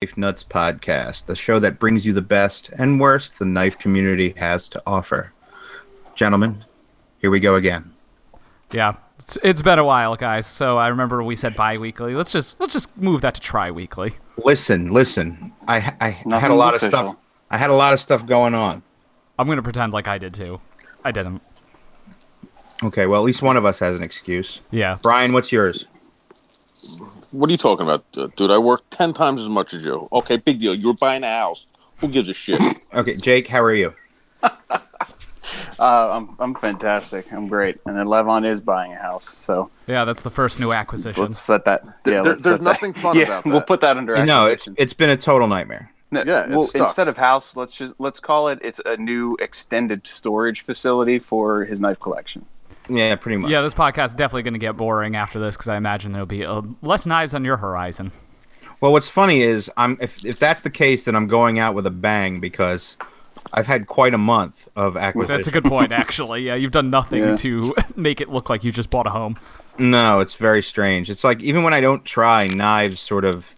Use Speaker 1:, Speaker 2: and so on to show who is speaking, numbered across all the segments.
Speaker 1: Knife Nuts podcast, the show that brings you the best and worst the knife community has to offer. Gentlemen, here we go again.
Speaker 2: Yeah, it's, it's been a while, guys. So I remember we said bi-weekly. Let's just let's just move that to tri-weekly.
Speaker 1: Listen, listen. I I, I had a
Speaker 3: Nothing's
Speaker 1: lot
Speaker 3: official.
Speaker 1: of stuff. I had a lot of stuff going on.
Speaker 2: I'm gonna pretend like I did too. I didn't.
Speaker 1: Okay, well at least one of us has an excuse.
Speaker 2: Yeah.
Speaker 1: Brian, what's yours?
Speaker 4: What are you talking about, uh, dude? I work ten times as much as you. Okay, big deal. You're buying a house. Who gives a shit?
Speaker 1: Okay, Jake, how are you?
Speaker 3: Uh, I'm I'm fantastic. I'm great. And then Levon is buying a house, so
Speaker 2: Yeah, that's the first new acquisition.
Speaker 3: let's set that.
Speaker 4: There-
Speaker 3: yeah,
Speaker 4: there-
Speaker 3: let's
Speaker 4: there's
Speaker 3: set that-
Speaker 4: nothing fun
Speaker 3: yeah,
Speaker 4: about
Speaker 3: We'll
Speaker 4: that.
Speaker 3: put that under.
Speaker 1: No, it's
Speaker 3: acquisition.
Speaker 1: it's been a total nightmare.
Speaker 3: No,
Speaker 4: Yeah, it
Speaker 3: well,
Speaker 4: sucks.
Speaker 3: instead of house, let's just let's call it. It's a new extended storage facility for his knife collection.
Speaker 1: Yeah, pretty much.
Speaker 2: Yeah, this podcast definitely gonna get boring after this because I imagine there'll be uh, less knives on your horizon.
Speaker 1: Well, what's funny is I'm if if that's the case, then I'm going out with a bang because I've had quite a month of acquisition.
Speaker 2: That's a good point, actually. Yeah, you've done nothing
Speaker 3: Yeah.
Speaker 2: to make it look like you just bought a home.
Speaker 1: No, it's very strange. It's like even when I don't try, knives sort of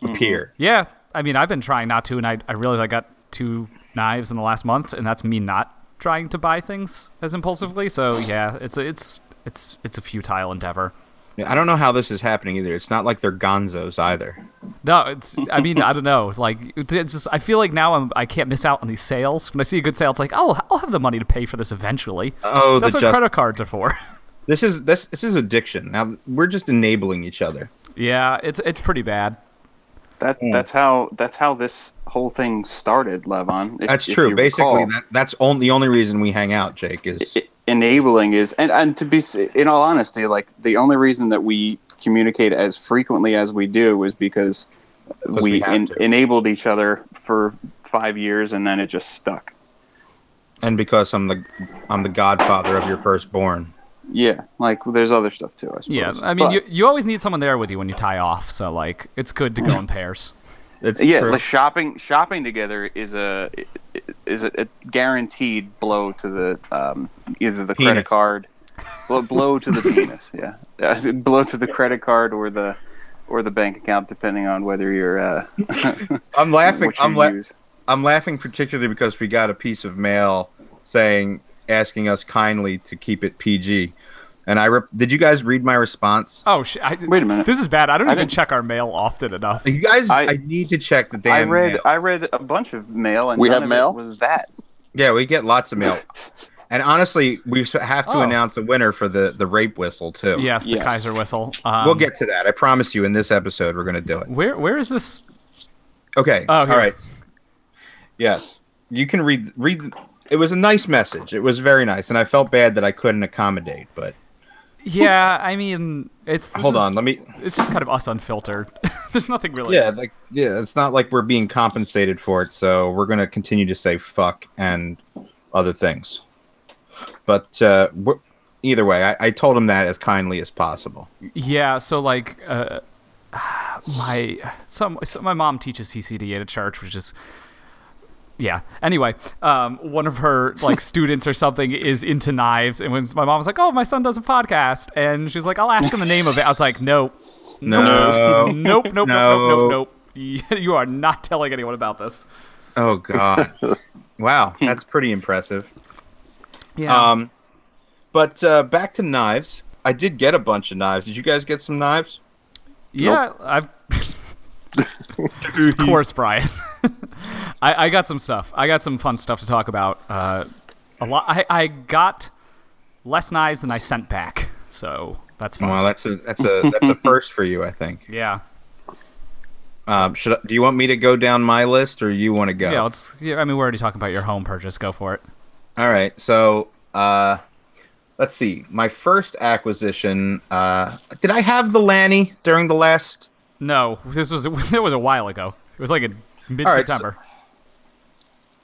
Speaker 3: Mm-hmm.
Speaker 1: appear.
Speaker 2: Yeah, I mean, I've been trying not to, and I, I realized I got two knives in the last month, and that's me not trying to buy things as impulsively. So yeah, it's a, it's it's it's a futile endeavor.
Speaker 1: I don't know how this is happening either. It's not like they're gonzos either.
Speaker 2: No, it's I mean I don't know. Like it's it's just I feel like now I'm I can't miss out on these sales. When I see a good sale, it's like oh I'll have the money to pay for this eventually.
Speaker 1: Oh, the
Speaker 2: that's what
Speaker 1: just
Speaker 2: credit cards are for.
Speaker 1: this is this this is addiction. Now we're just enabling each other.
Speaker 2: yeah, it's it's pretty bad.
Speaker 3: That
Speaker 1: Hmm.
Speaker 3: that's how that's how this whole thing started, Levon. if-
Speaker 1: That's
Speaker 3: if
Speaker 1: true.
Speaker 3: you
Speaker 1: Basically,
Speaker 3: recall.
Speaker 1: that, that's only the only reason we hang out, Jake. Is
Speaker 3: E- enabling is and and to be s- in all honesty, like the only reason that we communicate as frequently as we do is because
Speaker 1: we
Speaker 3: we,
Speaker 1: have
Speaker 3: en-
Speaker 1: to.
Speaker 3: enabled each other for five years and then it just stuck.
Speaker 1: and because I'm the I'm the godfather of your firstborn.
Speaker 3: Yeah, like there's other stuff too. I suppose.
Speaker 2: Yeah, I mean
Speaker 3: But-
Speaker 2: you you always need someone there with you when you tie off. So like it's good to go in pairs.
Speaker 1: It's
Speaker 3: yeah,
Speaker 1: true.
Speaker 3: like shopping shopping together is a is a, a guaranteed blow to the um, either the
Speaker 1: Penis.
Speaker 3: credit card, blow, blow to the penis, yeah, Uh, blow to the credit card or the or the bank account, depending on whether you're uh,
Speaker 1: I'm laughing.
Speaker 3: what you
Speaker 1: I'm la-
Speaker 3: use.
Speaker 1: I'm laughing particularly because we got a piece of mail saying asking us kindly to keep it PG. And I re- did you guys read my response?
Speaker 2: Oh sh- I,
Speaker 3: Wait a minute.
Speaker 2: this is bad. I don't
Speaker 3: I
Speaker 2: even
Speaker 3: didn't-
Speaker 2: check our mail often enough.
Speaker 1: You guys, I,
Speaker 3: I-
Speaker 1: need to check the
Speaker 3: I
Speaker 1: damn.
Speaker 3: read
Speaker 1: mail.
Speaker 3: I read a bunch of mail and
Speaker 4: We
Speaker 3: none
Speaker 4: have
Speaker 3: of
Speaker 4: mail?
Speaker 3: It was that
Speaker 1: yeah, we get lots of mail. and honestly, we s- have to
Speaker 2: Oh.
Speaker 1: announce a winner for the the rape whistle too.
Speaker 2: Yes, the
Speaker 4: Yes.
Speaker 2: Kaiser whistle. Um,
Speaker 1: we'll get to that. I promise you. In this episode, we're gonna do it.
Speaker 2: where where is this?
Speaker 1: Okay.
Speaker 2: Oh,
Speaker 1: All
Speaker 2: here.
Speaker 1: right. Yes, you can read read. It was a nice message. It was very nice, and I felt bad that I couldn't accommodate. But
Speaker 2: Yeah, I mean it's this
Speaker 1: hold
Speaker 2: is-
Speaker 1: on, let me.
Speaker 2: It's just kind of us unfiltered. There's nothing really.
Speaker 1: Yeah, like yeah, it's not like we're being compensated for it, so we're gonna continue to say fuck and other things. But uh, wh- either way, I, I told him that as kindly as possible.
Speaker 2: Yeah, so like uh, my some so my mom teaches CCD at a church, which is yeah. Anyway, um, one of her like students or something is into knives, and when my mom was like, "Oh, my son does a podcast," and she's like, "I'll ask him the name of it," I was like, "Nope,
Speaker 1: No.
Speaker 2: nope, nope, nope,
Speaker 1: No.
Speaker 2: nope, nope, nope." You are not telling anyone about this.
Speaker 1: Oh God! wow, that's pretty impressive.
Speaker 2: Yeah.
Speaker 1: Um, but uh, back to knives. I did get a bunch of knives. Did you guys get some knives?
Speaker 2: Yeah, I've. of course, Brian. I, I got some stuff. I got some fun stuff to talk about. Uh, a lot. I, I got less knives than I sent back, so that's fun.
Speaker 1: Well, that's a that's a that's a first for you, I think.
Speaker 2: yeah.
Speaker 1: Um, should I, do you want me to go down my list, or you want to go?
Speaker 2: Yeah. Let's. Yeah, I mean, we're already talking about your home purchase. Go for it.
Speaker 1: All right. So, uh, let's see. My first acquisition. Uh, did I have the Lanny during the last?
Speaker 2: No, this was that was a while ago. It was like in mid September.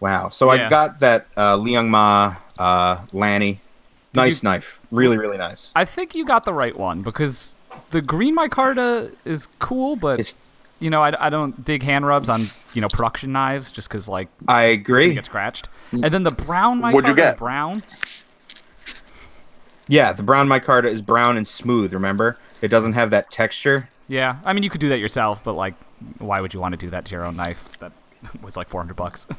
Speaker 1: Wow. So
Speaker 2: Yeah.
Speaker 1: I got that uh, Liang Ma uh, Lanny. Nice
Speaker 2: you-
Speaker 1: knife. Really, really nice.
Speaker 2: I think you got the right one because the green micarta is cool, but
Speaker 1: It's-
Speaker 2: you know, I, I don't dig hand rubs on you know production knives just because like
Speaker 1: I
Speaker 2: you
Speaker 1: agree.
Speaker 2: get scratched. And then the brown micarta
Speaker 4: Mm. What'd you
Speaker 2: is
Speaker 4: get?
Speaker 2: brown.
Speaker 1: Yeah, the brown micarta is brown and smooth. Remember, it doesn't have that texture.
Speaker 2: Yeah, I mean you could do that yourself, but like why would you want to do that to your own knife that was like 400 bucks?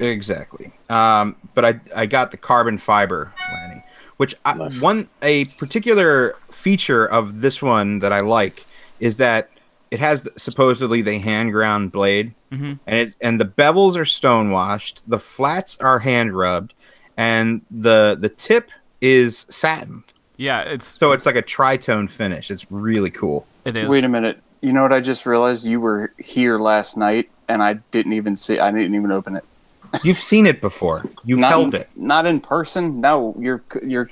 Speaker 1: Exactly. Um, but I I got the carbon fiber Lanny, which I,
Speaker 4: Nice.
Speaker 1: one a particular feature of this one that I like is that it has the, supposedly the hand ground blade,
Speaker 2: Mhm.
Speaker 1: and it and the bevels are stone washed, the flats are hand rubbed, and the the tip is satin.
Speaker 2: yeah, it's
Speaker 1: So it's like a tritone finish. It's really cool.
Speaker 2: it is.
Speaker 3: Wait a minute. You know what I just realized? You were here last night, and I didn't even see. I didn't even open it.
Speaker 1: You've seen it before. You've
Speaker 3: Not
Speaker 1: held
Speaker 3: in,
Speaker 1: it.
Speaker 3: Not in person. No, your your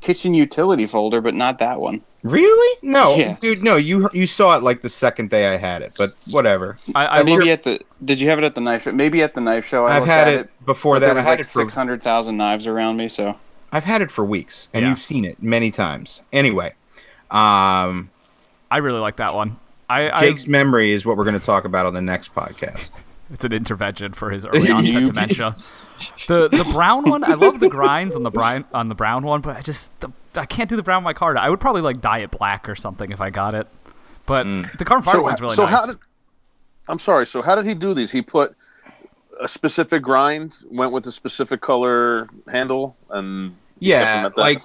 Speaker 3: kitchen utility folder, but not that one.
Speaker 1: Really? No,
Speaker 3: Yeah.
Speaker 1: dude. No, you you saw it like the second day I had it, but whatever.
Speaker 2: I, I
Speaker 1: I
Speaker 2: love
Speaker 1: mean-
Speaker 3: maybe
Speaker 1: sure-
Speaker 3: at the. Did you have it at the knife show? Maybe at the knife show. I
Speaker 1: I've
Speaker 3: looked
Speaker 1: had
Speaker 3: at
Speaker 1: it, before
Speaker 3: but
Speaker 1: that.
Speaker 3: there
Speaker 1: I've
Speaker 3: was
Speaker 1: had
Speaker 3: like
Speaker 1: it for
Speaker 3: six hundred thousand knives around me. So
Speaker 1: I've had it for weeks, and
Speaker 2: Yeah.
Speaker 1: you've seen it many times. Anyway, um,
Speaker 2: I really like that one. I, I
Speaker 1: Jake's memory is what we're going to talk about on the next podcast.
Speaker 2: it's an intervention for his early onset dementia. The the brown one, I love the grinds on the brown on the brown one, but I just the, I can't do the brown on my card. I would probably like dye it black or something if I got it. But
Speaker 4: Mm.
Speaker 2: the carbon fiber one's really nice.
Speaker 4: how did, I'm sorry. So how did he do these? He put a specific grind, went with a specific color handle, and he kept them
Speaker 1: Yeah,
Speaker 4: at that?
Speaker 1: like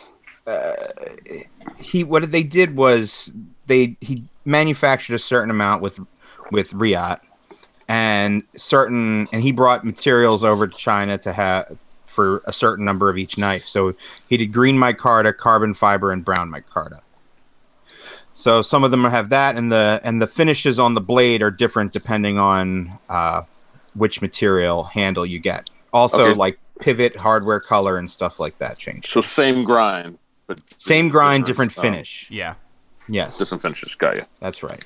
Speaker 1: uh, he what they did was they he manufactured a certain amount with with Riot and certain and he brought materials over to China to have for a certain number of each knife. So he did green micarta, carbon fiber, and brown micarta. So some of them have that, and the and the finishes on the blade are different depending on uh, which material handle you get. Also,
Speaker 4: Okay.
Speaker 1: like pivot, hardware color, and stuff like that change.
Speaker 4: so same grind, but
Speaker 1: Same grind, different
Speaker 4: um,
Speaker 1: finish.
Speaker 2: yeah,
Speaker 1: Yes,
Speaker 4: different finishes. Got you.
Speaker 1: that's right.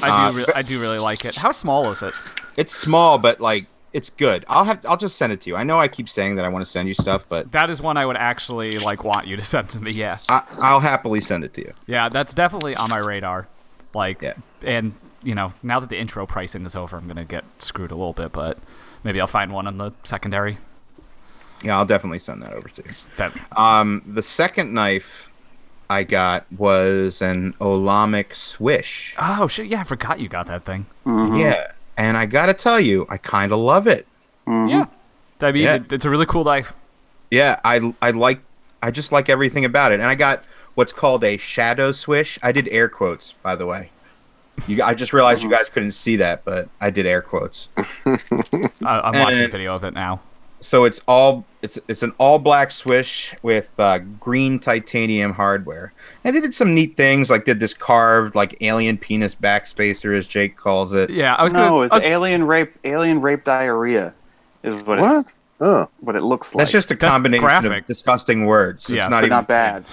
Speaker 2: I
Speaker 1: Uh,
Speaker 2: do. Re- I do really like it. How small is it?
Speaker 1: It's small, but like it's good. I'll have. I'll just send it to you. I know I keep saying that I want to send you stuff, but
Speaker 2: That is one I would actually like want you to send to me. Yeah,
Speaker 1: I, I'll happily send it to you.
Speaker 2: yeah, that's definitely on my radar. Like,
Speaker 1: Yeah.
Speaker 2: and you know, now that the intro pricing is over, I'm gonna get screwed a little bit, but maybe I'll find one on the secondary.
Speaker 1: Yeah, I'll definitely send that over to you.
Speaker 2: That
Speaker 1: Um, the second knife I got was an Olamic Swish.
Speaker 2: oh shit, yeah, I forgot you got that thing.
Speaker 1: Yeah, and I gotta tell you, I kind of love it.
Speaker 2: Yeah, I mean,
Speaker 1: Mm-hmm. Yeah.
Speaker 2: it- it's a really cool knife.
Speaker 1: Yeah, I I like I just like everything about it, and I got what's called a shadow swish. I did air quotes, by the way. You, I just realized you guys couldn't see that, but I did air quotes.
Speaker 2: I, I'm watching a
Speaker 1: And-
Speaker 2: video of it now.
Speaker 1: So it's all it's it's an all black swish with uh, green titanium hardware, and they did some neat things like did this carved like alien penis backspacer as Jake calls it.
Speaker 2: Yeah, I was gonna.
Speaker 3: no, it's
Speaker 2: I was-
Speaker 3: alien rape. Alien rape diarrhea is what it,
Speaker 4: What? Oh,
Speaker 3: what it looks like.
Speaker 1: That's just a
Speaker 2: That's
Speaker 1: combination
Speaker 2: graphic.
Speaker 1: of disgusting words.
Speaker 2: Yeah.
Speaker 1: It's not
Speaker 3: but
Speaker 1: even
Speaker 3: not bad.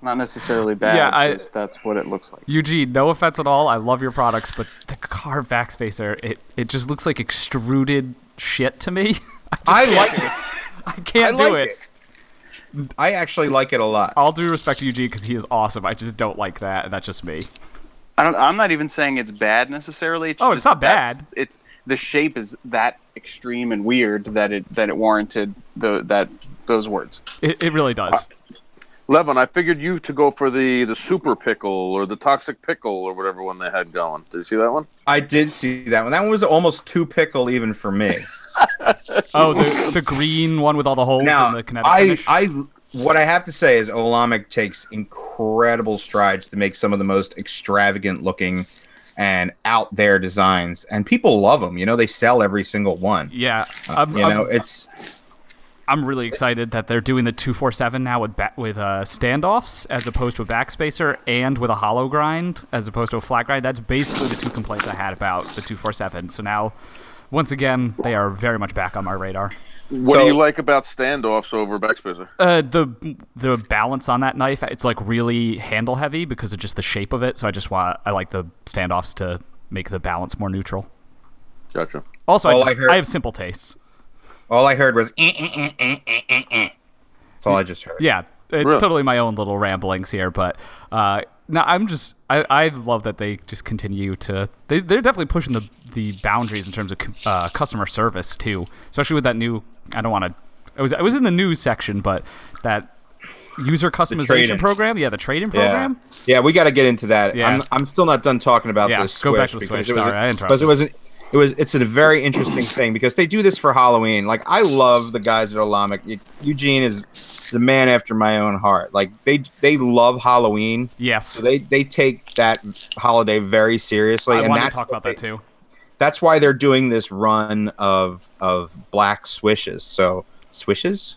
Speaker 3: Not necessarily bad.
Speaker 2: Yeah, I-
Speaker 3: just that's what it looks like.
Speaker 2: Eugene, no offense at all. I love your products, but the car backspacer, it, it just looks like extruded shit to me.
Speaker 1: I like it.
Speaker 2: I
Speaker 1: I
Speaker 2: can't
Speaker 1: like
Speaker 2: do
Speaker 1: it. I actually like it a lot.
Speaker 2: All due respect to Eugene because he is awesome. I just don't like that, and that's just me.
Speaker 3: I don't. I'm not even saying it's bad necessarily.
Speaker 2: Oh, it's
Speaker 3: just
Speaker 2: not
Speaker 3: that's-
Speaker 2: bad.
Speaker 3: It's the shape is that extreme and weird that it that it warranted the that those words.
Speaker 2: It, it really does.
Speaker 1: Uh,
Speaker 4: Levin, I figured you to go for the the super pickle or the toxic pickle or whatever one they had going. Did you see that one?
Speaker 1: I did see that one. That one was almost too pickle even for me.
Speaker 2: Oh, the, the green one with all the holes and
Speaker 1: now,
Speaker 2: the kinetic
Speaker 1: I,
Speaker 2: finish.
Speaker 1: I, what I have to say is Olamic takes incredible strides to make some of the most extravagant looking and out there designs, and people love them. You know, they sell every single one.
Speaker 2: yeah, I'm,
Speaker 1: Uh, you
Speaker 2: I'm,
Speaker 1: know, it's
Speaker 2: I'm really excited that they're doing the 247 now with ba- with uh, standoffs as opposed to a backspacer and with a hollow grind as opposed to a flat grind. That's basically the two complaints I had about the 247. So now, once again, they are very much back on my radar.
Speaker 4: What
Speaker 1: So-
Speaker 4: do you like about standoffs over backspacer?
Speaker 2: Uh, the the balance on that knife, it's like really handle heavy because of just the shape of it. So I just want I like the standoffs to make the balance more neutral.
Speaker 4: Gotcha.
Speaker 2: Also, I,
Speaker 1: All
Speaker 2: just-
Speaker 1: I heard-
Speaker 2: I have simple tastes.
Speaker 1: all I heard was. "Eh, eh, eh, eh, eh, eh, eh." That's all I just heard.
Speaker 2: Yeah, it's
Speaker 4: Really?
Speaker 2: totally my own little ramblings here, but uh, no, I'm just I, I love that they just continue to they they're definitely pushing the the boundaries in terms of cu- uh, customer service too, especially with that new. I don't want to. I was I was in the news section, but that user
Speaker 1: trade-in.
Speaker 2: customization program. Yeah, the trade-in program.
Speaker 1: Yeah, we got to get into that.
Speaker 2: Yeah.
Speaker 1: I'm, I'm still not done talking about
Speaker 2: Yeah,
Speaker 1: this.
Speaker 2: go back to the Switch.
Speaker 1: It was
Speaker 2: Sorry, I interrupted.
Speaker 1: Because it was an, it was it's a very interesting thing because they do this for Halloween. Like I love the guys at Alamic. E- Eugene is the man after my own heart. Like they they love Halloween.
Speaker 2: Yes.
Speaker 1: So they they take that holiday very seriously.
Speaker 2: I
Speaker 1: and
Speaker 2: wanted to
Speaker 1: that's
Speaker 2: talk
Speaker 1: what
Speaker 2: about that
Speaker 1: they-
Speaker 2: too.
Speaker 1: That's why they're doing this run of of black swishes. So swishes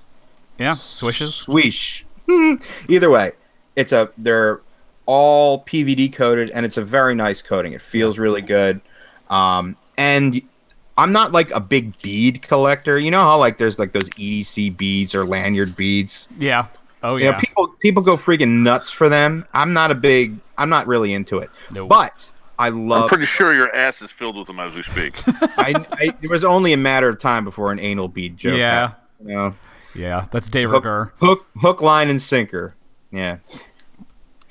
Speaker 2: Yeah, swishes.
Speaker 1: swish. Either way, it's a they're all PVD coated, and it's a very nice coating. It feels really good. Um, and I'm not like a big bead collector. You know how like there's like those EDC beads or lanyard beads.
Speaker 2: Yeah. Oh
Speaker 1: You
Speaker 2: yeah.
Speaker 1: know, people people go freaking nuts for them. I'm not a big. I'm not really into it.
Speaker 2: No.
Speaker 1: But I
Speaker 4: I'm
Speaker 1: love.
Speaker 4: pretty sure your ass is filled with them as we speak.
Speaker 1: I, I, it was only a matter of time before an anal bead joke.
Speaker 2: Yeah.
Speaker 1: happened, you know?
Speaker 2: yeah, that's de rigueur.
Speaker 1: hook, hook, hook, line, and sinker. Yeah.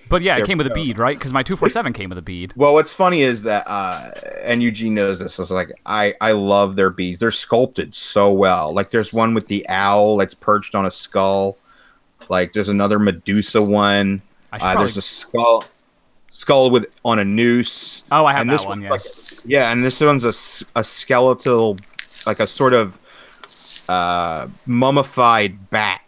Speaker 2: But yeah, it
Speaker 1: There
Speaker 2: came with a
Speaker 1: we go.
Speaker 2: bead, right? Because my two four seven came with a bead.
Speaker 1: Well, what's funny is that, uh, and Eugene knows this. It's like I, I love their bees. They're sculpted so well. Like there's one with the owl that's perched on a skull. Like there's another Medusa one.
Speaker 2: I should
Speaker 1: Uh,
Speaker 2: probably-
Speaker 1: there's a skull, skull with on a noose.
Speaker 2: Oh, I have
Speaker 1: and
Speaker 2: that
Speaker 1: this one's
Speaker 2: one. Yeah.
Speaker 1: like- yeah, and this one's a, s- a skeletal, like a sort of uh, mummified bat.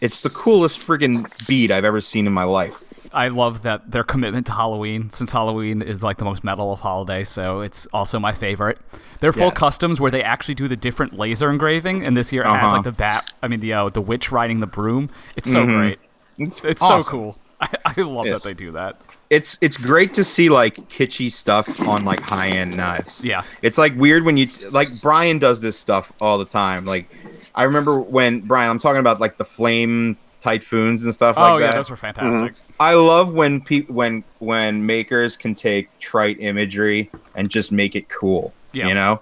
Speaker 1: It's the coolest friggin' bead I've ever seen in my life.
Speaker 2: I love that their commitment to Halloween, since Halloween is like the most metal of holidays, so it's also my favorite. Their full
Speaker 1: Yeah.
Speaker 2: customs where they actually do the different laser engraving, and this year it has
Speaker 1: Uh-huh. Mm-hmm.
Speaker 2: like the bat. I mean the uh, the witch riding the broom. It's so great.
Speaker 1: It's,
Speaker 2: It's so
Speaker 1: awesome.
Speaker 2: cool. I, I love
Speaker 1: Yeah.
Speaker 2: that they do that.
Speaker 1: it's it's great to see like kitschy stuff on like high end knives.
Speaker 2: Yeah.
Speaker 1: It's like weird when you like Brian does this stuff all the time. Like I remember when Brian, I'm talking about like the flame typhoons and stuff
Speaker 2: oh
Speaker 1: like
Speaker 2: yeah,
Speaker 1: that.
Speaker 2: those were fantastic.
Speaker 1: I love when pe- when when makers can take trite imagery and just make it cool.
Speaker 2: Yeah.
Speaker 1: You know?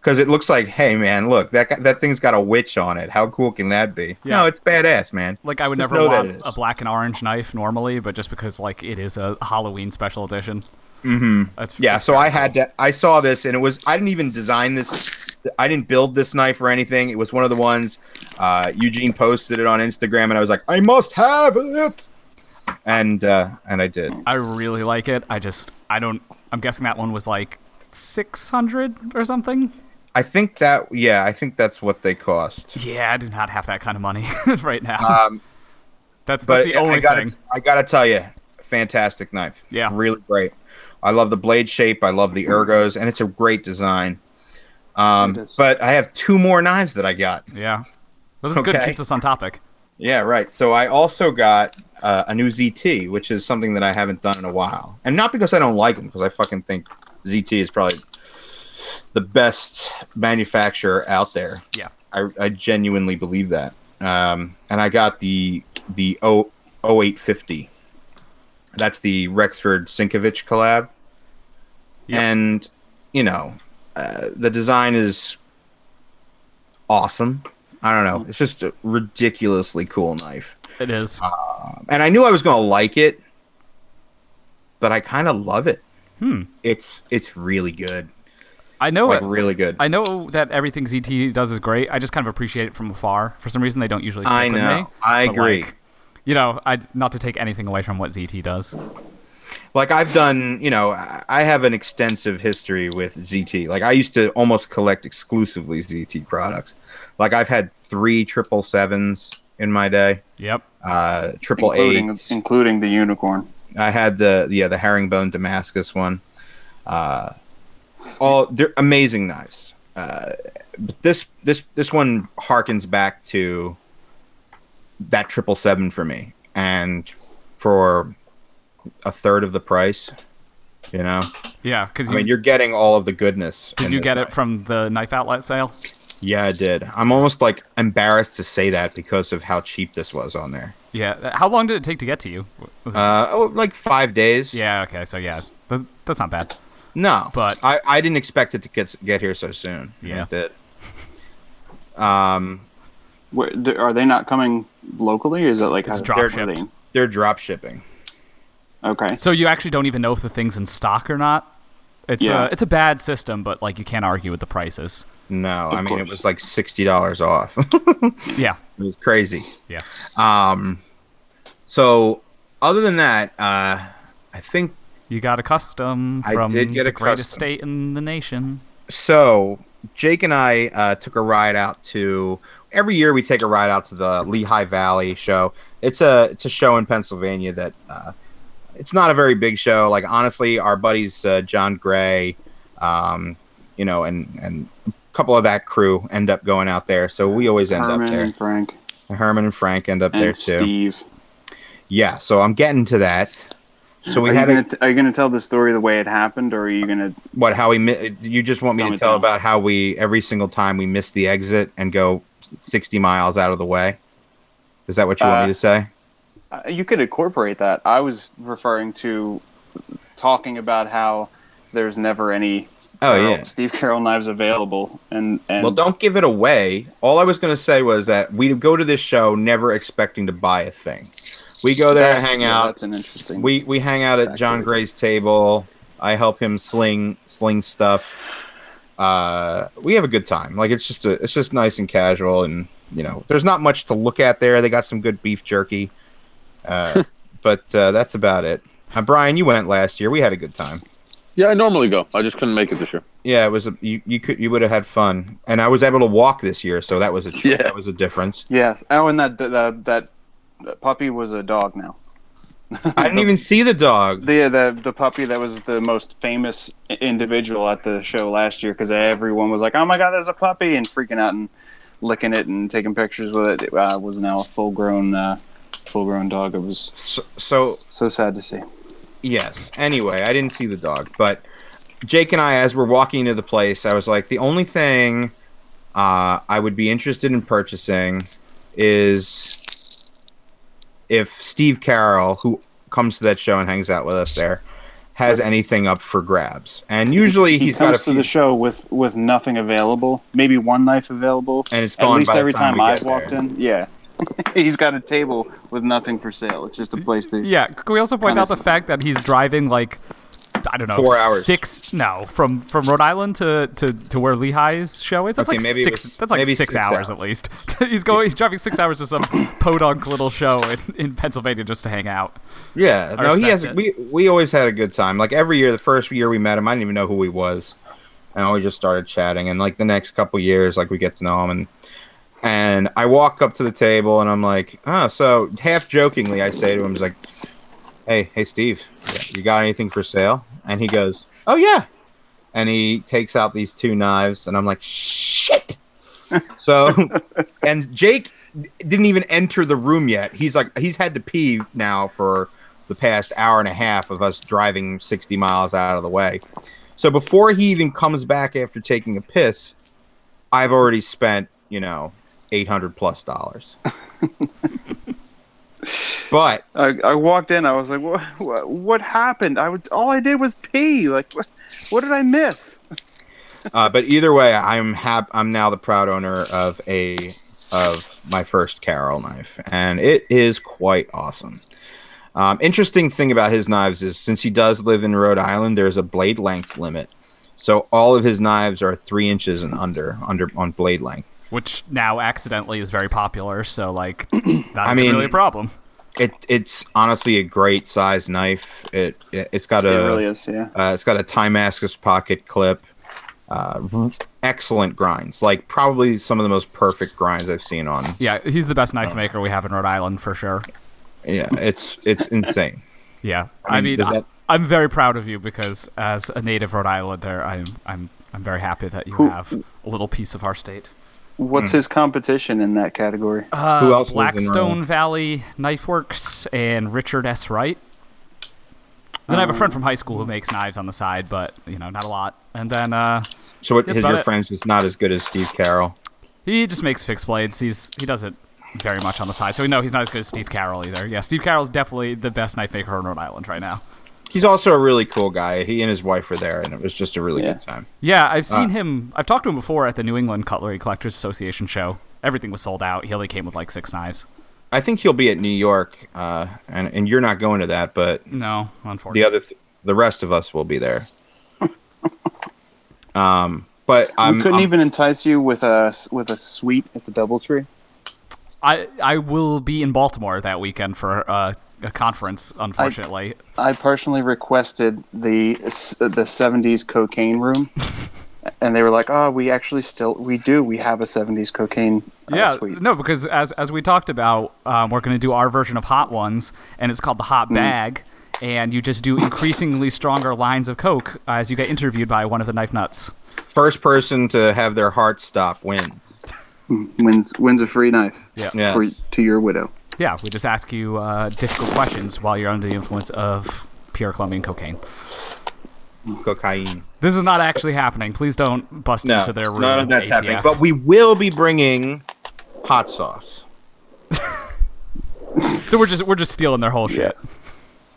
Speaker 1: Because it looks like, hey man, look that guy, that thing's got a witch on it. How cool can that be?
Speaker 2: Yeah.
Speaker 1: No, it's badass, man.
Speaker 2: Like I would
Speaker 1: Just
Speaker 2: never
Speaker 1: know that
Speaker 2: want
Speaker 1: it
Speaker 2: a
Speaker 1: is.
Speaker 2: black and orange knife normally, but just because like it is a Halloween special edition. Mm-hmm. That's
Speaker 1: Yeah,
Speaker 2: that's
Speaker 1: so
Speaker 2: very
Speaker 1: I had
Speaker 2: cool.
Speaker 1: to. I saw this, and it was. I didn't even design this. I didn't build this knife or anything. It was one of the ones uh, Eugene posted it on Instagram, and I was like, I must have it. And uh, and I did.
Speaker 2: I really like it. I just I don't. I'm guessing that one was like six hundred or something.
Speaker 1: I think that. Yeah, I think that's what they cost.
Speaker 2: Yeah, I do not have that kind of money right now.
Speaker 1: Um,
Speaker 2: that's
Speaker 1: but
Speaker 2: that's the
Speaker 1: I-
Speaker 2: only
Speaker 1: I gotta.
Speaker 2: thing.
Speaker 1: I gotta tell you, fantastic knife.
Speaker 2: Yeah.
Speaker 1: really great. I love the blade shape. I love the ergos, and it's a great design. Um,
Speaker 3: It is.
Speaker 1: but I have two more knives that I got.
Speaker 2: Yeah, well, this is good.
Speaker 1: Okay.
Speaker 2: Keeps us on topic.
Speaker 1: Yeah, right. So I also got uh, a new ZT, which is something that I haven't done in a while, and not because I don't like them, because I fucking think ZT is probably the best manufacturer out there.
Speaker 2: Yeah.
Speaker 1: I, I genuinely believe that. Um, and I got the the o, 0850. That's the Rexford Sinkovich collab,
Speaker 2: Yep.
Speaker 1: and you know uh, the design is awesome. I don't
Speaker 2: Mm.
Speaker 1: know. It's just a ridiculously cool knife
Speaker 2: It is.
Speaker 1: and I knew I was gonna like it, but I kind of love it.
Speaker 2: Hmm. Oh,
Speaker 1: It's it's really good,
Speaker 2: I know
Speaker 1: like
Speaker 2: it.
Speaker 1: really good.
Speaker 2: I know that everything ZT does is great. I just kind of appreciate it from afar. For some reason, they don't usually. Stick
Speaker 1: I
Speaker 2: with
Speaker 1: know.
Speaker 2: me,
Speaker 1: I
Speaker 2: but,
Speaker 1: agree.
Speaker 2: like, you know, I not to take anything away from what ZT does.
Speaker 1: Like I've done, you know, I I have an extensive history with ZT. Like I used to almost collect exclusively ZT products. Like I've had three triple sevens in my day,
Speaker 2: Yep.
Speaker 1: uh, triple
Speaker 3: including
Speaker 1: eights.
Speaker 3: including the unicorn.
Speaker 1: I had the yeah the herringbone Damascus one. Uh, all they're amazing knives. Uh, but this this this one harkens back to that triple seven for me, and for a third of the price. You know,
Speaker 2: Yeah, because
Speaker 1: I
Speaker 2: you
Speaker 1: mean, you're getting all of the goodness.
Speaker 2: did
Speaker 1: in
Speaker 2: you
Speaker 1: this
Speaker 2: get
Speaker 1: knife.
Speaker 2: it from the knife outlet sale?
Speaker 1: Yeah, I did. I'm almost like embarrassed to say that because of how cheap this was on there.
Speaker 2: Yeah. How long did it take to get to you? Was it-
Speaker 1: Uh, oh, like five days.
Speaker 2: yeah. Okay. So yeah, but that's not bad.
Speaker 1: No,
Speaker 2: But-
Speaker 1: I, I didn't expect it to get get here so soon. and
Speaker 2: Yeah.
Speaker 1: it did. Um,
Speaker 3: Where, do, are they not coming locally? Or is it like
Speaker 2: It's
Speaker 3: how-
Speaker 2: drop
Speaker 3: where are
Speaker 2: shipped.
Speaker 3: they?
Speaker 1: they're drop shipping.
Speaker 3: Okay.
Speaker 2: So you actually don't even know if the thing's in stock or not. It's
Speaker 3: Yeah.
Speaker 2: a, it's a bad system, but like you can't argue with the prices.
Speaker 1: No, I mean it
Speaker 3: course.
Speaker 1: was like sixty dollars off. it
Speaker 2: Yeah.
Speaker 1: was crazy.
Speaker 2: Yeah.
Speaker 1: Um, So, other than that, uh, I think
Speaker 2: You got a custom
Speaker 1: I
Speaker 2: from
Speaker 1: did get
Speaker 2: the
Speaker 1: a
Speaker 2: greatest
Speaker 1: custom.
Speaker 2: state in the nation.
Speaker 1: so. Jake and I uh, took a ride out to. Every year we take a ride out to the Lehigh Valley show. It's a it's a show in Pennsylvania that uh, it's not a very big show. Like honestly, our buddies uh, John Gray, um, you know, and and a couple of that crew end up going out there. So we always end up
Speaker 3: Herman
Speaker 1: there.
Speaker 3: and Frank
Speaker 1: Herman and Frank end up
Speaker 3: and
Speaker 1: there too.
Speaker 3: Steve.
Speaker 1: Yeah, so I'm getting to that. So we
Speaker 3: are,
Speaker 1: had
Speaker 3: you
Speaker 1: a,
Speaker 3: gonna t- are you going to tell the story the way it happened, or are you going to?
Speaker 1: what how we mi- you just want me
Speaker 3: Dumb
Speaker 1: to
Speaker 3: it
Speaker 1: tell
Speaker 3: down.
Speaker 1: about how we every single time we miss the exit and go 60 miles out of the way. Is that what you want
Speaker 3: Uh,
Speaker 1: me to say?
Speaker 3: Uh, You could incorporate that. I was referring to talking about how there's never any
Speaker 1: Oh,
Speaker 3: Carol-
Speaker 1: yeah.
Speaker 3: Steve Carroll knives available, and and
Speaker 1: Well, don't give it away. All I was going to say was that we go to this show never expecting to buy a thing. We go there and
Speaker 3: That's-
Speaker 1: hang
Speaker 3: yeah,
Speaker 1: out.
Speaker 3: That's an interesting.
Speaker 1: we we hang out at John
Speaker 3: Exactly.
Speaker 1: Gray's table. I help him sling sling stuff. Uh, we have a good time. Like it's just a, it's just nice and casual, and you know, there's not much to look at there. They got some good beef jerky, uh, but uh, that's about it. Uh, Brian, you went last year. We had a good time.
Speaker 4: Yeah, I normally go. I just couldn't make it this year.
Speaker 1: Yeah, it was a, you you could you would have had fun, and I was able to walk this year, so that was a
Speaker 4: Yeah.
Speaker 1: that was a difference.
Speaker 3: yes. Oh, and that that that puppy was a dog now.
Speaker 1: I didn't even see the dog.
Speaker 3: The the the puppy that was the most famous i- individual at the show last year because everyone was like, "Oh my god, there's a puppy!" and freaking out and licking it and taking pictures with it. It uh, was now a full grown uh, full grown dog. It was
Speaker 1: So, so
Speaker 3: so sad to see.
Speaker 1: Yes. Anyway, I didn't see the dog, but Jake and I, as we're walking into the place, I was like, the only thing uh, I would be interested in purchasing is if Steve Carroll, who comes to that show and hangs out with us there, has anything up for grabs. And usually
Speaker 3: He
Speaker 1: he's got a
Speaker 3: comes to
Speaker 1: few,
Speaker 3: the show with with nothing available, maybe one knife available.
Speaker 1: and it's
Speaker 3: At
Speaker 1: gone
Speaker 3: least
Speaker 1: by the
Speaker 3: every time,
Speaker 1: we
Speaker 3: I've
Speaker 1: get
Speaker 3: walked
Speaker 1: there.
Speaker 3: in, yeah, he's got a table with nothing for sale. It's just a place to.
Speaker 2: Yeah, can we also point
Speaker 3: Kinda
Speaker 2: out the
Speaker 3: s-
Speaker 2: fact that he's driving like I don't know
Speaker 1: Four hours.
Speaker 2: six no from from Rhode Island to to, to where Lehigh's show is. That's
Speaker 1: Okay,
Speaker 2: like
Speaker 1: maybe it
Speaker 2: six.
Speaker 1: was-
Speaker 2: that's like
Speaker 1: maybe
Speaker 2: six,
Speaker 1: six hours.
Speaker 2: hours, at least. he's going. He's driving six hours to some podunk little show in, in Pennsylvania just to hang out.
Speaker 1: Yeah, no, he has.
Speaker 2: respect
Speaker 1: We we always had a good time. Like every year, the first year we met him, I didn't even know who he was, and we just started chatting. And like the next couple years, like we get to know him, and and I walk up to the table and I'm like, oh, so half jokingly, I say to him, he's like, hey, hey, Steve, you got anything for sale? And he goes, oh yeah, and he takes out these two knives, and I'm like, shit. So, and Jake didn't even enter the room yet. He's like, he's had to pee now for the past hour and a half of us driving 60 miles out of the way. So before he even comes back after taking a piss, I've already spent, you know, 800 plus dollars. but
Speaker 3: I, I walked in. I was like, "What? What, what happened? I would, all I did was pee. Like, what, what did I miss?"
Speaker 1: Uh, but either way, I'm hap- I'm now the proud owner of a of my first Carol knife, and it is quite awesome. Um, interesting thing about his knives is since he does live in Rhode Island, there's a blade length limit, so all of his knives are three inches and under under on blade length.
Speaker 2: Which now accidentally is very popular, so like, not
Speaker 1: I
Speaker 2: even
Speaker 1: mean-
Speaker 2: really a problem.
Speaker 1: It it's honestly a great size knife. It it's got a
Speaker 3: it really is. Yeah.
Speaker 1: Uh, it's got a Timeascus pocket clip. Uh, excellent grinds, like probably some of the most perfect grinds I've seen on.
Speaker 2: Yeah, he's the best
Speaker 1: Oh.
Speaker 2: knife maker we have in Rhode Island for sure.
Speaker 1: Yeah, it's it's insane.
Speaker 2: Yeah,
Speaker 1: I
Speaker 2: I
Speaker 1: mean,
Speaker 2: mean,
Speaker 1: does
Speaker 2: I
Speaker 1: that-
Speaker 2: I'm very proud of you because as a native Rhode Islander, I'm I'm I'm very happy that you have a little piece of our state.
Speaker 3: What's
Speaker 1: Hmm.
Speaker 3: his competition in that category?
Speaker 2: Uh,
Speaker 1: Who else lives in Rhode
Speaker 2: Blackstone
Speaker 1: Island?
Speaker 2: Valley Knife Works and Richard S. Wright. Then I have a friend from high school who
Speaker 1: Oh.
Speaker 2: makes knives on the side, but you know, not a lot. And then uh,
Speaker 1: So what
Speaker 2: That's
Speaker 1: his
Speaker 2: about
Speaker 1: your
Speaker 2: it.
Speaker 1: friends is not as good as Steve Carroll.
Speaker 2: he just makes fixed blades. He's he does it very much on the side, so we know he's not as good as Steve Carroll either. Yeah, Steve Carroll's definitely the best knife maker in Rhode Island right now.
Speaker 1: He's also a really cool guy. He and his wife were there, and it was just a really
Speaker 3: Yeah.
Speaker 1: good time.
Speaker 2: Yeah, I've seen
Speaker 1: Uh,
Speaker 2: him. I've talked to him before at the New England Cutlery Collectors Association show. Everything was sold out. He only came with like six knives.
Speaker 1: I think he'll be at New York, uh, and and you're not going to that, but
Speaker 2: No,
Speaker 1: the
Speaker 2: unfortunately.
Speaker 1: other th- the rest of us will be there. um, but I'm,
Speaker 3: we couldn't
Speaker 1: I'm-
Speaker 3: even entice you with a s- with a sweet at the DoubleTree.
Speaker 2: I I will be in Baltimore that weekend for uh, a conference. Unfortunately,
Speaker 3: I personally requested the s- the '70s cocaine room, and they were like, "Oh, we actually still we do we have a '70s cocaine uh,
Speaker 2: yeah,
Speaker 3: suite."
Speaker 2: no, because as as we talked about, um, we're going to do our version of hot ones, and it's called the
Speaker 1: Mm.
Speaker 2: hot bag. And you just do increasingly stronger lines of coke as you get interviewed by one of the knife nuts.
Speaker 1: First person to have their heart stop wins.
Speaker 3: Wins wins a free knife.
Speaker 2: Yeah.
Speaker 1: Yes.
Speaker 3: For, to your widow.
Speaker 2: Yeah, we just ask you uh, difficult questions while you're under the influence of pure Colombian cocaine.
Speaker 1: Cocaine.
Speaker 2: This is not actually happening. Please don't bust
Speaker 1: No,
Speaker 2: into their room.
Speaker 1: none of that's
Speaker 2: ATF.
Speaker 1: happening. But we will be bringing hot sauce.
Speaker 2: so we're just we're just stealing their whole shit.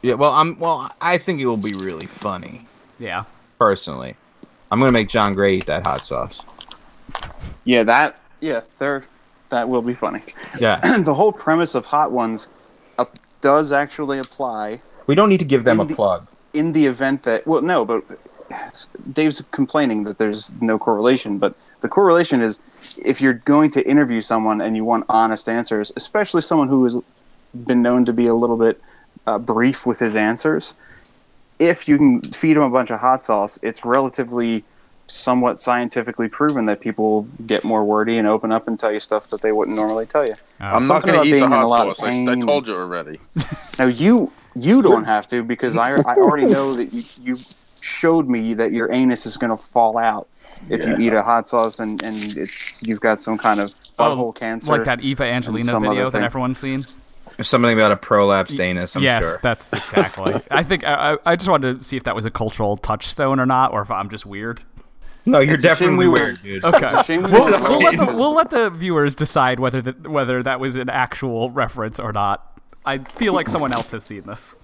Speaker 1: Yeah, well, I'm well. I think it will be really funny.
Speaker 2: Yeah.
Speaker 1: Personally, I'm gonna make John Gray eat that hot sauce.
Speaker 3: Yeah, that yeah, they're that will be funny.
Speaker 1: Yeah,
Speaker 3: the whole premise of hot ones uh, does actually apply
Speaker 1: we don't need to give them a
Speaker 3: Indeed.
Speaker 1: plug.
Speaker 3: in the event that well no but dave's complaining that there's no correlation but the correlation is if you're going to interview someone and you want honest answers especially someone who has been known to be a little bit uh, brief with his answers if you can feed them a bunch of hot sauce it's relatively somewhat scientifically proven that people get more wordy and open up and tell you stuff that they wouldn't normally tell you
Speaker 4: I'm not
Speaker 3: Something
Speaker 4: going
Speaker 3: about
Speaker 4: to eat
Speaker 3: being
Speaker 4: the
Speaker 3: in a lot
Speaker 4: hot
Speaker 3: of
Speaker 4: sauce. I, I
Speaker 3: pain.
Speaker 4: told you already.
Speaker 3: now you you don't have to because I I already know that you, you showed me that your anus is going to fall out if you eat a hot sauce and and it's you've got some kind of butthole cancer.
Speaker 2: Um, Like that Eva Angelina
Speaker 3: some other
Speaker 2: video that
Speaker 3: thing.
Speaker 2: everyone's seen.
Speaker 1: There's Something about a prolapsed anus. I'm
Speaker 2: yes,
Speaker 1: sure.
Speaker 2: that's exactly. I think I, I I just wanted to see if that was a cultural touchstone or not, or if I'm just weird.
Speaker 1: No, you're
Speaker 3: It's a shame
Speaker 1: definitely
Speaker 3: we were-
Speaker 1: weird, dude.
Speaker 2: Okay.
Speaker 3: It's a shame we
Speaker 2: we'll,
Speaker 3: didn't
Speaker 2: we'll let the,
Speaker 3: know.
Speaker 2: we'll let the viewers decide whether that whether that was an actual reference or not. I feel like someone else has seen this.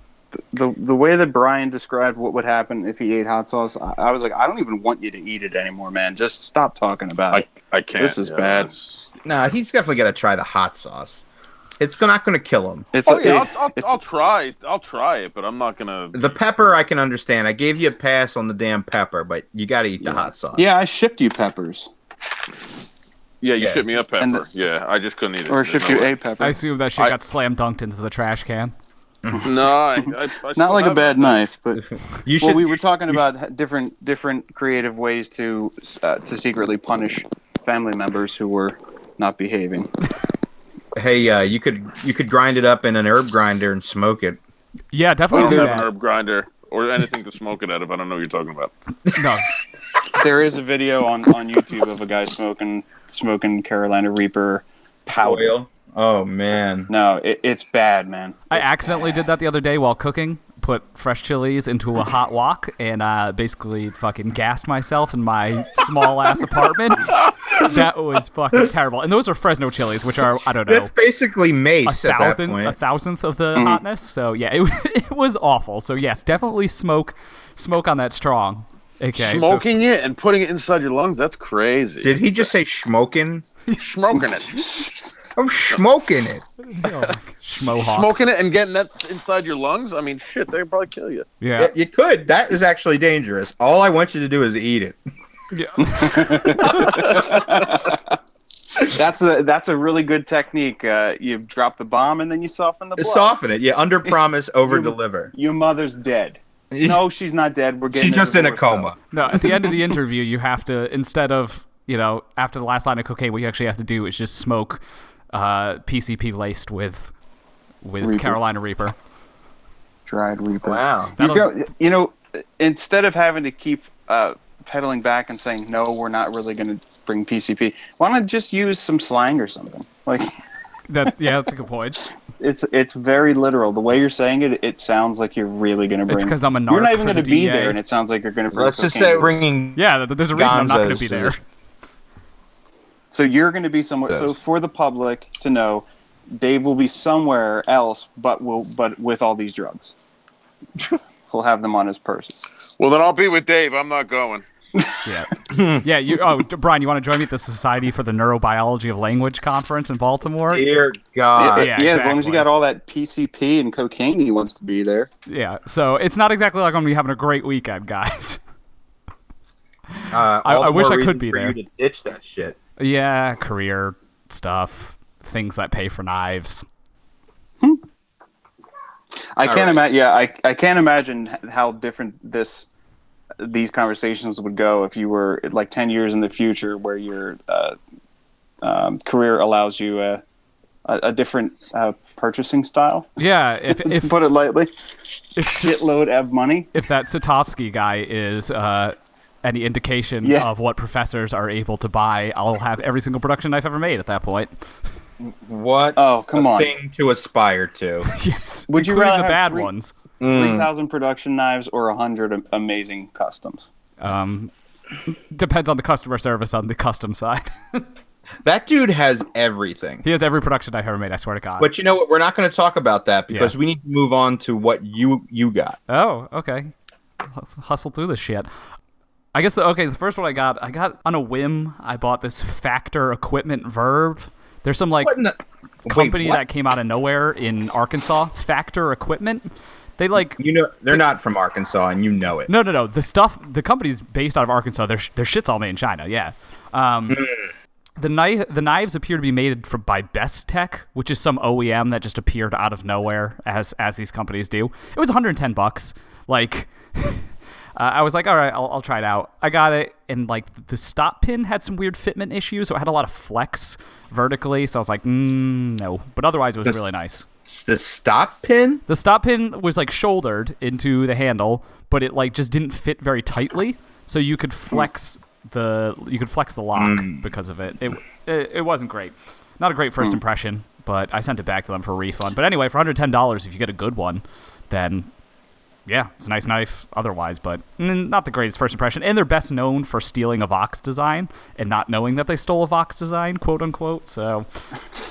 Speaker 3: the the way that Brian described what would happen if he ate hot sauce, I, I was like, I don't even want you to eat it anymore, man. Just stop talking about
Speaker 4: I,
Speaker 3: it.
Speaker 4: I can't.
Speaker 3: This is
Speaker 4: yeah,
Speaker 3: bad.
Speaker 4: it's-
Speaker 1: No, he's definitely gonna try the hot sauce. It's not gonna kill him.
Speaker 3: It's
Speaker 4: Oh
Speaker 3: a-
Speaker 4: yeah,
Speaker 3: it-
Speaker 4: I'll, I'll,
Speaker 3: it's-
Speaker 4: I'll try. I'll try it, but I'm not gonna.
Speaker 1: The pepper, I can understand. I gave you a pass on the damn pepper, but you gotta eat the hot sauce.
Speaker 3: yeah. I shipped you peppers
Speaker 4: Yeah, you
Speaker 1: Yeah.
Speaker 4: shipped me a pepper.
Speaker 3: And-
Speaker 4: yeah, I just couldn't eat it.
Speaker 3: or
Speaker 4: There's
Speaker 3: shipped
Speaker 4: no
Speaker 3: you
Speaker 4: way.
Speaker 3: a pepper.
Speaker 2: I assume that shit
Speaker 4: I-
Speaker 2: got slam dunked into the trash can.
Speaker 4: No, I, I, I still
Speaker 3: Not like a
Speaker 4: have it.
Speaker 3: bad knife, but
Speaker 1: you should.
Speaker 3: well, we were talking about h- different different creative ways to uh, to secretly punish family members who were not behaving.
Speaker 1: hey, uh, you could you could grind it up in an herb grinder and smoke it.
Speaker 2: Yeah,
Speaker 4: I
Speaker 2: definitely
Speaker 4: don't
Speaker 2: do
Speaker 4: have an
Speaker 2: that.
Speaker 4: herb grinder or anything to smoke it out of. I don't know what you're talking about.
Speaker 2: No,
Speaker 3: There is a video on, on YouTube of a guy smoking smoking Carolina Reaper powder.
Speaker 1: Oh man.
Speaker 3: No, it, it's bad, man.
Speaker 2: I accidentally did that the other day while cooking. Put fresh chilies into a hot wok and uh, basically fucking gassed myself in my small ass apartment. That was fucking terrible. And those are Fresno chilies, which are I don't know
Speaker 1: That's basically
Speaker 2: a
Speaker 1: mace at that
Speaker 2: thousandth
Speaker 1: point. Mm.
Speaker 2: a thousandth of the hotness. So yeah, it, wa- it was awful. So yes, definitely smoke smoke on that strong. Okay,
Speaker 4: Smoking it and putting it inside your lungs—that's crazy.
Speaker 1: Did he just say smoking?
Speaker 4: smoking it,
Speaker 1: I'm smoking it.
Speaker 2: Schmohawks.
Speaker 4: smoking it, and getting that inside your lungs? I mean, shit, they probably kill you.
Speaker 2: Yeah.
Speaker 1: You could. That is actually dangerous. All I want you to do is eat it.
Speaker 2: yeah.
Speaker 3: That's a that's a really good technique. Uh, you drop the bomb and then you soften the blow.
Speaker 1: Soften it. Yeah, under promise, over deliver.
Speaker 3: Your mother's dead. No, she's not dead. We're getting
Speaker 1: She's just in a
Speaker 3: divorce, though.
Speaker 1: coma.
Speaker 2: No, at the end of the interview, you have to instead of you know after the last line of cocaine, what you actually have to do is just smoke uh, PCP laced with with
Speaker 3: Reaper.
Speaker 2: Carolina Reaper.
Speaker 3: Dried Reaper.
Speaker 1: Wow.
Speaker 3: You,
Speaker 2: That'll-
Speaker 3: go, you know, instead of having to keep uh, pedaling back and saying, no, we're not really going to bring PCP, why not just use some slang or something? Like,
Speaker 2: That yeah, that's a good point.
Speaker 3: it's it's very literal. The way you're saying it, it sounds like you're really going to bring.
Speaker 2: 'cause I'm a
Speaker 3: You're
Speaker 2: narc
Speaker 3: not even
Speaker 2: for
Speaker 3: gonna
Speaker 2: the
Speaker 3: be
Speaker 2: DEA.
Speaker 3: there, and it sounds like you're going to bring.
Speaker 1: Let's just
Speaker 3: cocaine
Speaker 1: say
Speaker 3: to us.
Speaker 1: ringing.
Speaker 2: Yeah, th- there's a reason I'm not going to
Speaker 1: Gonzo's
Speaker 2: be
Speaker 1: to
Speaker 2: there.
Speaker 1: the-
Speaker 3: So you're going to be somewhere. So
Speaker 1: Yes.
Speaker 3: for the public to know, Dave will be somewhere else, but will but with all these drugs. He'll have them on his purse.
Speaker 4: Well, then I'll be with Dave. I'm not going.
Speaker 2: Yeah, yeah. You oh, D- Brian, you want to join me at the Society for the Neurobiology of Language conference in Baltimore?
Speaker 1: Dear God.
Speaker 3: yeah,
Speaker 2: yeah,
Speaker 3: as long
Speaker 2: exactly.
Speaker 3: as you got all that PCP and cocaine, he wants to be there.
Speaker 2: Yeah, so it's not exactly like I'm gonna be having a great weekend, guys.
Speaker 1: Uh, all
Speaker 2: I
Speaker 1: the
Speaker 2: wish
Speaker 1: more
Speaker 2: I could
Speaker 1: uh, reason
Speaker 2: be
Speaker 1: for
Speaker 2: there.
Speaker 1: You to ditch that shit.
Speaker 2: yeah, career stuff, things that pay for knives.
Speaker 3: I can't
Speaker 4: right.
Speaker 3: imagine. Yeah, I, I can't imagine h- how different this these conversations would go if you were like ten years in the future, where your uh, um, career allows you a a, a different uh, purchasing style.
Speaker 2: Yeah, if
Speaker 3: to
Speaker 2: if
Speaker 3: put it lightly,
Speaker 2: if,
Speaker 3: shitload of money.
Speaker 2: if that Satovsky guy is uh, any indication
Speaker 3: Yeah.
Speaker 2: of what professors are able to buy, I'll have every single production I've ever made at that point.
Speaker 1: What?
Speaker 3: Oh, come
Speaker 1: a
Speaker 3: on.
Speaker 1: Thing to aspire to.
Speaker 2: yes,
Speaker 3: Would you
Speaker 2: including
Speaker 3: rather
Speaker 2: the bad
Speaker 3: have three-
Speaker 2: ones?
Speaker 3: Three thousand production knives or hundred amazing customs.
Speaker 2: Um, depends on the customer service on the custom side.
Speaker 1: That dude has everything.
Speaker 2: he has every production I've ever made. I swear to God.
Speaker 1: But you know what? We're not going to talk about that because we need to move on to what you you got.
Speaker 2: Oh, okay. Let's hustle through this shit. I guess the okay, the first one I got, I got on a whim. I bought this Factor Equipment Verb. There's some like
Speaker 1: What in the- wait,
Speaker 2: company
Speaker 1: what?
Speaker 2: that came out of nowhere in Arkansas, Factor Equipment. They like
Speaker 1: you know they're not from Arkansas, and you know it.
Speaker 2: no, no, no. The stuff, the company's based out of Arkansas. Their sh- their shit's all made in China. Yeah. Um, the knife, the knives appear to be made from by Best Tech, which is some OEM that just appeared out of nowhere, as as these companies do. It was 110 bucks. Like, uh, I was like, all right, I'll, I'll try it out. I got it, and like the stop pin had some weird fitment issues, so it had a lot of flex vertically. So I was like, mm, no. But otherwise, it was
Speaker 1: This-
Speaker 2: really nice.
Speaker 1: It's the stop pin.
Speaker 2: The stop pin was like shouldered into the handle, but it like just didn't fit very tightly, so you could flex the you could flex the lock because of it. It, it. it wasn't great. Not a great first impression, but I sent it back to them for a refund. But anyway, for $110 if you get a good one, then yeah, it's a nice knife otherwise, but mm, not the greatest first impression. And they're best known for stealing a Vox design and not knowing that they stole a Vox design, quote unquote. So,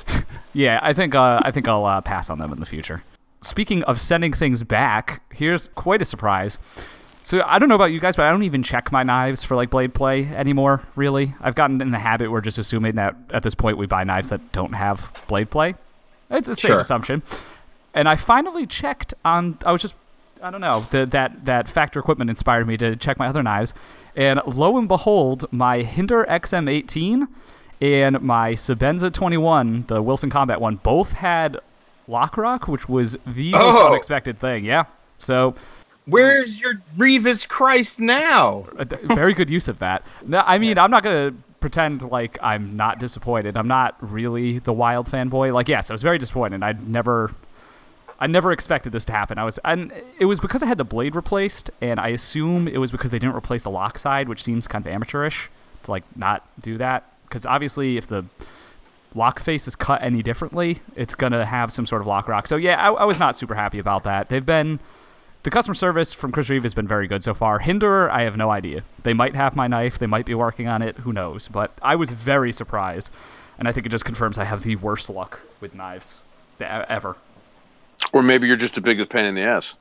Speaker 2: yeah, I think uh, I think I'll uh, pass on them in the future. Speaking of sending things back, here's quite a surprise. So I don't know about you guys, but I don't even check my knives for like blade play anymore. Really, I've gotten in the habit where just assuming that at this point we buy knives that don't have blade play. It's a safe
Speaker 1: Sure.
Speaker 2: assumption. And I finally checked on. I was just, I don't know. The, that that factor equipment inspired me to check my other knives, and lo and behold, my Hinder XM18 and my Sabenza 21, the Wilson Combat one, both had lock rock, which was the most
Speaker 1: Oh.
Speaker 2: unexpected thing. Yeah. So
Speaker 1: Where's your Revis Christ now?
Speaker 2: a d- very good use of that. No, I mean, I'm not gonna pretend like I'm not disappointed. I'm not really the wild fanboy. Like, yes, I was very disappointed. I'd never, I never expected this to happen. I was, and it was because I had the blade replaced, and I assume it was because they didn't replace the lock side, which seems kind of amateurish to like not do that. Because obviously, if the lock face is cut any differently, it's gonna have some sort of lock rock. So yeah, I, I was not super happy about that. They've been the customer service from Chris Reeve has been very good so far. Hinderer, I have no idea. They might have my knife. They might be working on it. Who knows? But I was very surprised, and I think it just confirms I have the worst luck with knives e- ever.
Speaker 4: Or maybe you're just the biggest pain in the ass.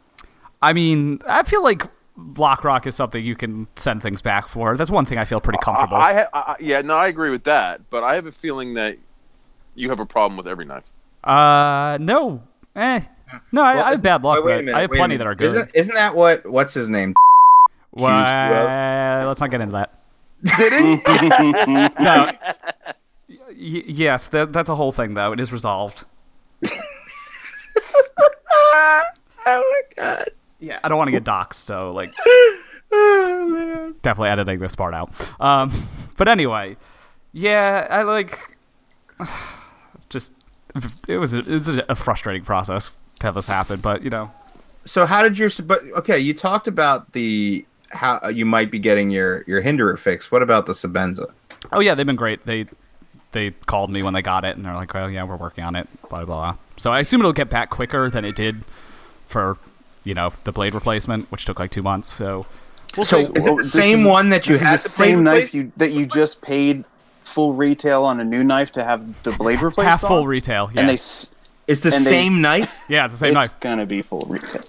Speaker 2: I mean, I feel like Lock Rock is something you can send things back for. That's one thing I feel pretty comfortable.
Speaker 4: I, I, ha- I, I- yeah, no, I agree with that, but I have a feeling that you have a problem with every knife.
Speaker 2: uh, no, eh, no, I, I have bad luck.
Speaker 1: Wait, wait a
Speaker 2: but
Speaker 1: minute,
Speaker 2: I have
Speaker 1: wait a
Speaker 2: plenty
Speaker 1: minute.
Speaker 2: that are good.
Speaker 1: Isn't, isn't that what what's his name?
Speaker 2: Well, let's not get into that. Did he? no. Y- yes, that, that's a whole thing, though. It is resolved.
Speaker 1: Oh my god!
Speaker 2: Yeah, I don't want to get doxxed, so like, definitely editing this part out. Um, but anyway, yeah, I like, just it was a, it was a frustrating process to have this happen, but you know,
Speaker 1: So how did your but okay? You talked about the how uh, you might be getting your your hinderer fixed. What about the Sabenza?
Speaker 2: oh yeah, they've been great. They they called me when they got it, and they're like, well, yeah, we're working on it, blah blah blah. So I assume it'll get back quicker than it did for you know the blade replacement, which took like two months. So
Speaker 1: so
Speaker 3: take-
Speaker 1: is it
Speaker 3: well,
Speaker 1: the
Speaker 3: this
Speaker 1: same
Speaker 3: is-
Speaker 1: one that you
Speaker 3: This
Speaker 1: had
Speaker 3: is the
Speaker 1: to play
Speaker 3: same
Speaker 1: with?
Speaker 3: knife you, that you just paid full retail on a new knife to have the blade replaced.
Speaker 2: half full
Speaker 3: on?
Speaker 2: retail, yeah,
Speaker 3: and they s-
Speaker 1: It's the
Speaker 3: and they-
Speaker 1: same knife.
Speaker 2: yeah, it's the same
Speaker 3: it's
Speaker 2: knife.
Speaker 3: gonna be full retail.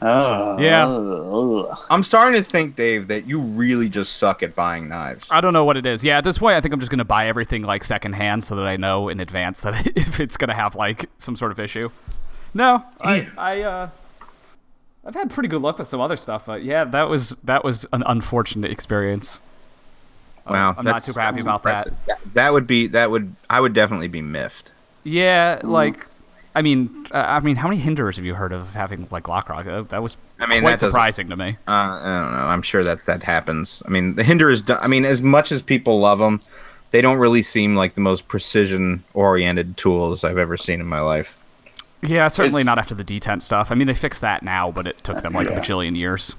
Speaker 3: Oh
Speaker 2: Yeah.
Speaker 1: I'm starting to think, Dave, that you really just suck at buying knives.
Speaker 2: I don't know what it is. Yeah, at this point, I think I'm just gonna buy everything like secondhand so that I know in advance that if it's gonna have like some sort of issue. No, I, I, uh, I've had pretty good luck with some other stuff, but yeah, that was that was an unfortunate experience.
Speaker 1: Wow,
Speaker 2: I'm not
Speaker 1: that's-
Speaker 2: super
Speaker 1: that's
Speaker 2: happy about that.
Speaker 1: impressive. that. That would be that would I would definitely be miffed.
Speaker 2: Yeah, like, I mean, uh, I mean, how many hinderers have you heard of having like Lockrock? Uh, that was
Speaker 1: I mean,
Speaker 2: quite
Speaker 1: that doesn't-
Speaker 2: surprising to me.
Speaker 1: Uh, I don't know. I'm sure that that happens. I mean, the hinder is. do- I mean, as much as people love them, they don't really seem like the most precision-oriented tools I've ever seen in my life.
Speaker 2: Yeah, certainly
Speaker 3: It's-
Speaker 2: not after the detent stuff. I mean, they fixed that now, but it took them like a bajillion years.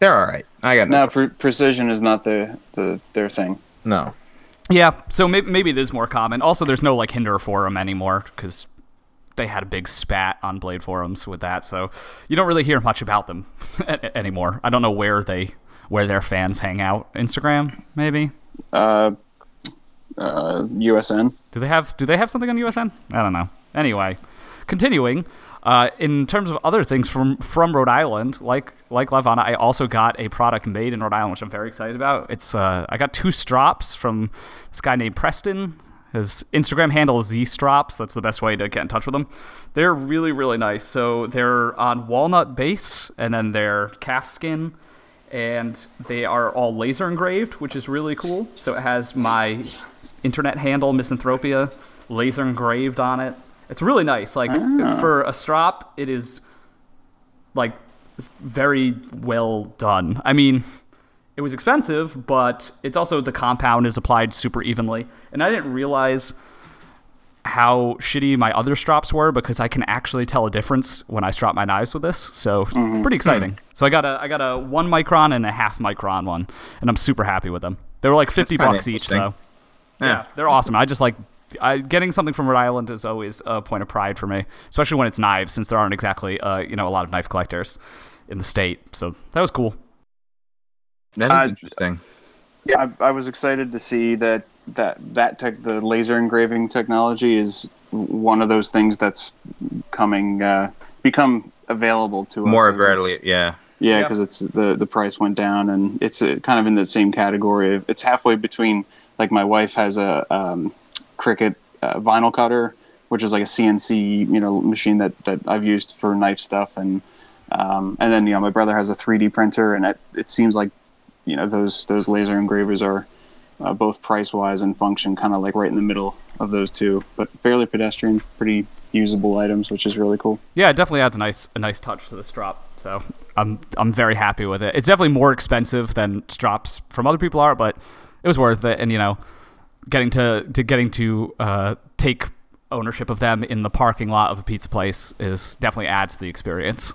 Speaker 1: They're all right. I got
Speaker 3: No,
Speaker 1: no.
Speaker 3: pre- precision is not the, the their thing.
Speaker 1: No.
Speaker 2: Yeah, so maybe, maybe it is more common. Also, there's no like hinder forum anymore because they had a big spat on Blade forums with that, so you don't really hear much about them a- anymore. I don't know where they where their fans hang out. Instagram, maybe.
Speaker 3: Uh, uh, USN.
Speaker 2: Do they have Do they have something on USN? I don't know. Anyway, continuing. Uh, in terms of other things from from Rhode Island, like like Lavana, I also got a product made in Rhode Island, which I'm very excited about. It's uh, I got two strops from this guy named Preston. His Instagram handle is zstrops. That's the best way to get in touch with them. They're really really nice. So they're on walnut base, and then they're calf skin and they are all laser engraved, which is really cool. So it has my internet handle, Misanthropia, laser engraved on it. It's really nice. Like for a strop, it is like it's very well done. I mean, it was expensive, but it's also the compound is applied super evenly. And I didn't realize how shitty my other strops were because I can actually tell a difference when I strop my knives with this. So
Speaker 1: Mm-hmm.
Speaker 2: pretty exciting.
Speaker 1: Hmm.
Speaker 2: So I got a I got a one micron and a half micron one, and I'm super happy with them. They were like fifty
Speaker 1: kinda
Speaker 2: bucks each
Speaker 1: interesting.
Speaker 2: though.
Speaker 1: Yeah.
Speaker 2: Yeah. they're awesome. I just like I, getting something from Rhode Island is always a point of pride for me, especially when it's knives, since there aren't exactly uh, you know a lot of knife collectors in the state. So that was cool.
Speaker 1: That is
Speaker 3: Uh,
Speaker 1: interesting.
Speaker 3: I, I was excited to see that that that tech, the laser engraving technology is one of those things that's coming uh, become available to us
Speaker 1: More
Speaker 3: as it's-
Speaker 1: readily, yeah.
Speaker 3: Yeah,
Speaker 2: Yeah.
Speaker 3: because it's the the price went down, and it's uh kind of in the same category. of- It's halfway between like my wife has a um, Cricut uh, vinyl cutter, which is like a CNC you know machine that that I've used for knife stuff, and um, and then you know my brother has a 3D printer, and it, it seems like you know those those laser engravers are uh, both price wise and function kind of like right in the middle of those two, but fairly pedestrian, pretty usable items, which is really cool.
Speaker 2: Yeah, it definitely adds a nice a nice touch to this drop. So I'm I'm very happy with it. It's definitely more expensive than drops from other people are, but it was worth it. And you know, getting to to getting to uh, take ownership of them in the parking lot of a pizza place is definitely adds to the experience.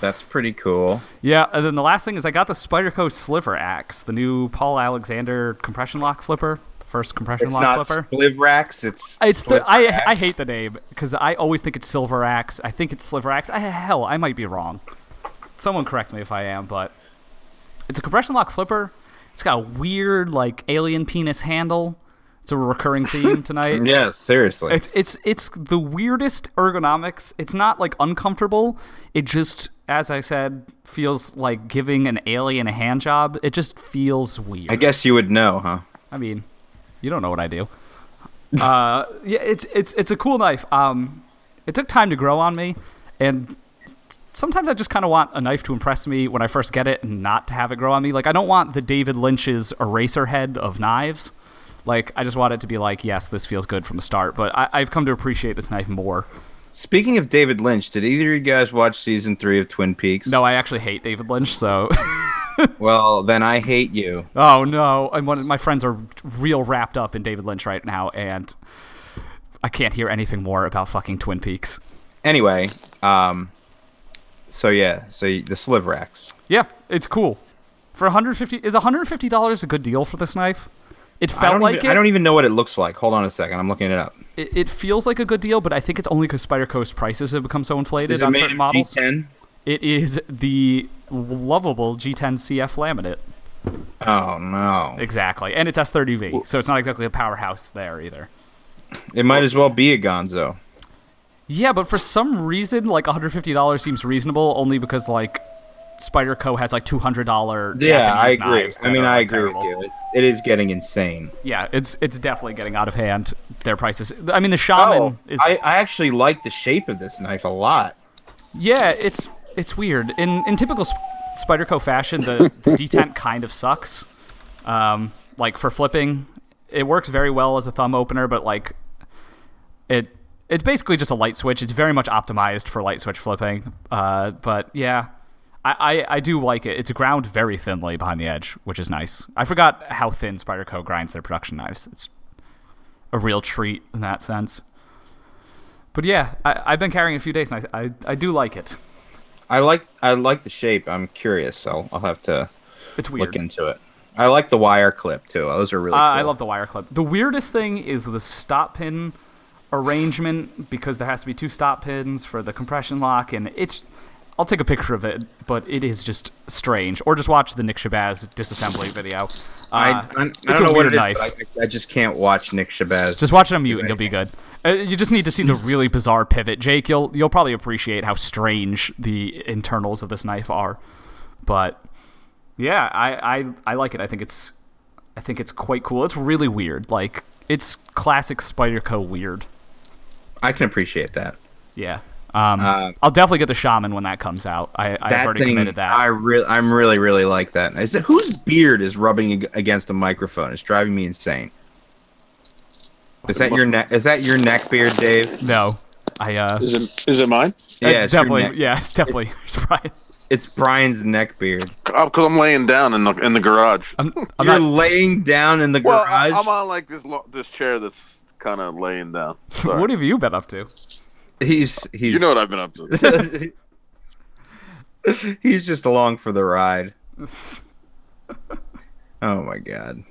Speaker 1: That's pretty cool.
Speaker 2: Yeah, and then the last thing is I got the Spyderco Sliver Axe, the new Paul Alexander compression lock flipper, the first compression
Speaker 1: It's
Speaker 2: lock
Speaker 1: not
Speaker 2: flipper.
Speaker 1: sliv racks. It's
Speaker 2: It's
Speaker 1: sliv
Speaker 2: the I,
Speaker 1: racks.
Speaker 2: I hate the name because I always think it's Silver Axe. I think it's Sliver Axe. I, hell, I might be wrong. Someone correct me if I am, but it's a compression lock flipper. It's got a weird like alien penis handle. It's a recurring theme tonight.
Speaker 1: Yeah, seriously.
Speaker 2: It's it's it's the weirdest ergonomics. It's not like uncomfortable. It just, as I said, feels like giving an alien a hand job. It just feels weird.
Speaker 1: I guess you would know, huh?
Speaker 2: I mean, you don't know what I do. Uh, yeah, it's it's it's a cool knife. Um, it took time to grow on me, and sometimes I just kind of want a knife to impress me when I first get it, and not to have it grow on me. Like I don't want the David Lynch's eraser head of knives. Like I just want it to be like, yes, this feels good from the start. But I, I've come to appreciate this knife more.
Speaker 1: Speaking of David Lynch, did either of you guys watch season three of Twin Peaks?
Speaker 2: No, I actually hate David Lynch. So,
Speaker 1: Well, then I hate you.
Speaker 2: oh no, and one of my friends are real wrapped up in David Lynch right now, and I can't hear anything more about fucking Twin Peaks.
Speaker 1: Anyway, um, so yeah, so y- the sliv racks.
Speaker 2: Yeah, it's cool. For 150 is 150 dollars a good deal for this knife? It
Speaker 1: I
Speaker 2: felt
Speaker 1: don't,
Speaker 2: like
Speaker 1: even,
Speaker 2: it.
Speaker 1: I don't even know what it looks like. Hold on a second. I'm looking it up.
Speaker 2: it. It feels like a good deal, but I think it's only because Spider Coast prices have become so inflated
Speaker 1: Is it
Speaker 2: on
Speaker 1: made
Speaker 2: certain
Speaker 1: of
Speaker 2: models.
Speaker 1: G10?
Speaker 2: It is the lovable G10 CF laminate,
Speaker 1: Oh no!
Speaker 2: exactly, and it's S30V, so it's not exactly a powerhouse there either.
Speaker 1: It might as well be a Gonzo.
Speaker 2: Yeah, but for some reason, like 150 dollars seems reasonable, only because like Spider Co has like 200 dollar.
Speaker 1: Yeah, I agree. I mean, I agree with you. It, it is getting insane.
Speaker 2: Yeah, it's it's definitely getting out of hand. Their prices. I mean, the shaman
Speaker 1: oh,
Speaker 2: is
Speaker 1: I, I actually like the shape of this knife a lot.
Speaker 2: Yeah, it's it's weird. In in typical Sp- Spyderco fashion, the, the detent kind of sucks. Um, like for flipping. It works very well as a thumb opener, but like it it's basically just a light switch. It's very much optimized for light switch flipping. Uh, but yeah, I, I I do like it. It's ground very thinly behind the edge, which is nice. I forgot how thin Spyderco grinds their production knives. It's a real treat in that sense. But yeah, I, I've been carrying it a few days, and I, I I do like it.
Speaker 1: I like I like the shape. I'm curious, so I'll have to
Speaker 2: It's weird.
Speaker 1: look into it. I like the wire clip too. Those are really.
Speaker 2: Uh, I
Speaker 1: cool.
Speaker 2: love the wire clip. The weirdest thing is the stop pin arrangement because there has to be two stop pins for the compression lock, and it's. I'll take a picture of it, but it is just strange. Or just watch the Nick Shabazz disassembly video. Uh,
Speaker 1: I, I, I
Speaker 2: it's
Speaker 1: don't
Speaker 2: a
Speaker 1: know what
Speaker 2: weird
Speaker 1: it is,
Speaker 2: knife.
Speaker 1: but I, I just can't watch Nick Shabazz.
Speaker 2: Just watch it on mute, and you'll be good. Uh, you just need to see the really bizarre pivot, Jake. You'll you'll probably appreciate how strange the internals of this knife are. But yeah, I, I I like it. I think it's I think it's quite cool. It's really weird. Like it's classic Spyderco weird.
Speaker 1: I can appreciate that.
Speaker 2: Yeah. Um,
Speaker 1: Uh,
Speaker 2: I'll definitely get the shaman when that comes out. I, I've
Speaker 1: that
Speaker 2: already
Speaker 1: thing,
Speaker 2: committed that.
Speaker 1: I really, I'm really, really like that. Is it whose beard is rubbing ag- against the microphone? It's driving me insane. Is that your neck? Is that your neck beard, Dave?
Speaker 2: no, I uh,
Speaker 4: Is it is it mine?
Speaker 1: Yeah,
Speaker 2: it's
Speaker 1: your
Speaker 2: definitely
Speaker 1: neck-
Speaker 2: yeah, it's definitely Brian.
Speaker 1: It's Brian's neck beard.
Speaker 4: Because Uh, I'm laying down in the in the garage.
Speaker 2: I'm, I'm
Speaker 1: You're
Speaker 2: not,
Speaker 1: laying down in the
Speaker 4: well, I,
Speaker 1: garage.
Speaker 4: I'm on like this lo- this chair that's kind of laying down. Sorry.
Speaker 2: what have you been up to?
Speaker 1: he's he's
Speaker 4: you know what I've been up to?
Speaker 1: he's just along for the ride. Oh my god,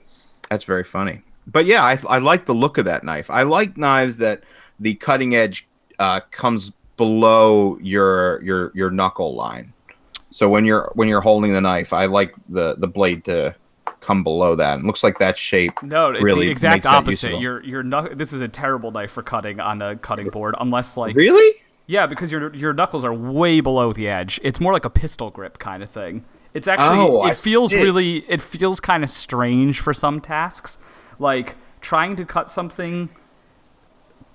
Speaker 1: that's very funny. But yeah, I, I like the look of that knife. I like knives that the cutting edge uh, comes below your your your knuckle line. So when you're when you're holding the knife, I like the the blade to come below that. It looks like that shape.
Speaker 2: No, it's
Speaker 1: Really
Speaker 2: the exact
Speaker 1: makes that
Speaker 2: opposite.
Speaker 1: useful.
Speaker 2: You're you're not, This is a terrible knife for cutting on a cutting board, unless like
Speaker 1: Really?
Speaker 2: yeah, because your your knuckles are way below the edge. It's more like a pistol grip kind of thing. It's actually
Speaker 1: Oh, I
Speaker 2: it feels
Speaker 1: see.
Speaker 2: really it feels kind of strange for some tasks, like trying to cut something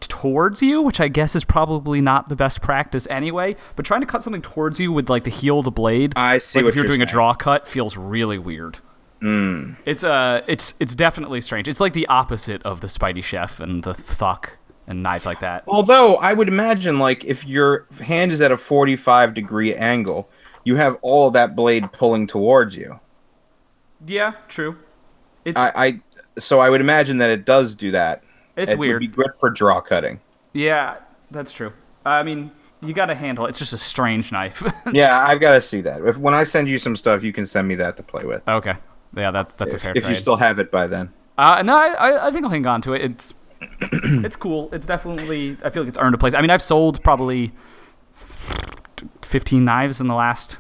Speaker 2: towards you, which I guess is probably not the best practice anyway. But trying to cut something towards you with like the heel of the blade,
Speaker 1: I see
Speaker 2: Like
Speaker 1: what
Speaker 2: if you're,
Speaker 1: you're
Speaker 2: doing a
Speaker 1: saying. Hmm.
Speaker 2: draw cut, feels really weird. It's uh, it's it's definitely strange. It's like the opposite of the Spidey Chef and the Thuck and knives like that.
Speaker 1: Although I would imagine, like if your hand is at a 45 degree angle, you have all of that blade pulling towards you.
Speaker 2: Yeah, true.
Speaker 1: I, I so I would imagine that it does do that.
Speaker 2: It's
Speaker 1: it
Speaker 2: weird.
Speaker 1: Would be good for draw cutting.
Speaker 2: Yeah, that's true. I mean, you got to handle it. It's just a strange knife.
Speaker 1: Yeah, I've got to see that. If when I send you some stuff, you can send me that to play with.
Speaker 2: okay. Yeah, that, that's a fair
Speaker 1: if
Speaker 2: trade.
Speaker 1: you still have it by then.
Speaker 2: uh, no, I, I- I think I'll hang on to it. It's it's cool. It's definitely. I feel like it's earned a place. I mean, I've sold probably fifteen knives in the last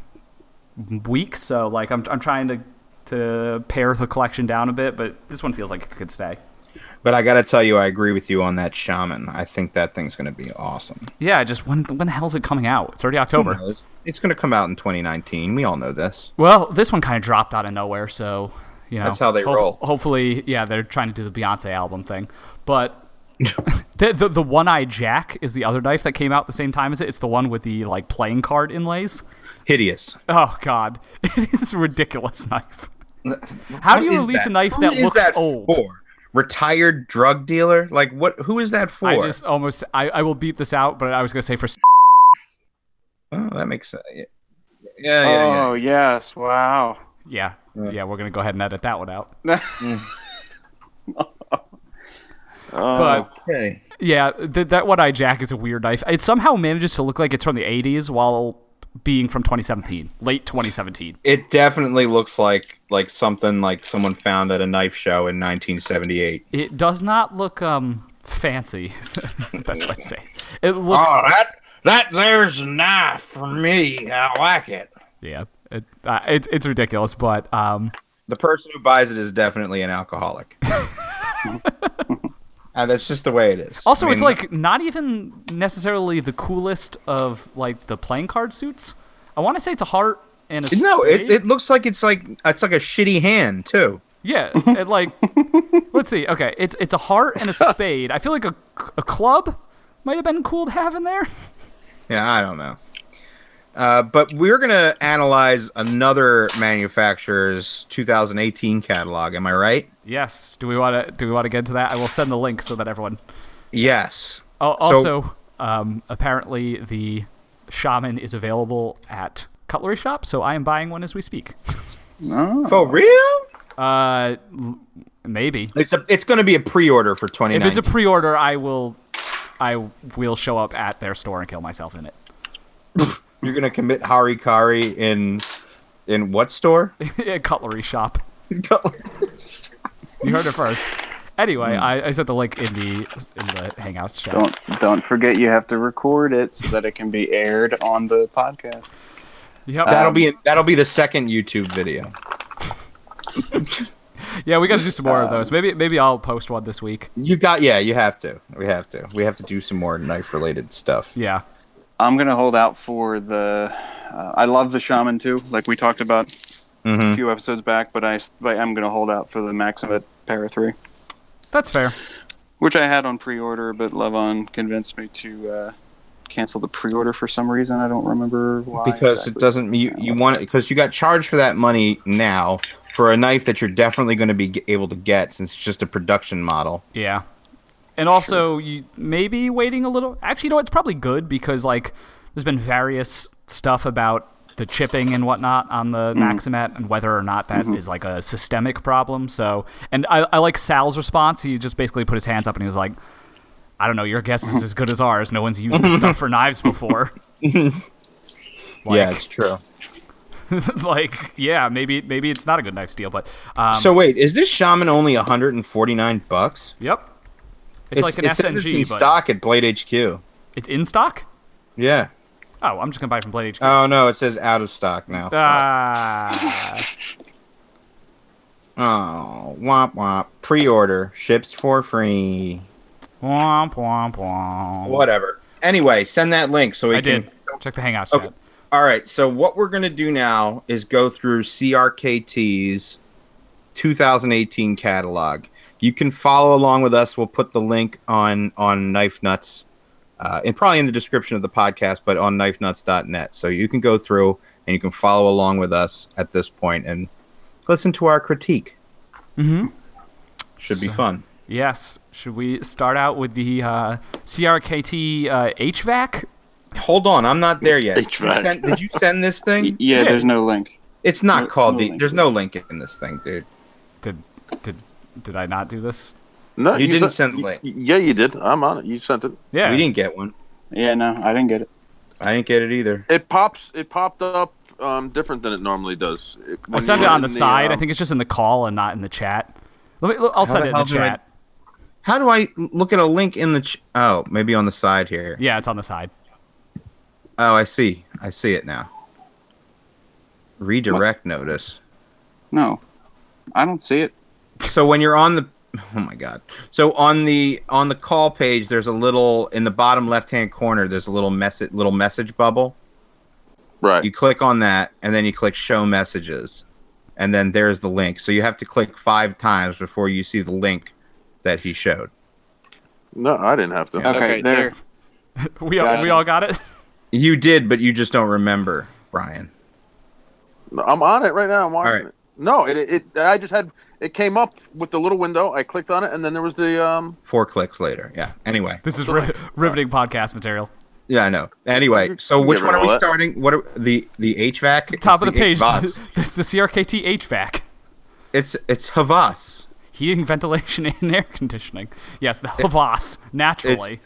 Speaker 2: week, so like I'm I'm trying to to pare the collection down a bit, but this one feels like it could stay.
Speaker 1: But I got to tell you, I agree with you on that shaman. I think that thing's going to be awesome.
Speaker 2: Yeah, I just when when the hell's it coming out? It's already October.
Speaker 1: It's, going to come out in 2019. We all know this.
Speaker 2: Well, this one kind of dropped out of nowhere, so you know
Speaker 1: That's how they roll.
Speaker 2: Hopefully, yeah, they're trying to do the Beyonce album thing, but the the, the one eyed Jack is the other knife that came out the same time as it. It's the one with the like playing card inlays.
Speaker 1: Hideous.
Speaker 2: Oh God, it is a ridiculous knife. How do
Speaker 1: What
Speaker 2: you
Speaker 1: is
Speaker 2: release
Speaker 1: that?
Speaker 2: a knife
Speaker 1: Who
Speaker 2: that
Speaker 1: is
Speaker 2: looks old?
Speaker 1: For? Retired drug dealer? Like what? Who is that for?
Speaker 2: I just almost I, I will beep this out, but I was gonna say for s-
Speaker 1: oh, that makes sense. Yeah, yeah, yeah. yeah.
Speaker 3: Oh yes! Wow.
Speaker 2: yeah yeah we're gonna go ahead and edit that one out.
Speaker 3: Oh.
Speaker 4: Uh,
Speaker 2: But
Speaker 1: Okay.
Speaker 2: Yeah, th- that one eye jack is a weird knife. It somehow manages to look like it's from the 80s while being from 2017, late 2017.
Speaker 1: It definitely looks like like something like someone found at a knife show in 1978.
Speaker 2: It does not look um fancy. is the best way to say. It, it looks
Speaker 1: Ah.
Speaker 5: Oh, that that there's a knife for me. I like it.
Speaker 2: yeah. It, uh, it, it's ridiculous, but um
Speaker 1: The person who buys it is definitely an alcoholic. and that's just the way it is.
Speaker 2: also
Speaker 1: I
Speaker 2: it's
Speaker 1: mean,
Speaker 2: like not even necessarily the coolest of like the playing card suits. I want to say it's a heart and a
Speaker 1: no, it,
Speaker 2: spade.
Speaker 1: it looks like it's like it's like a shitty hand too.
Speaker 2: Yeah, and like, let's see. Okay, it's it's a heart and a spade. I feel like a, a club might have been cool to have in there.
Speaker 1: Yeah, I don't know. Uh, but we're going to analyze another manufacturer's 2018 catalog. Am I right?
Speaker 2: Yes. Do we want to? Do we want to get into that? I will send the link so that everyone.
Speaker 1: Yes.
Speaker 2: Al- Also, um, apparently the shaman is available at cutlery shop, so I am buying one as we speak.
Speaker 3: Oh.
Speaker 1: For real?
Speaker 2: Uh, l- maybe
Speaker 1: It's a, it's going to be a pre-order for twenty.
Speaker 2: if it's a pre-order, I will, I will show up at their store and kill myself in it.
Speaker 1: You're going to commit harikari in in what store?
Speaker 2: a cutlery shop. You heard it first. Anyway, I, I sent the link in the in the Hangouts chat.
Speaker 3: Don't don't forget you have to record it so that it can be aired on the podcast.
Speaker 2: Yep.
Speaker 1: that'll be that'll be the second YouTube video.
Speaker 2: yeah, we got to do some more of those. Maybe maybe I'll post one this week.
Speaker 1: You got yeah. You have to. We have to. We have to do some more knife related stuff.
Speaker 2: Yeah.
Speaker 3: I'm gonna hold out for the. Uh, I love the shaman too, like we talked about a
Speaker 1: Mhm.
Speaker 3: few episodes back. But I, s- but I'm gonna hold out for the Maximate Para Three,
Speaker 2: That's fair.
Speaker 3: which I had on pre-order, but Levon convinced me to uh, cancel the pre-order for some reason. I don't remember why.
Speaker 1: because it
Speaker 3: exactly.
Speaker 1: doesn't you, you want because you got charged for that money now for a knife that you're definitely going to be g- able to get since it's just a production model
Speaker 2: Yeah. And also, you maybe waiting a little. Actually, you know, it's probably good because like there's been various stuff about the chipping and whatnot on the Maximat and whether or not that is like a systemic problem. So, and I, I like Sal's response. He just basically put his hands up and he was like, "I don't know. Your guess is as good as ours. No one's used this stuff for knives before."
Speaker 1: yeah it's true
Speaker 2: like, yeah, maybe maybe it's not a good knife steal, but um,
Speaker 1: so wait is this shaman only 149 bucks
Speaker 2: yep, it's, like an
Speaker 1: it says it's
Speaker 2: SMG,
Speaker 1: in
Speaker 2: but
Speaker 1: stock at blade hq
Speaker 2: it's in stock.
Speaker 1: yeah
Speaker 2: Oh, I'm just gonna buy it from Blade HQ.
Speaker 1: oh no it says out of stock now
Speaker 2: Uh, Ah.
Speaker 1: oh womp womp pre-order ships for free
Speaker 2: womp, womp, womp.
Speaker 1: whatever anyway send that link so we
Speaker 2: I
Speaker 1: can
Speaker 2: did. Check the Hangouts
Speaker 1: Okay.
Speaker 2: chat.
Speaker 1: All right, so what we're going to do now is go through CRKT's 2018 catalog. You can follow along with us. We'll put the link on on Knife Nuts, uh, and probably in the description of the podcast, but on knifenuts.net. So you can go through and you can follow along with us at this point and listen to our critique. Mm-hmm. Should be fun.
Speaker 2: Yes. Should we start out with the uh, CRKT uh, HVAC?
Speaker 1: Hold on, I'm not there yet. Did you
Speaker 4: right.
Speaker 1: send, did you send this thing?
Speaker 3: Yeah, there's no link.
Speaker 1: It's not
Speaker 3: No-
Speaker 1: called
Speaker 3: no
Speaker 1: the.
Speaker 3: link.
Speaker 1: There's no link in this thing, dude.
Speaker 2: Did did did I not do this?
Speaker 4: No,
Speaker 1: You didn't send the
Speaker 4: y-
Speaker 1: link.
Speaker 4: Yeah, you did. I'm on it. You sent it.
Speaker 2: Yeah.
Speaker 1: We didn't get one.
Speaker 3: Yeah, no, I didn't get it.
Speaker 1: I didn't get it either.
Speaker 4: It pops. It popped up um, different than it normally does. It-
Speaker 2: I
Speaker 4: when
Speaker 2: sent
Speaker 4: you
Speaker 2: it
Speaker 4: were
Speaker 2: on the,
Speaker 4: in
Speaker 2: side. I
Speaker 4: um,
Speaker 2: think it's just in the call and not in the chat. Let me, I'll send
Speaker 1: the
Speaker 2: it in the
Speaker 1: hell do I-
Speaker 2: chat.
Speaker 1: How do I look at a link in the? Ch- oh, maybe on the side here.
Speaker 2: Yeah, it's on the side.
Speaker 1: Oh, I see. I see it now. Redirect notice.
Speaker 3: No, I don't see it.
Speaker 1: So when you're on the, oh my god. So on the on the call page, there's a little in the bottom left hand corner. There's a little message little message bubble.
Speaker 4: Right.
Speaker 1: You click on that, and then you click show messages, and then there's the link. So you have to click five times before you see the link that he showed.
Speaker 4: no, I didn't have to.
Speaker 3: Okay, there.
Speaker 2: We all, we
Speaker 3: Gotcha.
Speaker 2: all got it.
Speaker 1: You did, but you just don't remember, Brian.
Speaker 4: No, I'm on it right now. I'm watching
Speaker 1: All right.
Speaker 4: it. No, it, it. I just had it came up with the little window. I clicked on it, and then there was the um.
Speaker 1: Four clicks later. Yeah. Anyway.
Speaker 2: This is ri- riveting podcast material.
Speaker 1: Yeah, I know. Anyway, so
Speaker 4: Get
Speaker 1: which
Speaker 4: rid
Speaker 1: one
Speaker 4: of
Speaker 1: are we
Speaker 4: all that.
Speaker 1: starting? What are the the HVAC? It's
Speaker 2: Top of the page.
Speaker 1: HVAS.
Speaker 2: It's the CRKT HVAC.
Speaker 1: It's it's Havas.
Speaker 2: Heating, ventilation, and air conditioning. Yes, the Havas, naturally.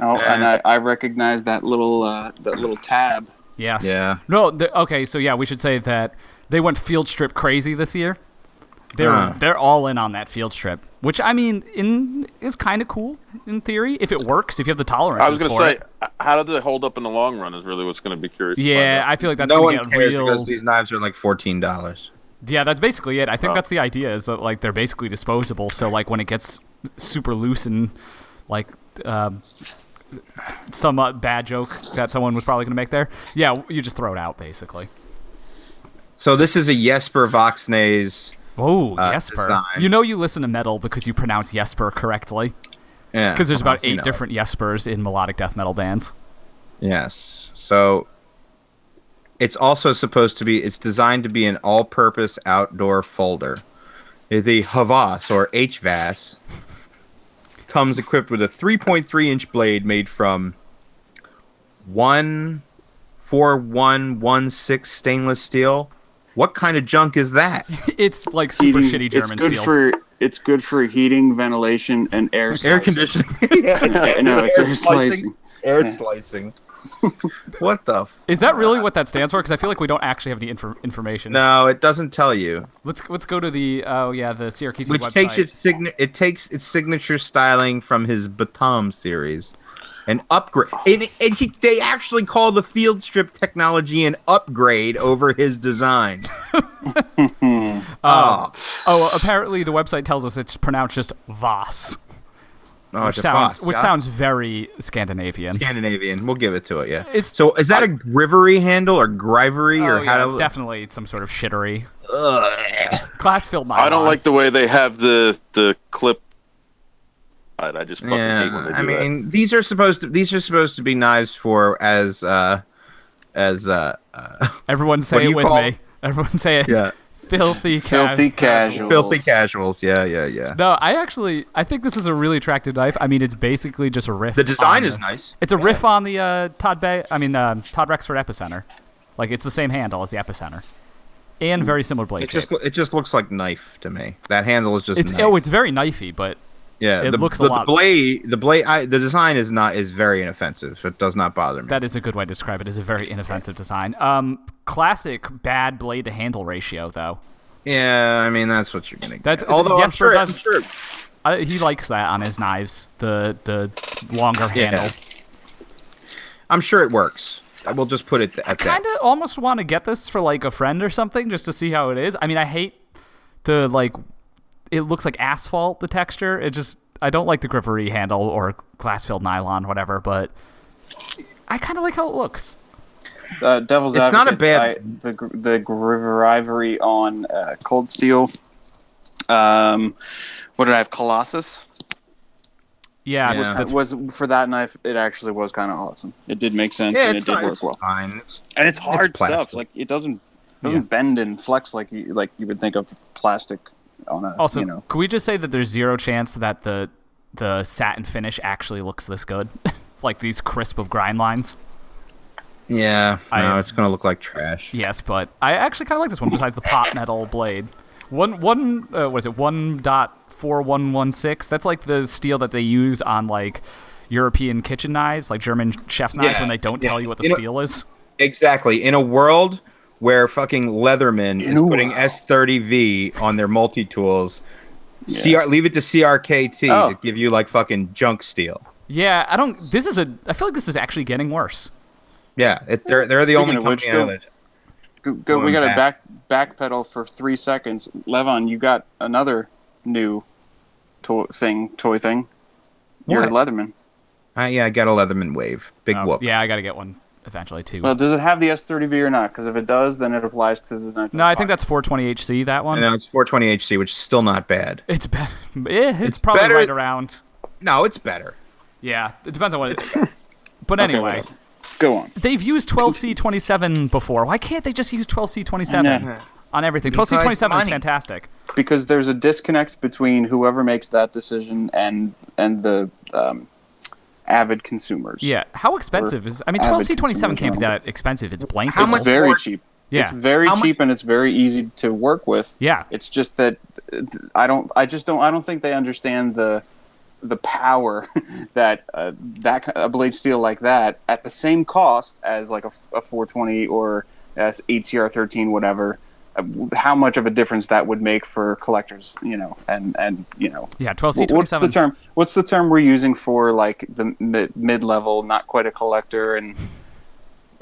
Speaker 3: Oh, and
Speaker 1: Uh,
Speaker 3: I, I recognize that little uh, that little tab.
Speaker 2: Yes.
Speaker 1: Yeah.
Speaker 2: No. th okay. So yeah, we should say that they went field strip crazy this year. They're
Speaker 1: Uh.
Speaker 2: they're all in on that field strip, which I mean, in is kind of cool in theory if it works. If you have the tolerances
Speaker 4: I was gonna
Speaker 2: for
Speaker 4: say,
Speaker 2: it.
Speaker 4: h- how did they hold up in the long run? Is really what's gonna be curious. to find
Speaker 2: Yeah,
Speaker 4: out.
Speaker 2: I feel like that's
Speaker 1: No
Speaker 2: gonna
Speaker 1: one
Speaker 2: get
Speaker 1: cares
Speaker 2: real.
Speaker 1: because these knives are like fourteen dollars.
Speaker 2: Yeah, that's basically it. I think
Speaker 4: Oh.
Speaker 2: that's the idea is that like they're basically disposable. So like when it gets super loose and like um, some uh, bad joke that someone was probably gonna make there, yeah, you just throw it out basically.
Speaker 1: So this is a Jesper Voxnay's.
Speaker 2: Oh,
Speaker 1: uh,
Speaker 2: Jesper.
Speaker 1: design.
Speaker 2: You know you listen to metal because you pronounce Jesper correctly.
Speaker 1: Yeah.
Speaker 2: Because there's about
Speaker 1: Uh-huh, you
Speaker 2: eight
Speaker 1: know.
Speaker 2: different Jespers in melodic death metal bands.
Speaker 1: Yes. So It's also supposed to be. It's designed to be an all-purpose outdoor folder. The Havas or HVAS comes equipped with a 3.3-inch blade made from one four one one six stainless steel. What kind of junk is that?
Speaker 2: It's like super
Speaker 3: Heating-
Speaker 2: shitty
Speaker 3: it's
Speaker 2: German
Speaker 3: good
Speaker 2: steel.
Speaker 3: for it's good for heating, ventilation, and air
Speaker 1: Air
Speaker 3: slicing.
Speaker 1: conditioning.
Speaker 3: Yeah, no, it's air slicing.
Speaker 1: Air slicing. what the? F-
Speaker 2: Is that
Speaker 3: uh,
Speaker 2: really what that stands for? Because I feel like we don't actually have any infor- information.
Speaker 1: no, it doesn't tell you.
Speaker 2: Let's let's go to the oh yeah the CRKT
Speaker 1: Which
Speaker 2: website.
Speaker 1: takes its sign- it takes its signature styling from his Batam series. An upgrade. And, and he, they actually call the field strip technology an upgrade over his design. oh,
Speaker 2: oh, apparently the website tells us it's pronounced just Voss,
Speaker 1: oh,
Speaker 2: which
Speaker 1: it's a
Speaker 2: Um, sounds
Speaker 1: Foss,
Speaker 2: which
Speaker 1: yeah.
Speaker 2: sounds very Scandinavian.
Speaker 1: Scandinavian. We'll give it to it, yeah.
Speaker 2: It's-
Speaker 1: so is that a grivery handle or grivery
Speaker 2: Oh,
Speaker 1: or
Speaker 2: yeah,
Speaker 1: how
Speaker 2: it's
Speaker 1: do
Speaker 2: definitely some sort of shittery. Class filled
Speaker 4: I don't like the way they have the the clip. I, I just fucking hate when they do
Speaker 1: I mean, these are supposed to these are supposed to be knives for as uh as uh, uh
Speaker 2: Everyone
Speaker 1: What
Speaker 2: say
Speaker 1: do
Speaker 2: it
Speaker 1: you
Speaker 2: with
Speaker 1: call-
Speaker 2: me. Everyone say it.
Speaker 1: yeah
Speaker 2: Filthy cash.
Speaker 3: Filthy casual.
Speaker 1: filthy casuals. Yeah, yeah, yeah.
Speaker 2: No, I actually I think this is a really attractive knife. I mean, it's basically just a riff.
Speaker 1: The design
Speaker 2: on
Speaker 1: is
Speaker 2: the-
Speaker 1: nice.
Speaker 2: It's a riff on the uh, Todd Bay. I mean, um Todd Rexford Epicenter. Like it's the same handle as the Epicenter, and very similar blade
Speaker 1: It
Speaker 2: shape.
Speaker 1: just it just looks like knife to me. That handle is just
Speaker 2: it's
Speaker 1: knife.
Speaker 2: oh, it's very knifey, but
Speaker 1: yeah.
Speaker 2: it
Speaker 1: the,
Speaker 2: looks a
Speaker 1: the,
Speaker 2: lot-
Speaker 1: the blade the blade I, the design is not is very inoffensive. It does not bother me.
Speaker 2: that is a good way to describe it. Is a very inoffensive design. Um, classic bad blade to handle ratio though.
Speaker 1: yeah, I mean that's what you're gonna. Get.
Speaker 2: That's-
Speaker 1: although I'm
Speaker 2: Jesper
Speaker 1: sure, I'm
Speaker 2: does-
Speaker 1: sure
Speaker 2: I, Uh, he likes that on his knives. The the longer handle.
Speaker 1: I'm sure it works. I will just put it at that.
Speaker 2: kind of almost want to get this for like a friend or something just to see how it is. I mean, I hate the like it looks like asphalt the texture. It just I don't like the grippery handle or glass filled nylon whatever, but I kind of like how it looks.
Speaker 3: Uh, Devil's
Speaker 1: It's not a
Speaker 3: Advocate,
Speaker 1: bad-
Speaker 3: I- the gr- the rivalry on uh, Cold Steel. Um, what did I have? Colossus
Speaker 2: Yeah,
Speaker 1: Yeah.
Speaker 2: that's-
Speaker 3: It was for that knife. It actually was kind of awesome. It did make sense
Speaker 1: Yeah,
Speaker 3: and
Speaker 1: it's,
Speaker 3: it did
Speaker 1: not,
Speaker 3: work
Speaker 1: it's
Speaker 3: well.
Speaker 1: fine. It's-
Speaker 3: And it's hard stuff.
Speaker 1: plastic.
Speaker 3: Like it doesn't doesn't bend and flex like you like you would think of plastic on a
Speaker 2: also
Speaker 3: you know.
Speaker 2: could we just say that there's zero chance that the the satin finish actually looks this good? like these crisp of grind lines.
Speaker 1: Yeah,
Speaker 2: I-
Speaker 1: no, it's gonna look like trash.
Speaker 2: Yes, but I actually kind of like this one. Besides the pop metal blade, one one uh, what is it? One dot four one one six. That's like the steel that they use on like European kitchen knives, like German chef's knives,
Speaker 1: Yeah,
Speaker 2: when they don't
Speaker 1: yeah.
Speaker 2: tell you what the
Speaker 1: You know-
Speaker 2: steel is.
Speaker 1: Exactly. In a world where fucking Leatherman is
Speaker 3: a
Speaker 1: putting
Speaker 3: world.
Speaker 1: S30V on their multi tools, CR leave it to CRKT
Speaker 3: Oh.
Speaker 1: to give you like fucking junk steel.
Speaker 2: Yeah, I don't. This is a. I feel like this is actually getting worse.
Speaker 1: Yeah, it, they're they're the
Speaker 3: Speaking
Speaker 1: only
Speaker 3: of which,
Speaker 1: company out of
Speaker 3: go-
Speaker 1: it.
Speaker 3: Go, go, we
Speaker 1: Going
Speaker 3: got to back backpedal for three seconds. Levon, you got another new toy thing, toy thing. You're a
Speaker 1: What?
Speaker 3: Leatherman.
Speaker 1: Uh, yeah, I got a Leatherman wave. Big
Speaker 2: Um,
Speaker 1: whoop.
Speaker 2: Yeah, I gotta get one eventually too.
Speaker 3: Well, does it have the S30V or not? Because if it does, then it applies to the knife.
Speaker 2: no, I think that's 420HC. That one.
Speaker 1: No, it's 420HC, which is still not bad.
Speaker 2: It's better. It's, probably
Speaker 1: better-
Speaker 2: right around.
Speaker 1: No, it's better.
Speaker 2: Yeah, it depends on what it's. but anyway,
Speaker 3: whatever. Go on.
Speaker 2: they've used 12C27 before. Why can't they just use 12C27?
Speaker 3: Yeah.
Speaker 2: on everything. Twelve C
Speaker 1: Because
Speaker 2: twenty seven is
Speaker 1: money.
Speaker 2: fantastic.
Speaker 3: Because there's a disconnect between whoever makes that decision and and the um, avid consumers.
Speaker 2: Yeah. How expensive is? I mean,
Speaker 3: avid
Speaker 2: twelve C twenty seven can't be
Speaker 3: consumers
Speaker 2: that expensive. It's blank.
Speaker 1: How
Speaker 3: it's
Speaker 1: much
Speaker 3: very
Speaker 1: more-
Speaker 3: cheap.
Speaker 2: Yeah.
Speaker 3: It's very
Speaker 1: How mu-
Speaker 3: cheap and it's very easy to work with.
Speaker 2: yeah.
Speaker 3: It's just that uh, I don't. I just don't. I don't think they understand the the power that uh, that ki- a blade steel like that at the same cost as like a, f- a 420 or as ATR 13 whatever. uh, w- How much of a difference that would make for collectors, you know, and and you know,
Speaker 2: Yeah. Twelve C
Speaker 3: Wh-
Speaker 2: twenty
Speaker 3: what's the
Speaker 2: seven.
Speaker 3: term? What's the term we're using for like the mid mid level, not quite a collector and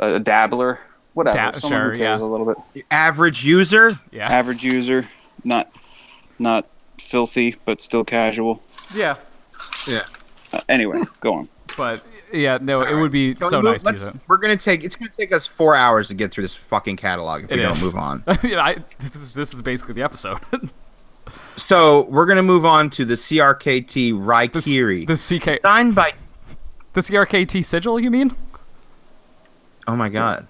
Speaker 3: a dabbler, whatever,
Speaker 2: Da-
Speaker 3: someone
Speaker 2: sure,
Speaker 3: who cares
Speaker 2: yeah.
Speaker 3: a little bit
Speaker 1: Average user?
Speaker 2: Yeah.
Speaker 3: average user, not not filthy, but still casual.
Speaker 2: Yeah.
Speaker 1: Yeah.
Speaker 3: Uh, anyway, go on.
Speaker 2: But yeah, no, it would be
Speaker 1: Can we
Speaker 2: so
Speaker 1: move-
Speaker 2: nice to
Speaker 1: let's-
Speaker 2: use it.
Speaker 1: We're gonna take it's gonna take us four hours to get through this fucking catalog if
Speaker 2: It
Speaker 1: we
Speaker 2: is.
Speaker 1: don't move on.
Speaker 2: I mean, I this is this is basically the episode.
Speaker 1: So we're gonna move on to the CRKT
Speaker 2: the, s-
Speaker 1: Raikiri.
Speaker 2: the CK
Speaker 1: Signed by
Speaker 2: the CRKT sigil. You mean?
Speaker 1: Oh my god.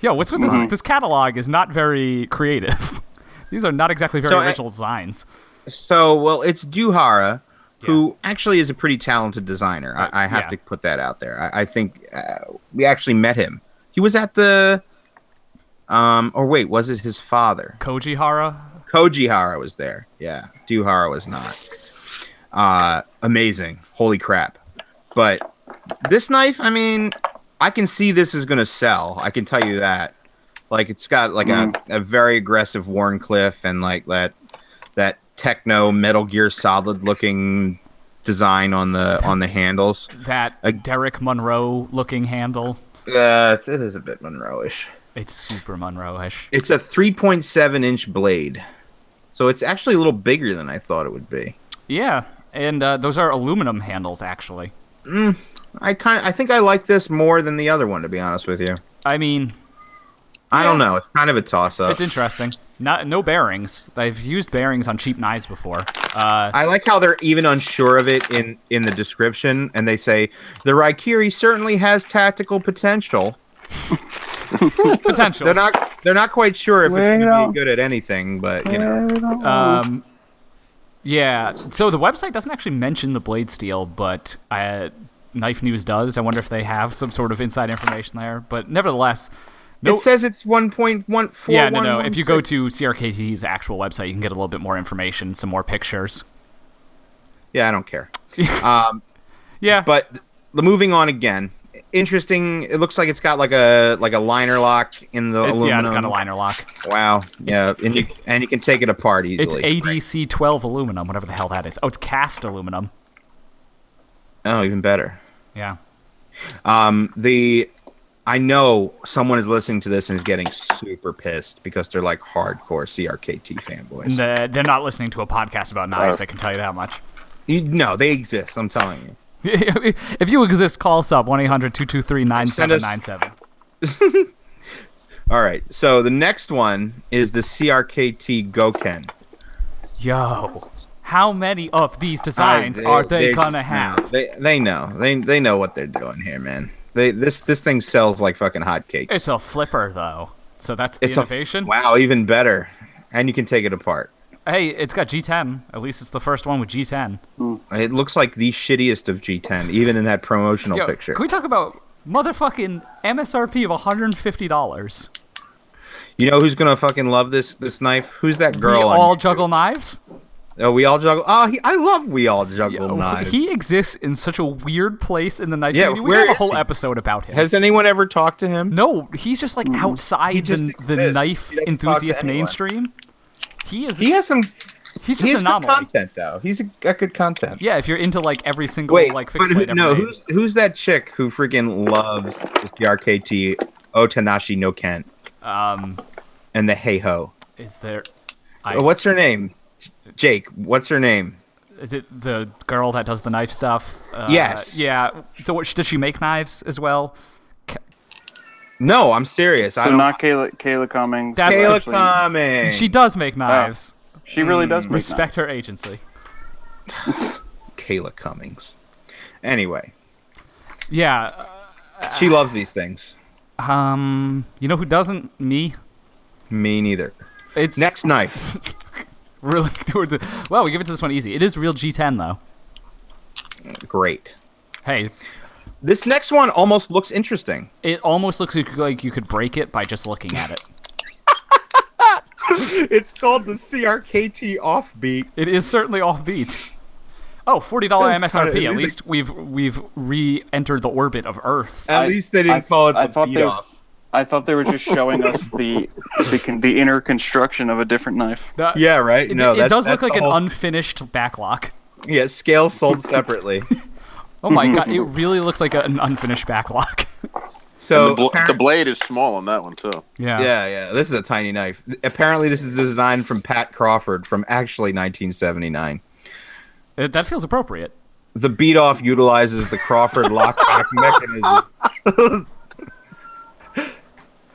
Speaker 2: Yo, what's with
Speaker 3: Mm-hmm.
Speaker 2: this? This catalog is not very creative. These are not exactly very
Speaker 1: So eh, I-
Speaker 2: original designs.
Speaker 1: So, well, it's Duhara, who actually is a pretty talented designer. I, I have
Speaker 2: yeah.
Speaker 1: to put that out there. I, I think uh, we actually met him. He was at the, um, or wait, was it his father?
Speaker 2: Koji Hara.
Speaker 1: Koji Hara was there. Yeah, Duhara was not. Uh, amazing. Holy crap. But this knife, I mean, I can see this is going to sell. I can tell you that. Like, it's got like a, a very aggressive Warncliffe and like that that techno Metal Gear Solid looking design on the on the handles.
Speaker 2: That
Speaker 1: A-
Speaker 2: Derek Monroe looking handle.
Speaker 1: Uh, it is a bit Monroe-ish.
Speaker 2: It's super Monroe-ish.
Speaker 1: It's a 3.7 inch blade, so it's actually a little bigger than I thought it would be.
Speaker 2: Yeah, and uh, those are aluminum handles actually.
Speaker 1: I kind of, I think I like this more than the other one, to be honest with you.
Speaker 2: I mean,
Speaker 1: I don't know. It's kind of a toss up.
Speaker 2: it's interesting. Not no bearings. I've used bearings on cheap knives before. Uh,
Speaker 1: I like how they're even unsure of it in in the description, and they say the Raikiri certainly has tactical potential.
Speaker 2: potential.
Speaker 1: They're not they're not quite sure if it's
Speaker 3: Well-
Speaker 1: going to be good at anything, but you know,
Speaker 2: Um, yeah. So the website doesn't actually mention the blade steel, but uh, Knife News does. I wonder if they have some sort of inside information there. But nevertheless, no.
Speaker 1: it says it's one point one four.
Speaker 2: yeah, no, no. If you go to CRKT's actual website, you can get a little bit more information, some more pictures.
Speaker 1: yeah, I don't care.
Speaker 2: Yeah,
Speaker 1: But th- moving on again, interesting. It looks like it's got like a like a liner lock in the
Speaker 2: it,
Speaker 1: aluminum.
Speaker 2: yeah, it's got a liner lock.
Speaker 1: Wow, yeah, and you and you can take it apart easily.
Speaker 2: It's ADC 12 aluminum, whatever the hell that is. Oh, it's cast aluminum.
Speaker 1: Oh, even better.
Speaker 2: Yeah.
Speaker 1: Um, the I know someone is listening to this and is getting super pissed because they're like hardcore CRKT fanboys. No,
Speaker 2: uh, They're, they're not listening to a podcast about knives. I can tell you that much.
Speaker 1: you, no they exist. I'm telling you.
Speaker 2: if you exist, call us up 1 800 223
Speaker 1: Send us-
Speaker 2: 9797.
Speaker 1: All right, so the next one is the CRKT Goken.
Speaker 2: Yo, how many of these designs are they,
Speaker 1: they're-
Speaker 2: gonna
Speaker 1: no,
Speaker 2: have?
Speaker 1: they they know they they know what they're doing here, man. They this this thing sells like fucking hotcakes.
Speaker 2: It's a flipper though, so that's the
Speaker 1: It's a-
Speaker 2: innovation.
Speaker 1: wow, even better, and you can take it apart.
Speaker 2: hey, it's got G10. At least it's the first one with G10.
Speaker 1: It looks like the shittiest of G10, even in that promotional
Speaker 2: Yo,
Speaker 1: picture.
Speaker 2: can we talk about motherfucking MSRP of 150 dollars?
Speaker 1: You know who's gonna fucking love this this knife? Who's that
Speaker 2: We
Speaker 1: girl? on
Speaker 2: all
Speaker 1: YouTube?
Speaker 2: juggle knives.
Speaker 1: Oh, we all juggle. Oh, he, I love we all juggle
Speaker 2: Yo,
Speaker 1: knives.
Speaker 2: Oh, He exists in such a weird place in the knife.
Speaker 1: Yeah,
Speaker 2: community. we
Speaker 1: where
Speaker 2: have a
Speaker 1: is
Speaker 2: whole
Speaker 1: he?
Speaker 2: episode about him.
Speaker 1: Has anyone ever talked to him?
Speaker 2: no, he's just like outside
Speaker 1: Hmm. just
Speaker 2: the, the
Speaker 1: exists.
Speaker 2: knife
Speaker 1: He doesn't talk to
Speaker 2: enthusiast
Speaker 1: anyone.
Speaker 2: mainstream. He is.
Speaker 1: He has some.
Speaker 2: he's
Speaker 1: He has
Speaker 2: just
Speaker 1: good
Speaker 2: an anomaly.
Speaker 1: content though. He's a, got good content.
Speaker 2: Yeah, if you're into like every single
Speaker 1: Wait,
Speaker 2: like fixed
Speaker 1: but who,
Speaker 2: blade,
Speaker 1: no,
Speaker 2: every-
Speaker 1: who's who's that chick who freaking loves this RKT Otanashi no Kent
Speaker 2: um
Speaker 1: and the Hey Ho?
Speaker 2: is there I,
Speaker 1: Oh, What's her name? Jake. What's her name?
Speaker 2: is it the girl that does the knife stuff? Uh,
Speaker 1: Yes.
Speaker 2: Yeah. So what, does she make knives as well?
Speaker 1: No, I'm serious. I
Speaker 3: So
Speaker 1: don't.
Speaker 3: not Kayla, Kayla Cummings.
Speaker 2: That's-
Speaker 1: Kayla
Speaker 3: actually-
Speaker 1: Cumming.
Speaker 2: She does
Speaker 1: Oh,
Speaker 2: make knives.
Speaker 3: She really does make
Speaker 2: Hmm. Respect her
Speaker 3: knives.
Speaker 2: agency.
Speaker 1: Kayla Cummings. Anyway,
Speaker 2: Yeah.
Speaker 1: she loves these things.
Speaker 2: Um. You know who doesn't? Me.
Speaker 1: Me neither.
Speaker 2: It's
Speaker 1: Next knife.
Speaker 2: Really. we're the- Well, we give it to this one easy. It is real G10 though.
Speaker 1: Great.
Speaker 2: Hey,
Speaker 1: This next one almost looks interesting.
Speaker 2: it almost looks like you could- like you could break it by just looking at it.
Speaker 1: It's called the CRKT Offbeat.
Speaker 2: It is certainly offbeat. Oh, $40 MSRP.
Speaker 1: That's kinda-
Speaker 2: At
Speaker 1: they-
Speaker 2: least we've we've re-entered the orbit of Earth.
Speaker 1: At
Speaker 3: I-
Speaker 1: least they didn't
Speaker 3: I-
Speaker 1: call it
Speaker 3: I
Speaker 1: the
Speaker 3: thought
Speaker 1: beat
Speaker 3: they-
Speaker 1: off.
Speaker 3: I thought they were just showing us the the, con- the inner construction of a different knife.
Speaker 2: That-
Speaker 1: Yeah, right.
Speaker 2: It,
Speaker 1: No,
Speaker 2: it
Speaker 1: that's-
Speaker 2: does
Speaker 1: that's
Speaker 2: look like
Speaker 1: the whole-
Speaker 2: an unfinished backlock.
Speaker 1: Yeah, scales sold separately.
Speaker 2: Oh my god, it really looks like an unfinished backlock.
Speaker 1: So
Speaker 4: the, bl-
Speaker 1: apparent-
Speaker 4: the blade is small on that one too.
Speaker 2: yeah.
Speaker 1: Yeah, yeah. This is a tiny knife. Apparently, this is designed from Pat Crawford from actually 1979.
Speaker 2: It- that feels appropriate.
Speaker 1: The beat off utilizes the Crawford lockback mechanism.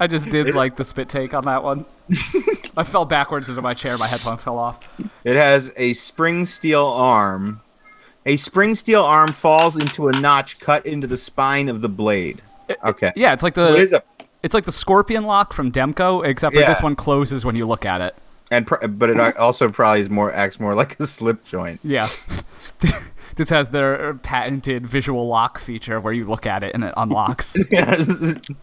Speaker 2: I just did like the spit take on that one. I fell backwards into my chair. My headphones fell off.
Speaker 1: It has a spring steel arm. A spring steel arm falls into a notch cut into the spine of the blade. Okay.
Speaker 2: Yeah, it's like the
Speaker 1: So it is a
Speaker 2: It's like the scorpion lock from Demco, except for
Speaker 1: Yeah.
Speaker 2: this one closes when you look at it.
Speaker 1: and pr- but it also probably is more acts more like a slip joint.
Speaker 2: Yeah. this has their patented visual lock feature where you look at it and it unlocks.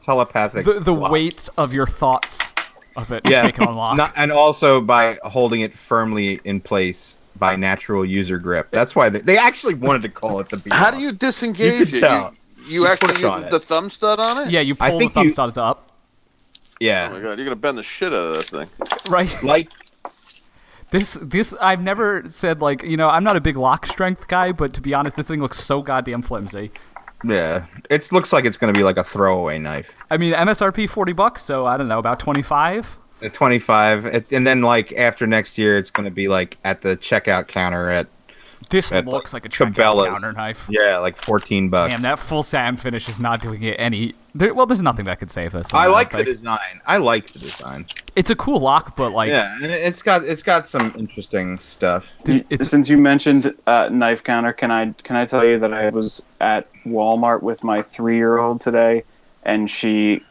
Speaker 1: Telepathic.
Speaker 2: the the
Speaker 1: lock.
Speaker 2: weight of your thoughts of it
Speaker 1: Yeah,
Speaker 2: make it unlock.
Speaker 1: not- and also by holding it firmly in place by natural user grip. That's why they, they actually wanted to call it the. Beat
Speaker 4: How
Speaker 1: lock.
Speaker 4: do you disengage
Speaker 1: could
Speaker 4: it?
Speaker 1: tell.
Speaker 4: You, you actually
Speaker 1: push
Speaker 4: use
Speaker 1: on it.
Speaker 4: the thumb stud on it?
Speaker 2: yeah, you
Speaker 1: I
Speaker 2: pull the
Speaker 1: think
Speaker 2: thumb
Speaker 1: you-
Speaker 2: studs up,
Speaker 4: Oh my
Speaker 1: Yeah,
Speaker 4: god, you're gonna bend the shit out of that thing.
Speaker 2: right?
Speaker 1: like
Speaker 2: This this I've never said like you know I'm not a big lock strength guy, but to be honest, this thing looks so goddamn flimsy.
Speaker 1: yeah, it looks like it's gonna be like a throwaway knife.
Speaker 2: I mean MSRP forty bucks, so I don't know about twenty five.
Speaker 1: At 25, uh, it's, and then like after next year, it's gonna be like at the checkout counter at
Speaker 2: This
Speaker 1: At
Speaker 2: looks like a Cabela's.
Speaker 1: Cabela's.
Speaker 2: counter knife.
Speaker 1: yeah, like 14 bucks.
Speaker 2: Damn, that full Sam finish is not doing it any. There, well, there's nothing that could save this. one,
Speaker 1: I like the
Speaker 2: think.
Speaker 1: design. I like the design.
Speaker 2: It's a cool lock, but like
Speaker 1: Yeah, and it- it's got it's got some interesting stuff.
Speaker 2: this, it's
Speaker 3: Since you mentioned uh, knife counter, can I can I tell you that I was at Walmart with my three year old today, and she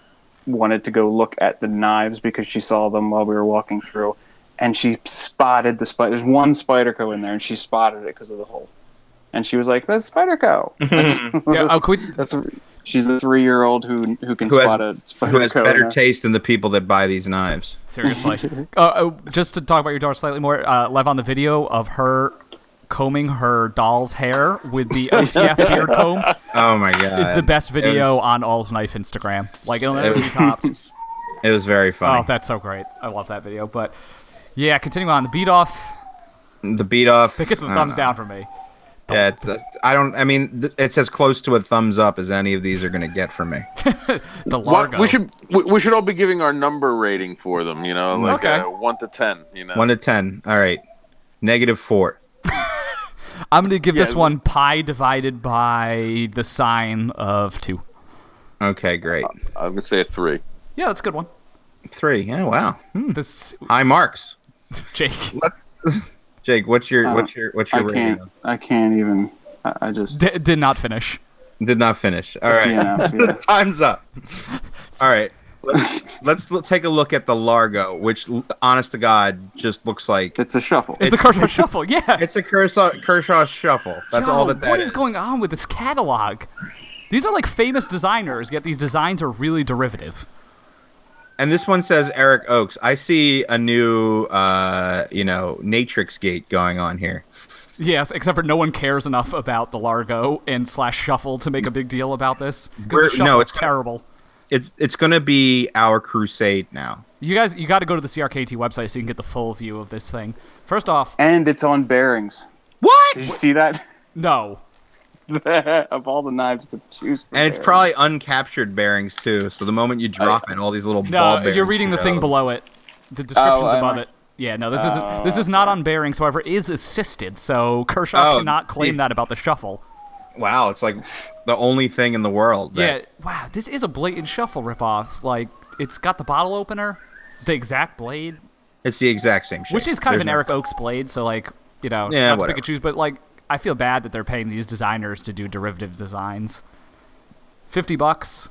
Speaker 3: wanted to go look at the knives because she saw them while we were walking through, and she spotted the spider. There's one spider co in there, and she spotted it because of the hole, and she was like, "That's spider co."
Speaker 2: yeah, oh, could we-
Speaker 3: That's she's the three year old who who can
Speaker 1: Who has-
Speaker 3: spot a spider
Speaker 1: Who has
Speaker 3: co.
Speaker 1: better
Speaker 3: in a-
Speaker 1: taste than the people that buy these knives?
Speaker 2: Seriously. uh, uh, just to talk about your daughter slightly more, uh, live on the video of her combing her doll's hair with the OTF beard comb
Speaker 1: Oh my god!
Speaker 2: is the best
Speaker 1: It
Speaker 2: video
Speaker 1: was,
Speaker 2: on All of Knife Instagram. Like it'll never
Speaker 1: It
Speaker 2: be
Speaker 1: was-
Speaker 2: topped.
Speaker 1: it was very funny.
Speaker 2: Oh, that's so great. I love that video. But yeah, continuing on the beat off,
Speaker 1: the beat off.
Speaker 2: that gets the
Speaker 1: I
Speaker 2: thumbs
Speaker 1: don't know.
Speaker 2: down for me.
Speaker 1: Yeah, it's, that's- I don't. I mean, th- it's as close to a thumbs up as any of these are going to get from me.
Speaker 2: The
Speaker 4: What,
Speaker 2: Largo.
Speaker 4: we should we, we should all be giving our number rating for them. You know, like
Speaker 2: Okay.
Speaker 4: uh, one to ten. You know,
Speaker 1: One to ten. All right, negative four.
Speaker 2: I'm gonna give this
Speaker 4: Yeah.
Speaker 2: one pi divided by the sign of two.
Speaker 1: Okay, great.
Speaker 4: I'm gonna say a three.
Speaker 2: Yeah, that's a good one.
Speaker 1: Three. Oh wow. Hmm.
Speaker 2: This
Speaker 1: High marks.
Speaker 2: Jake.
Speaker 1: Let's. Jake, what's your
Speaker 3: Uh,
Speaker 1: what's your what's
Speaker 3: I
Speaker 1: your rating?
Speaker 3: can't. I can't even. I, I just
Speaker 2: D- did not finish.
Speaker 1: Did not finish. All right.
Speaker 3: DNF, yeah.
Speaker 1: the time's up. All right. Let's, let's l- take a look at the Largo, which, l- honest to God, just looks like
Speaker 3: It's a shuffle.
Speaker 2: It's the Kershaw Shuffle. Yeah.
Speaker 1: it's a Kershaw, Kershaw shuffle. That's all
Speaker 2: Yo,
Speaker 1: that that
Speaker 2: What is going on with this catalog? These are like famous designers, yet these designs are really derivative.
Speaker 1: And this one says Eric Oaks. I see a new, uh, you know, Natrix gate going on here.
Speaker 2: Yes, except for no one cares enough about the Largo and slash Shuffle to make a big deal about this. 'cause
Speaker 1: We're- no,
Speaker 2: the Shuffle is
Speaker 1: it's-
Speaker 2: terrible.
Speaker 1: It's it's going to be our crusade now.
Speaker 2: You guys, you got to go to the CRKT website so you can get the full view of this thing. First off,
Speaker 3: and it's on bearings.
Speaker 1: What?
Speaker 3: Did you see that?
Speaker 2: no,
Speaker 3: of all the knives to choose from.
Speaker 1: And it's
Speaker 3: there.
Speaker 1: probably uncaptured bearings too. So the moment you drop it, all these little ball
Speaker 2: no,
Speaker 1: bearings.
Speaker 2: you're reading the
Speaker 1: show.
Speaker 2: thing below it. The
Speaker 1: Oh,
Speaker 2: description's
Speaker 3: am
Speaker 2: above
Speaker 3: I?
Speaker 2: it. Yeah, no, this isn't. This is not on bearings. However, it is assisted, so Kershaw
Speaker 1: Oh,
Speaker 2: cannot claim
Speaker 1: gee.
Speaker 2: that about the shuffle.
Speaker 1: Wow, it's like the only thing in the world. That,
Speaker 2: Yeah, wow, this is a blatant shuffle ripoff. Like, it's got the bottle opener, the exact blade,
Speaker 1: It's the exact same shit.
Speaker 2: which is kind of
Speaker 1: There's
Speaker 2: an
Speaker 1: no-
Speaker 2: Eric Oakes blade. So, like, you know,
Speaker 1: Yeah,
Speaker 2: not to pick
Speaker 1: whatever.
Speaker 2: and choose, but like, I feel bad that they're paying these designers to do derivative designs. Fifty bucks.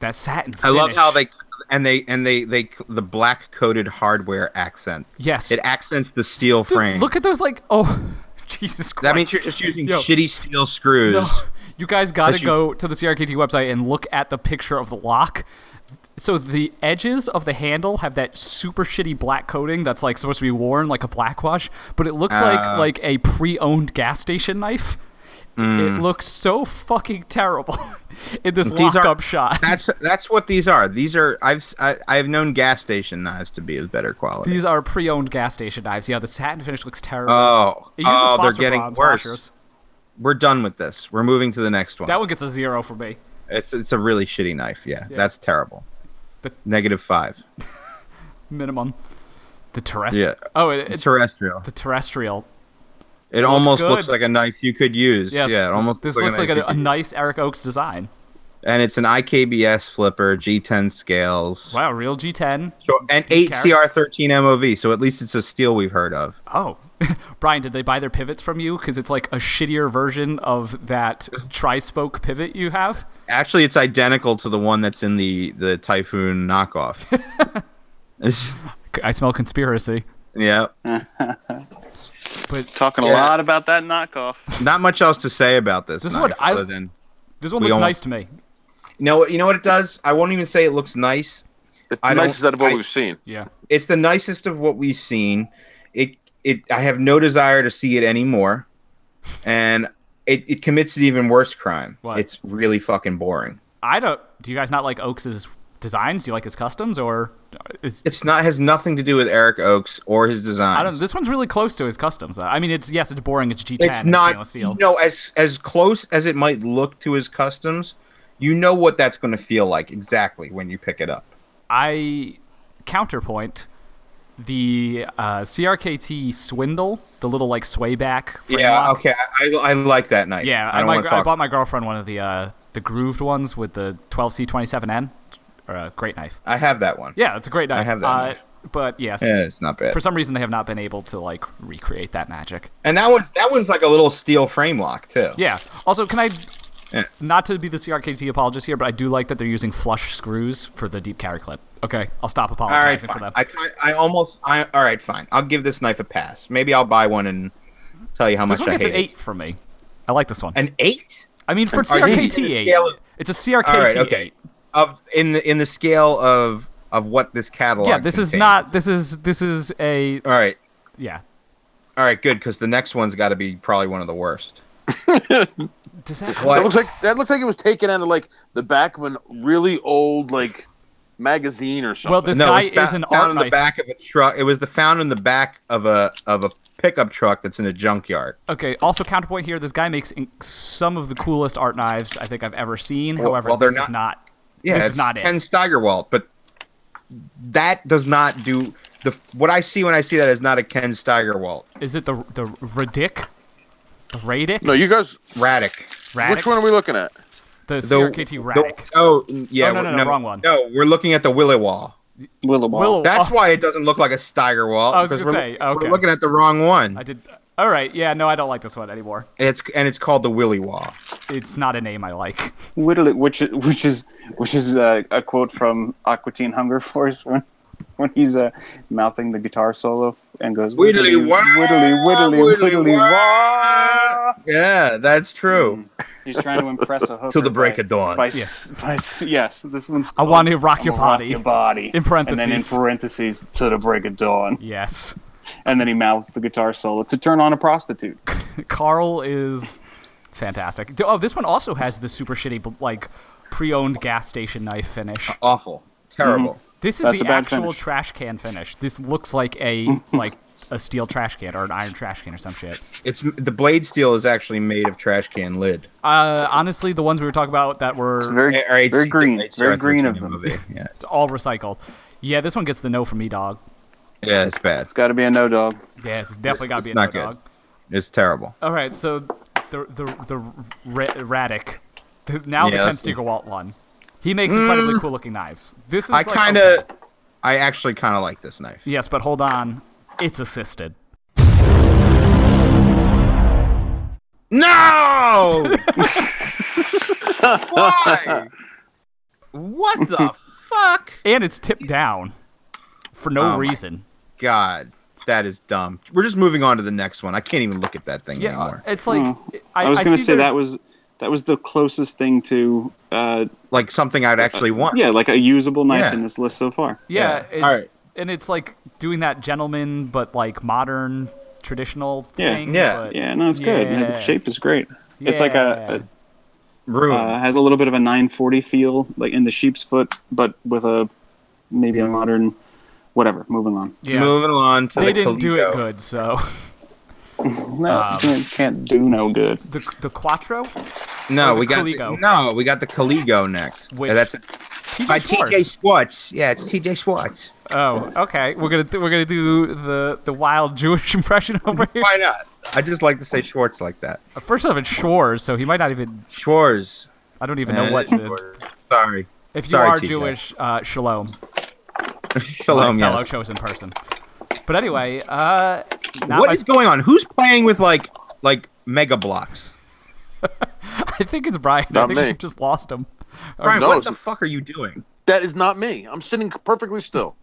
Speaker 2: That satin.
Speaker 1: I love
Speaker 2: finish.
Speaker 1: how they and they and they they the black coated hardware accent.
Speaker 2: Yes.
Speaker 1: It accents the steel
Speaker 2: Dude,
Speaker 1: frame.
Speaker 2: Look at those, like, oh, Jesus Christ.
Speaker 1: that means you're just using
Speaker 2: Yo.
Speaker 1: shitty steel screws.
Speaker 2: No, you guys got to
Speaker 1: But you-
Speaker 2: go to the CRKT website and look at the picture of the lock. So the edges of the handle have that super shitty black coating that's like supposed to be worn like a black wash, but it looks like
Speaker 1: Uh.
Speaker 2: like a pre-owned gas station knife. It looks so fucking terrible in this
Speaker 1: Mm. These are-
Speaker 2: lockup shot.
Speaker 1: That's that's what these are. These are I've s- I, have i have known gas station knives to be of better quality.
Speaker 2: These are pre-owned gas station knives. Yeah, the satin finish looks terrible.
Speaker 1: oh,
Speaker 2: it uses
Speaker 1: oh, they're
Speaker 2: Foster
Speaker 1: getting
Speaker 2: bronze
Speaker 1: worse.
Speaker 2: washers.
Speaker 1: We're done with this. We're moving to the next one.
Speaker 2: That one gets a zero for me.
Speaker 1: it's it's a really shitty knife. Yeah, that's terrible.
Speaker 2: The-
Speaker 1: Negative five.
Speaker 2: Minimum. The terrestrial.
Speaker 1: Yeah.
Speaker 2: Oh, it, it,
Speaker 1: Terrestrial.
Speaker 2: the terrestrial.
Speaker 1: It almost
Speaker 2: good.
Speaker 1: looks like a knife you could use.
Speaker 2: Yes,
Speaker 1: yeah, it
Speaker 2: this-
Speaker 1: almost
Speaker 2: This looks like
Speaker 1: knife
Speaker 2: a,
Speaker 1: you
Speaker 2: a
Speaker 1: could use.
Speaker 2: nice Eric Oaks design.
Speaker 1: and it's an IKBS flipper, G10 scales,
Speaker 2: Wow, real G10.
Speaker 1: so, and eight CR13 MOV. So at least it's a steel we've heard of.
Speaker 2: Oh, Brian, did they buy their pivots from you? Because it's like a shittier version of that tri-spoke pivot you have.
Speaker 1: Actually, it's identical to the one that's in the the Typhoon knockoff. It's-
Speaker 2: I smell conspiracy.
Speaker 1: yeah,
Speaker 2: But
Speaker 3: Talking
Speaker 1: Yeah.
Speaker 3: a lot about that knockoff.
Speaker 1: not much else to say about this.
Speaker 2: This
Speaker 1: knife,
Speaker 2: one, I-
Speaker 1: other than
Speaker 2: this one
Speaker 1: We
Speaker 2: looks
Speaker 1: almost-
Speaker 2: nice to me.
Speaker 1: no, you know what it does. I won't even say it looks nice.
Speaker 4: It's
Speaker 1: I don't-
Speaker 4: nicest out of what
Speaker 1: I-
Speaker 4: we've seen.
Speaker 2: Yeah.
Speaker 1: It's the nicest of what we've seen. It it I have no desire to see it anymore, and it, it commits an even worse crime.
Speaker 2: What?
Speaker 1: It's really fucking boring.
Speaker 2: I don't. Do you guys not like Oakes's designs? Do you like his customs or is?
Speaker 1: It's not has nothing to do with Eric Oakes or his design.
Speaker 2: I don't. This one's really close to his customs. I mean, it's yes, it's boring. It's G10.
Speaker 1: it's not
Speaker 2: stainless steel.
Speaker 1: you know as as close as it might look to his customs you know what that's going to feel like exactly when you pick it up
Speaker 2: I counterpoint the uh, CRKT swindle, the little like sway back. Frame
Speaker 1: yeah
Speaker 2: lock.
Speaker 1: okay I, I like that knife
Speaker 2: Yeah,
Speaker 1: i
Speaker 2: I,
Speaker 1: don't
Speaker 2: my,
Speaker 1: want to talk
Speaker 2: I bought my girlfriend one of the uh, the grooved ones with the 12C27N, or a great knife.
Speaker 1: i have that one
Speaker 2: Yeah, it's a great knife.
Speaker 1: have that
Speaker 2: uh,
Speaker 1: knife.
Speaker 2: But yes,
Speaker 1: yeah it's not bad
Speaker 2: for some reason they have not been able to like recreate that magic.
Speaker 1: and that one's that one's like a little steel frame lock too
Speaker 2: Yeah. Also, can I?
Speaker 1: Yeah.
Speaker 2: Not to be the CRKT apologist here, but I do like that they're using flush screws for the deep carry clip. Okay, I'll stop
Speaker 1: all right
Speaker 2: apologizing for
Speaker 1: fine.
Speaker 2: them.
Speaker 1: I, I i almost i all right fine i'll give this knife a pass maybe i'll buy one and tell you how
Speaker 2: this
Speaker 1: much
Speaker 2: one
Speaker 1: i
Speaker 2: gets
Speaker 1: hate
Speaker 2: an
Speaker 1: it.
Speaker 2: eight from me. I like this one.
Speaker 1: an eight
Speaker 2: I mean, for
Speaker 1: Are you using
Speaker 2: CRKT
Speaker 1: the
Speaker 2: eight,
Speaker 1: scale of-
Speaker 2: it's a CRKT
Speaker 1: all right okay
Speaker 2: eight.
Speaker 1: of in the in the scale of of what this catalog
Speaker 2: Yeah, this is
Speaker 1: contains.
Speaker 2: not. This is this is a
Speaker 1: all right
Speaker 2: yeah.
Speaker 1: All right, good, because the next one's got to be probably one of the worst.
Speaker 2: Does that?
Speaker 1: What?
Speaker 4: That looks like that looks like it was taken out of like the back of an really old like magazine or something.
Speaker 2: Well, this
Speaker 1: no,
Speaker 2: guy
Speaker 1: it was fou-
Speaker 2: is an
Speaker 1: found
Speaker 2: art
Speaker 1: in
Speaker 2: knife.
Speaker 1: the back of a truck. It was the found in the back of a of a pickup truck that's in a junkyard.
Speaker 2: Okay. Also, counterpoint here: this guy makes in- some of the coolest art knives I think I've ever seen. However,
Speaker 1: well, they're
Speaker 2: this is
Speaker 1: not-
Speaker 2: not.
Speaker 1: Yeah,
Speaker 2: This is
Speaker 1: it's
Speaker 2: not it.
Speaker 1: Ken Steigerwald, but that does not do the what I see when I see that is not a Ken Steigerwald.
Speaker 2: Is it the the Radic? The Radic?
Speaker 4: no, you guys.
Speaker 1: Radic.
Speaker 2: Radic?
Speaker 4: Which one are we looking at?
Speaker 2: The,
Speaker 1: The-
Speaker 2: CRKT Radic.
Speaker 1: the- oh yeah,
Speaker 2: Oh, no, no,
Speaker 1: we're-
Speaker 2: no, wrong one.
Speaker 1: No, we're looking at the Willy Wall.
Speaker 3: Willowball.
Speaker 2: Willow-
Speaker 1: That's
Speaker 2: oh,
Speaker 1: why it doesn't look like a Steigerwald.
Speaker 2: I was
Speaker 1: because
Speaker 2: gonna
Speaker 1: we're-
Speaker 2: say, okay.
Speaker 1: we're looking at the wrong one.
Speaker 2: I did. All right. Yeah. No, I don't like this one anymore.
Speaker 1: It's and it's called the Willy Wall.
Speaker 2: It's not a name I like.
Speaker 3: Whittle it, which which is which is uh, a quote from Aquatine Hunger Force when when he's uh, mouthing the guitar solo and goes
Speaker 1: Whittly
Speaker 3: whittly
Speaker 1: wah,
Speaker 3: whittly whittly
Speaker 1: whittly
Speaker 3: whittly wah.
Speaker 2: Ah!
Speaker 1: Yeah, that's true.
Speaker 3: He's trying to impress a hooker
Speaker 1: Till the break
Speaker 3: by,
Speaker 1: of dawn.
Speaker 3: By, s- by s- yes, this one's.
Speaker 2: I
Speaker 3: called
Speaker 2: want to rock your
Speaker 3: Rock
Speaker 2: body.
Speaker 3: Your body.
Speaker 2: In parentheses.
Speaker 3: And then in parentheses, to the break of dawn.
Speaker 2: Yes.
Speaker 3: And then he mouths the guitar solo to turn on a prostitute.
Speaker 2: Carl is fantastic. Oh, this one also has the super shitty like pre-owned gas station knife finish.
Speaker 1: awful, terrible.
Speaker 2: This is
Speaker 3: That's
Speaker 2: the
Speaker 3: a bad
Speaker 2: actual
Speaker 3: finish.
Speaker 2: trash can finish. This looks like a like a steel trash can or an iron trash can or some shit.
Speaker 1: It's the blade steel is actually made of trash can lid.
Speaker 2: Uh, honestly, the ones we were talking about that were
Speaker 3: Very,
Speaker 1: Or it's-
Speaker 3: very green.
Speaker 1: it's
Speaker 3: Very
Speaker 1: Earth
Speaker 3: green of
Speaker 1: Return
Speaker 3: them.
Speaker 1: movie. Yeah, it's,
Speaker 2: all recycled. Yeah, this one gets the no from me, dog.
Speaker 1: yeah, it's bad.
Speaker 3: Got to be a no dog.
Speaker 2: Yeah, it's definitely got to be a
Speaker 1: it's
Speaker 2: no
Speaker 1: not good.
Speaker 2: dog.
Speaker 1: It's terrible.
Speaker 2: All right, so the the the ra- Radic, the, now
Speaker 1: Yeah,
Speaker 2: the Ken
Speaker 1: that's the-
Speaker 2: Stiegerwalt one. He makes incredibly cool looking knives. This is
Speaker 1: I
Speaker 2: like,
Speaker 1: kind of,
Speaker 2: okay.
Speaker 1: I actually kind of like this knife.
Speaker 2: Yes, but hold on. It's assisted.
Speaker 1: No. Why? What the fuck?
Speaker 2: And it's tipped down for no
Speaker 1: Oh my
Speaker 2: reason.
Speaker 1: God, that is dumb. We're just moving on to the next one. I can't even look at that thing
Speaker 2: Yeah, uh,
Speaker 1: anymore.
Speaker 2: it's like I,
Speaker 3: I was going to
Speaker 2: see
Speaker 3: say
Speaker 2: their-
Speaker 3: that was that was the closest thing to uh,
Speaker 1: Like something I'd actually want.
Speaker 3: yeah, like a usable knife
Speaker 1: Yeah.
Speaker 3: in this list so far.
Speaker 2: Yeah,
Speaker 1: Yeah,
Speaker 2: it-
Speaker 1: alright.
Speaker 2: And it's like doing that gentleman but like modern traditional
Speaker 3: Yeah,
Speaker 2: thing.
Speaker 1: yeah,
Speaker 2: but-
Speaker 3: Yeah, no, it's good. Yeah,
Speaker 2: Yeah.
Speaker 3: The shape is great. It's like a, a
Speaker 1: Ruined.
Speaker 3: uh, has a little bit of a 940 feel, like in the sheep's foot, but with a maybe a modern whatever. Moving on.
Speaker 2: yeah.
Speaker 1: Moving on to
Speaker 2: They
Speaker 1: the
Speaker 2: didn't do it
Speaker 1: Coleco.
Speaker 2: good, so
Speaker 3: No, can't, can't do no good.
Speaker 2: the the Quattro Or
Speaker 1: No,
Speaker 2: the
Speaker 1: we got
Speaker 2: Caligo.
Speaker 1: The, no, we got the Caligo next.
Speaker 2: Which-
Speaker 1: Uh, that's
Speaker 2: TJ
Speaker 1: by TJ
Speaker 2: Schwartz.
Speaker 1: Schwartz. Yeah, it's TJ Schwartz.
Speaker 2: Oh, okay. We're gonna we're gonna do the the wild Jewish impression over here.
Speaker 1: Why not? I just like to say Schwartz like that.
Speaker 2: First off, it's Schwarz, so he might not even.
Speaker 1: Schwartz.
Speaker 2: I don't even know
Speaker 1: Eh,
Speaker 2: what. The,
Speaker 1: Schwartz. Sorry.
Speaker 2: if you
Speaker 1: Sorry,
Speaker 2: are
Speaker 1: TJ.
Speaker 2: Jewish, uh, shalom, my
Speaker 1: Shalom.
Speaker 2: fellow
Speaker 1: Yes.
Speaker 2: chosen person. But anyway, uh, Not
Speaker 1: what
Speaker 2: my-
Speaker 1: is going on? Who's playing with like like mega blocks?
Speaker 2: I think it's Brian.
Speaker 4: Not
Speaker 2: I think
Speaker 4: me.
Speaker 2: you just lost him. Or-
Speaker 1: Brian,
Speaker 4: no,
Speaker 1: what
Speaker 4: it's-
Speaker 1: the fuck are you doing?
Speaker 4: That is not me. I'm sitting perfectly still.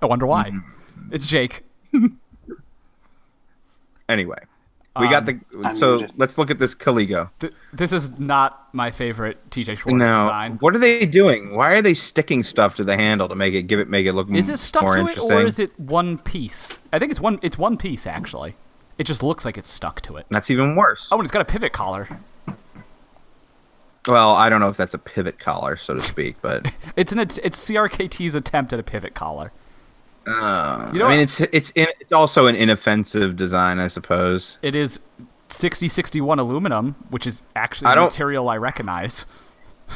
Speaker 2: I wonder why.
Speaker 1: Mm-hmm.
Speaker 2: It's Jake.
Speaker 1: Anyway, we got
Speaker 2: Um,
Speaker 1: the. so
Speaker 3: muted.
Speaker 1: let's look at this Caligo.
Speaker 2: Th- this is not my favorite TJ Schwartz
Speaker 1: Now,
Speaker 2: design.
Speaker 1: what are they doing? Why are they sticking stuff to the handle to make it give it make it look
Speaker 2: Is
Speaker 1: m-
Speaker 2: it stuck
Speaker 1: more
Speaker 2: to it
Speaker 1: interesting?
Speaker 2: or is it one piece? I think it's one. It's one piece actually. It just looks like it's stuck to it.
Speaker 1: That's even worse.
Speaker 2: Oh, and it's got a pivot collar.
Speaker 1: Well, I don't know if that's a pivot collar, so to speak, but
Speaker 2: It's an att- it's CRKT's attempt at a pivot collar. you know
Speaker 1: I mean,
Speaker 2: what?
Speaker 1: it's it's in, it's also an inoffensive design, I suppose.
Speaker 2: it is 6061 aluminum, which is actually
Speaker 1: I
Speaker 2: a
Speaker 1: don't-
Speaker 2: material I recognize,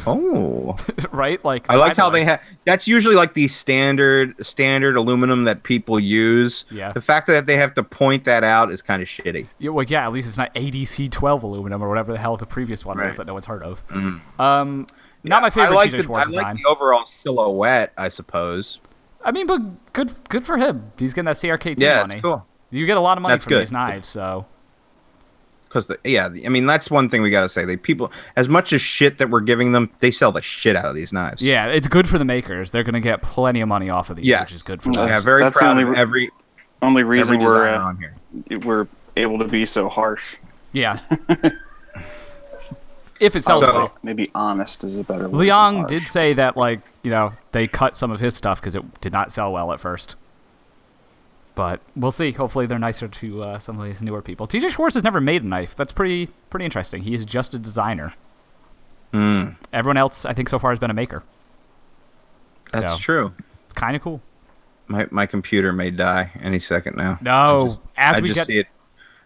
Speaker 1: Oh,
Speaker 2: right? Like
Speaker 1: I like
Speaker 2: fiber.
Speaker 1: how they have. That's usually like the standard standard aluminum that people use.
Speaker 2: Yeah.
Speaker 1: The fact that they have to point that out is kind of shitty.
Speaker 2: Yeah, well, yeah, at least it's not ADC12 aluminum or whatever the hell the previous one was
Speaker 3: Right.
Speaker 2: that no one's heard of. Um, not my favorite
Speaker 1: Mm-hmm. I like
Speaker 2: TJ
Speaker 1: the
Speaker 2: Schwartz
Speaker 1: I
Speaker 2: design.
Speaker 1: like the overall silhouette, I suppose.
Speaker 2: I mean, but good, good for him. He's getting that CRKT
Speaker 1: Yeah,
Speaker 2: money.
Speaker 1: it's cool.
Speaker 2: You get a lot of money
Speaker 1: That's
Speaker 2: from
Speaker 1: good.
Speaker 2: these knives, so
Speaker 1: Because yeah, the- I mean that's one thing we gotta say. They people as much as shit that we're giving them, they sell the shit out of these knives.
Speaker 2: yeah, it's good for the makers. They're gonna get plenty of money off of these,
Speaker 1: Yes.
Speaker 2: which is good for
Speaker 3: Yeah.
Speaker 2: them.
Speaker 1: yeah.
Speaker 3: That's-
Speaker 1: Very
Speaker 3: that's the
Speaker 1: proud of
Speaker 3: only-
Speaker 1: every
Speaker 3: Only
Speaker 1: every
Speaker 3: reason we're
Speaker 1: designer
Speaker 3: uh,
Speaker 1: on here.
Speaker 3: we're able to be so harsh.
Speaker 2: Yeah. if it sells
Speaker 1: So-
Speaker 2: well.
Speaker 3: Maybe honest is a better word. than
Speaker 2: Leong
Speaker 3: harsh.
Speaker 2: did say that, like, you know, they cut some of his stuff because it did not sell well at first. But we'll see. Hopefully, they're nicer to uh, some of these newer people. TJ Schwartz has never made a knife. That's pretty pretty interesting. He is just a designer.
Speaker 1: Hmm.
Speaker 2: Everyone else, I think, so far has been a maker.
Speaker 1: That's
Speaker 2: So.
Speaker 1: true.
Speaker 2: It's kind of cool.
Speaker 1: My my computer may die any second now.
Speaker 2: No,
Speaker 1: I just,
Speaker 2: as
Speaker 1: I
Speaker 2: we
Speaker 1: just
Speaker 2: get-
Speaker 1: see it.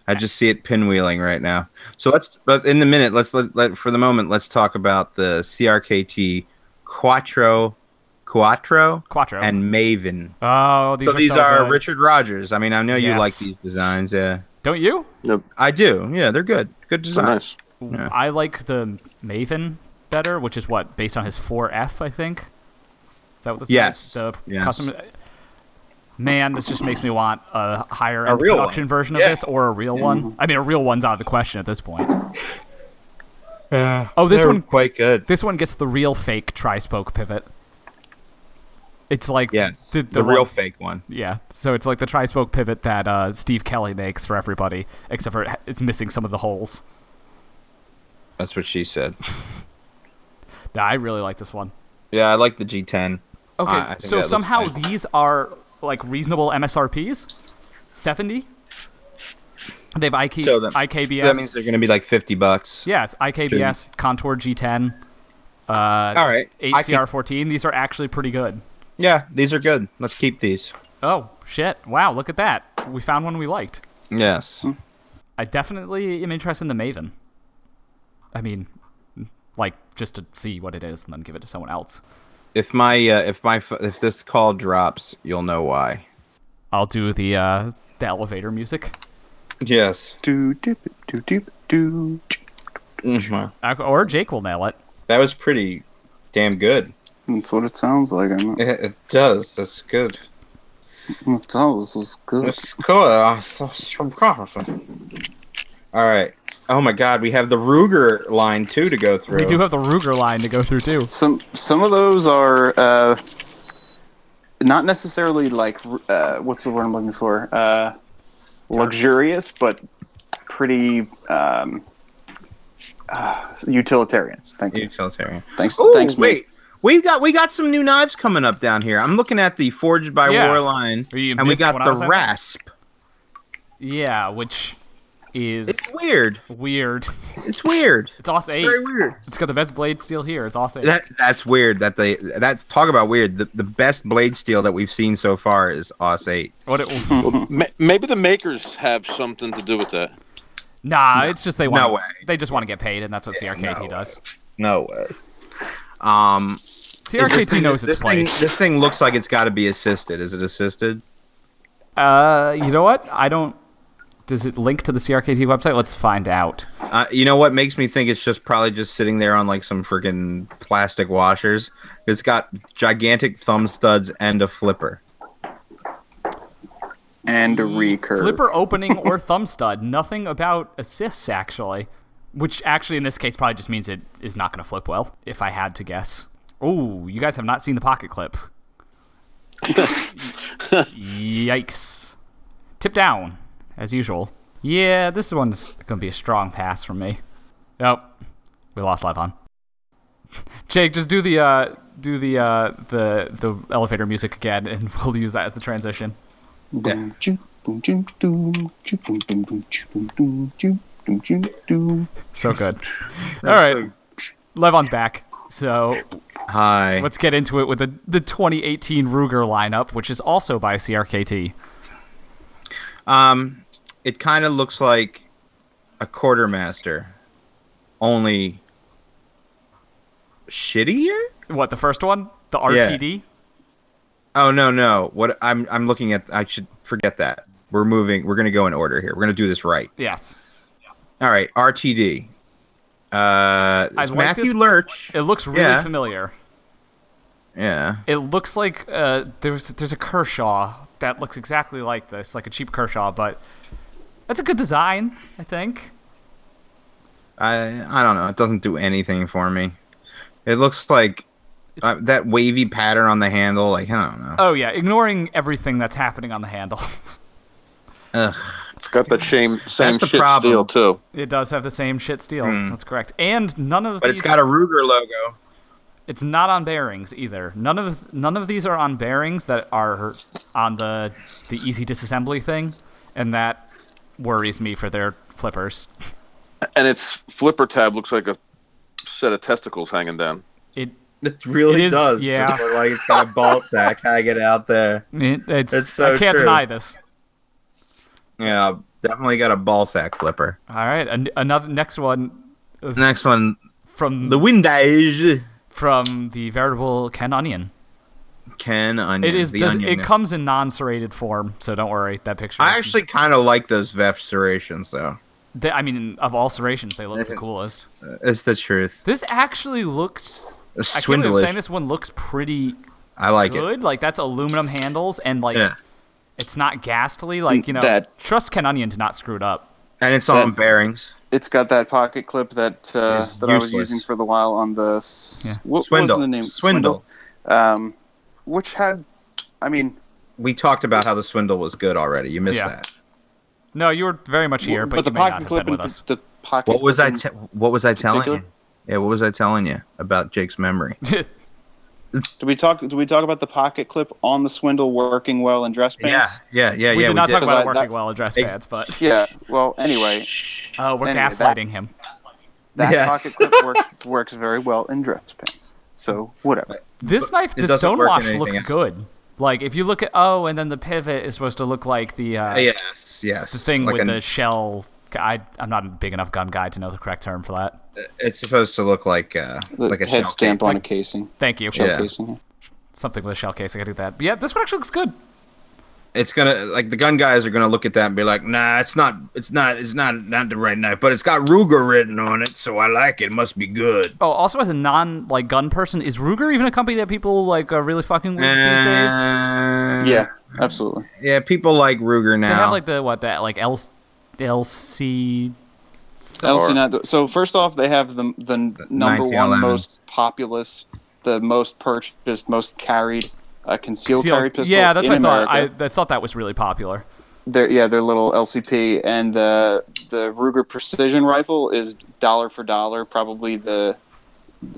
Speaker 1: I just see it pinwheeling right now. So let's, but in the minute, let's let, let for the moment, let's talk about the CRKT Quattro, Quattro,
Speaker 2: Quattro.
Speaker 1: and Maven.
Speaker 2: oh, these
Speaker 1: so
Speaker 2: are
Speaker 1: these
Speaker 2: so
Speaker 1: are
Speaker 2: good.
Speaker 1: Richard Rogers. I mean, I know you like
Speaker 2: Yes.
Speaker 1: these designs. Yeah,
Speaker 2: Don't you?
Speaker 1: I do. Yeah, they're good. Good
Speaker 4: So
Speaker 1: design.
Speaker 4: nice.
Speaker 1: Yeah.
Speaker 2: I like the Maven better, which is what based on his 4F, I think. Is that what this is?
Speaker 1: Yes.
Speaker 2: The
Speaker 1: Yes.
Speaker 2: custom. Man, this just makes me want a higher
Speaker 1: A
Speaker 2: end
Speaker 1: real
Speaker 2: production
Speaker 1: one.
Speaker 2: version of
Speaker 1: Yeah. Mm-hmm.
Speaker 2: this, or a real one. I mean, a real one's out of the question at this point.
Speaker 1: Yeah.
Speaker 2: Oh, this
Speaker 1: They're
Speaker 2: one-
Speaker 1: quite good.
Speaker 2: This one gets the real fake tri-spoke pivot. It's like
Speaker 1: Yes, the,
Speaker 2: one-
Speaker 1: real fake one.
Speaker 2: yeah. So it's like the tri-spoke pivot that uh, Steve Kelly makes for everybody, except for it- it's missing some of the holes.
Speaker 1: That's what she said.
Speaker 2: Nah, I really like this one.
Speaker 1: Yeah, I like the G10.
Speaker 2: Okay,
Speaker 1: I- I think that
Speaker 2: so
Speaker 1: looks
Speaker 2: somehow
Speaker 1: nice.
Speaker 2: these are like reasonable MSRPs, seventy. They've IK,
Speaker 1: So that,
Speaker 2: IKBS.
Speaker 1: That means they're going to be like fifty bucks.
Speaker 2: yes, IKBS Contour uh, G10,
Speaker 1: All right. I can-
Speaker 2: ACR14. These are actually pretty good.
Speaker 1: yeah, these are good. Let's keep these.
Speaker 2: Oh shit! Wow, look at that. We found one we liked.
Speaker 1: Yes.
Speaker 2: I definitely am interested in the Maven. I mean, like just to see what it is and then give it to someone else.
Speaker 1: If my uh, if my ph- if this call drops, you'll know why.
Speaker 2: I'll do the uh, the elevator music.
Speaker 1: Yes.
Speaker 3: Do, do, do, do, do.
Speaker 2: Uh, Or Jake will nail it.
Speaker 1: Mm-hmm. That was pretty damn good.
Speaker 3: That's what it sounds like. I'm not,
Speaker 1: It, it does. That's good.
Speaker 3: it sounds is good.
Speaker 1: cool. All right. Oh my God, we have the Ruger line too to go through.
Speaker 2: We do have the Ruger line to go through too.
Speaker 3: Some some of those are uh, not necessarily like uh, what's the word I'm looking for? Uh, luxurious, but pretty um, uh, utilitarian. Thank you.
Speaker 1: utilitarian.
Speaker 3: Thanks.
Speaker 1: Oh,
Speaker 3: thanks,
Speaker 1: wait.
Speaker 3: mate.
Speaker 1: We got we got some new knives coming up down here. I'm looking at the Forged by
Speaker 2: Yeah.
Speaker 1: War line,
Speaker 2: You
Speaker 1: and we
Speaker 2: missed
Speaker 1: got
Speaker 2: what I
Speaker 1: the
Speaker 2: was at?
Speaker 1: Rasp.
Speaker 2: Yeah, which is
Speaker 1: It's weird.
Speaker 2: weird.
Speaker 1: It's weird.
Speaker 2: It's OS 8.
Speaker 1: Very weird.
Speaker 2: It's got the best blade steel here. It's OS 8.
Speaker 1: That that's weird. That they that's talk about weird. The, the best blade steel that we've seen so far is OS eight.
Speaker 2: What it-
Speaker 4: Ma- Maybe the makers have something to do with that.
Speaker 2: nah, it's just they want
Speaker 1: No way.
Speaker 2: they just want to get paid, and that's what CRKT
Speaker 1: no
Speaker 2: does.
Speaker 1: No way. Um,
Speaker 2: CRKT knows
Speaker 1: this
Speaker 2: its
Speaker 1: thing,
Speaker 2: place.
Speaker 1: this thing looks like it's got to be assisted. Is it assisted?
Speaker 2: Uh, you know what? I don't. Does it link to the CRKT website? Let's find out.
Speaker 1: Uh, you know what makes me think it's just probably just sitting there on like some freaking plastic washers. It's got gigantic thumb studs and a flipper.
Speaker 3: and a recurve.
Speaker 2: Flipper opening or thumb stud. Nothing about assists actually, which actually in this case probably just means it is not going to flip well. If I had to guess. Oh, you guys have not seen the pocket clip. Yikes! Tip down, as usual. Yeah, this one's going to be a strong pass from me. Nope, we lost live on. Jake, just do the uh, do the uh, the the elevator music again, and we'll use that as the transition.
Speaker 3: Boom, choo, boom, choo, doom, choo, boom, doom, boom, choo, boom, doom, choo, doom, choo, doom.
Speaker 2: So good. All right. Levon's back. So
Speaker 1: Hi.
Speaker 2: let's get into it with the, the 2018 Ruger lineup, which is also by CRKT.
Speaker 1: Um, it kind of looks like a quartermaster, only shittier.
Speaker 2: What, the first one? The RTD?
Speaker 1: Oh no no! What I'm I'm looking at. I should forget that. We're moving. We're gonna go in order here. We're gonna do this right.
Speaker 2: Yes.
Speaker 1: All right. RTD. Uh, it's
Speaker 2: like
Speaker 1: Matthew
Speaker 2: this-
Speaker 1: Lurch.
Speaker 2: It looks really
Speaker 1: Yeah.
Speaker 2: familiar.
Speaker 1: Yeah.
Speaker 2: It looks like uh, there's there's a Kershaw that looks exactly like this, like a cheap Kershaw, but that's a good design, I think.
Speaker 1: I I don't know. It doesn't do anything for me. It looks like uh, that wavy pattern on the handle. Like I don't know.
Speaker 2: Oh yeah, ignoring everything that's happening on the handle.
Speaker 1: Ugh.
Speaker 4: It's got that same same
Speaker 1: the
Speaker 4: shit
Speaker 1: problem.
Speaker 4: steel too.
Speaker 2: it does have the same shit steel. That's correct. And none of
Speaker 1: Hmm. But
Speaker 2: these
Speaker 1: it's got a Ruger logo.
Speaker 2: It's not on bearings either. None of none of these are on bearings that are on the the easy disassembly thing, and that worries me for their flippers.
Speaker 4: And its flipper tab looks like a set of testicles hanging down.
Speaker 2: It,
Speaker 6: It really
Speaker 2: It is-
Speaker 6: does.
Speaker 2: yeah.
Speaker 6: Just look like it's got a ball sack hanging out there.
Speaker 2: it it's,
Speaker 6: It's so
Speaker 2: I can't
Speaker 6: true.
Speaker 2: deny this.
Speaker 1: Yeah, definitely got a ball sack flipper.
Speaker 2: All right, an, another next one
Speaker 1: Next one,
Speaker 2: from
Speaker 1: the windage.
Speaker 2: from the veritable Ken Onion.
Speaker 1: Ken onion.
Speaker 2: It is
Speaker 1: the
Speaker 2: does,
Speaker 1: onion.
Speaker 2: it comes in non-serrated form, so don't worry. That picture.
Speaker 1: I
Speaker 2: is-
Speaker 1: actually kind of like those VEF serrations, though.
Speaker 2: they- I mean, of all serrations, they look the coolest.
Speaker 1: It's the truth.
Speaker 2: This actually looks. I can't believe I'm saying
Speaker 1: Swindlish.
Speaker 2: this one looks pretty
Speaker 1: I like it.
Speaker 2: good. Like that's aluminum handles and like
Speaker 1: Yeah,
Speaker 2: it's not ghastly. Like you know,
Speaker 3: That-
Speaker 2: trust Ken Onion to not screw it up.
Speaker 1: and it's on
Speaker 3: That-
Speaker 1: bearings.
Speaker 3: It's got that pocket clip that uh,
Speaker 1: It's
Speaker 3: that I was
Speaker 1: useless.
Speaker 3: using for the while on the s-
Speaker 2: Yeah.
Speaker 3: what
Speaker 1: Swindle.
Speaker 3: was the name
Speaker 1: Swindle.
Speaker 3: um, which had, I mean,
Speaker 1: We talked about how the swindle was good already. You missed
Speaker 2: Yeah.
Speaker 1: that.
Speaker 2: No, you were very much here, but,
Speaker 3: the
Speaker 2: you may not
Speaker 3: pocket
Speaker 2: have
Speaker 3: clip
Speaker 2: been
Speaker 3: and
Speaker 2: with us.
Speaker 3: the pocket.
Speaker 1: What was
Speaker 3: clip
Speaker 1: I?
Speaker 3: and-
Speaker 1: Te- what was I telling
Speaker 3: particular?
Speaker 1: you? Yeah, what was I telling you about Jake's memory?
Speaker 3: Did we talk? Did we talk about the pocket clip on the swindle working well in dress
Speaker 1: Yeah,
Speaker 3: pants?
Speaker 1: yeah, yeah,
Speaker 2: we
Speaker 1: yeah.
Speaker 2: did not talk about
Speaker 3: did. Because
Speaker 2: it
Speaker 3: I-
Speaker 2: working
Speaker 3: that-
Speaker 2: well address
Speaker 1: Ex-
Speaker 2: pads, but
Speaker 3: Yeah. Well, anyway,
Speaker 2: oh, we're
Speaker 3: Anyway, that-
Speaker 2: gaslighting him.
Speaker 3: that
Speaker 6: Yes.
Speaker 3: pocket clip works works very well in dress pants. So whatever.
Speaker 2: This knife, the
Speaker 1: doesn't work in
Speaker 2: stonewash
Speaker 1: anything
Speaker 2: looks
Speaker 1: else.
Speaker 2: good. Like if you look at oh, and then the pivot is supposed to look like the uh,
Speaker 1: Yes, yes.
Speaker 2: the thing
Speaker 1: Like
Speaker 2: with
Speaker 1: a-
Speaker 2: the shell. I I'm not a big enough gun guy to know the correct term for that.
Speaker 1: It's supposed to look like uh,
Speaker 3: The
Speaker 1: like a
Speaker 3: head
Speaker 1: shell
Speaker 3: stamp
Speaker 1: case.
Speaker 3: on a casing.
Speaker 2: Thank you.
Speaker 3: Shell
Speaker 1: Yeah.
Speaker 3: casing.
Speaker 2: Something with a shell case. I gotta do that. But yeah, this one actually looks good.
Speaker 1: It's gonna like the gun guys are gonna look at that and be like, nah, it's not, it's not, it's not, not the right knife, but it's got Ruger written on it, so I like it. Must be good.
Speaker 2: Oh, also as a non like gun person, is Ruger even a company that people like are really fucking with these days?
Speaker 1: Uh,
Speaker 3: Yeah, absolutely.
Speaker 1: yeah. People like Ruger now.
Speaker 2: They have like the what that like L LC.
Speaker 3: LC not- so first off, they have the the number
Speaker 1: 90
Speaker 3: one
Speaker 1: LMs.
Speaker 3: most populous, the most purchased, most carried uh, concealed
Speaker 2: Seal-
Speaker 3: carry pistol.
Speaker 2: yeah, that's
Speaker 3: in
Speaker 2: what I thought.
Speaker 3: America.
Speaker 2: I, I thought that was really popular.
Speaker 3: their yeah their little LCP and the the Ruger Precision rifle is dollar for dollar probably the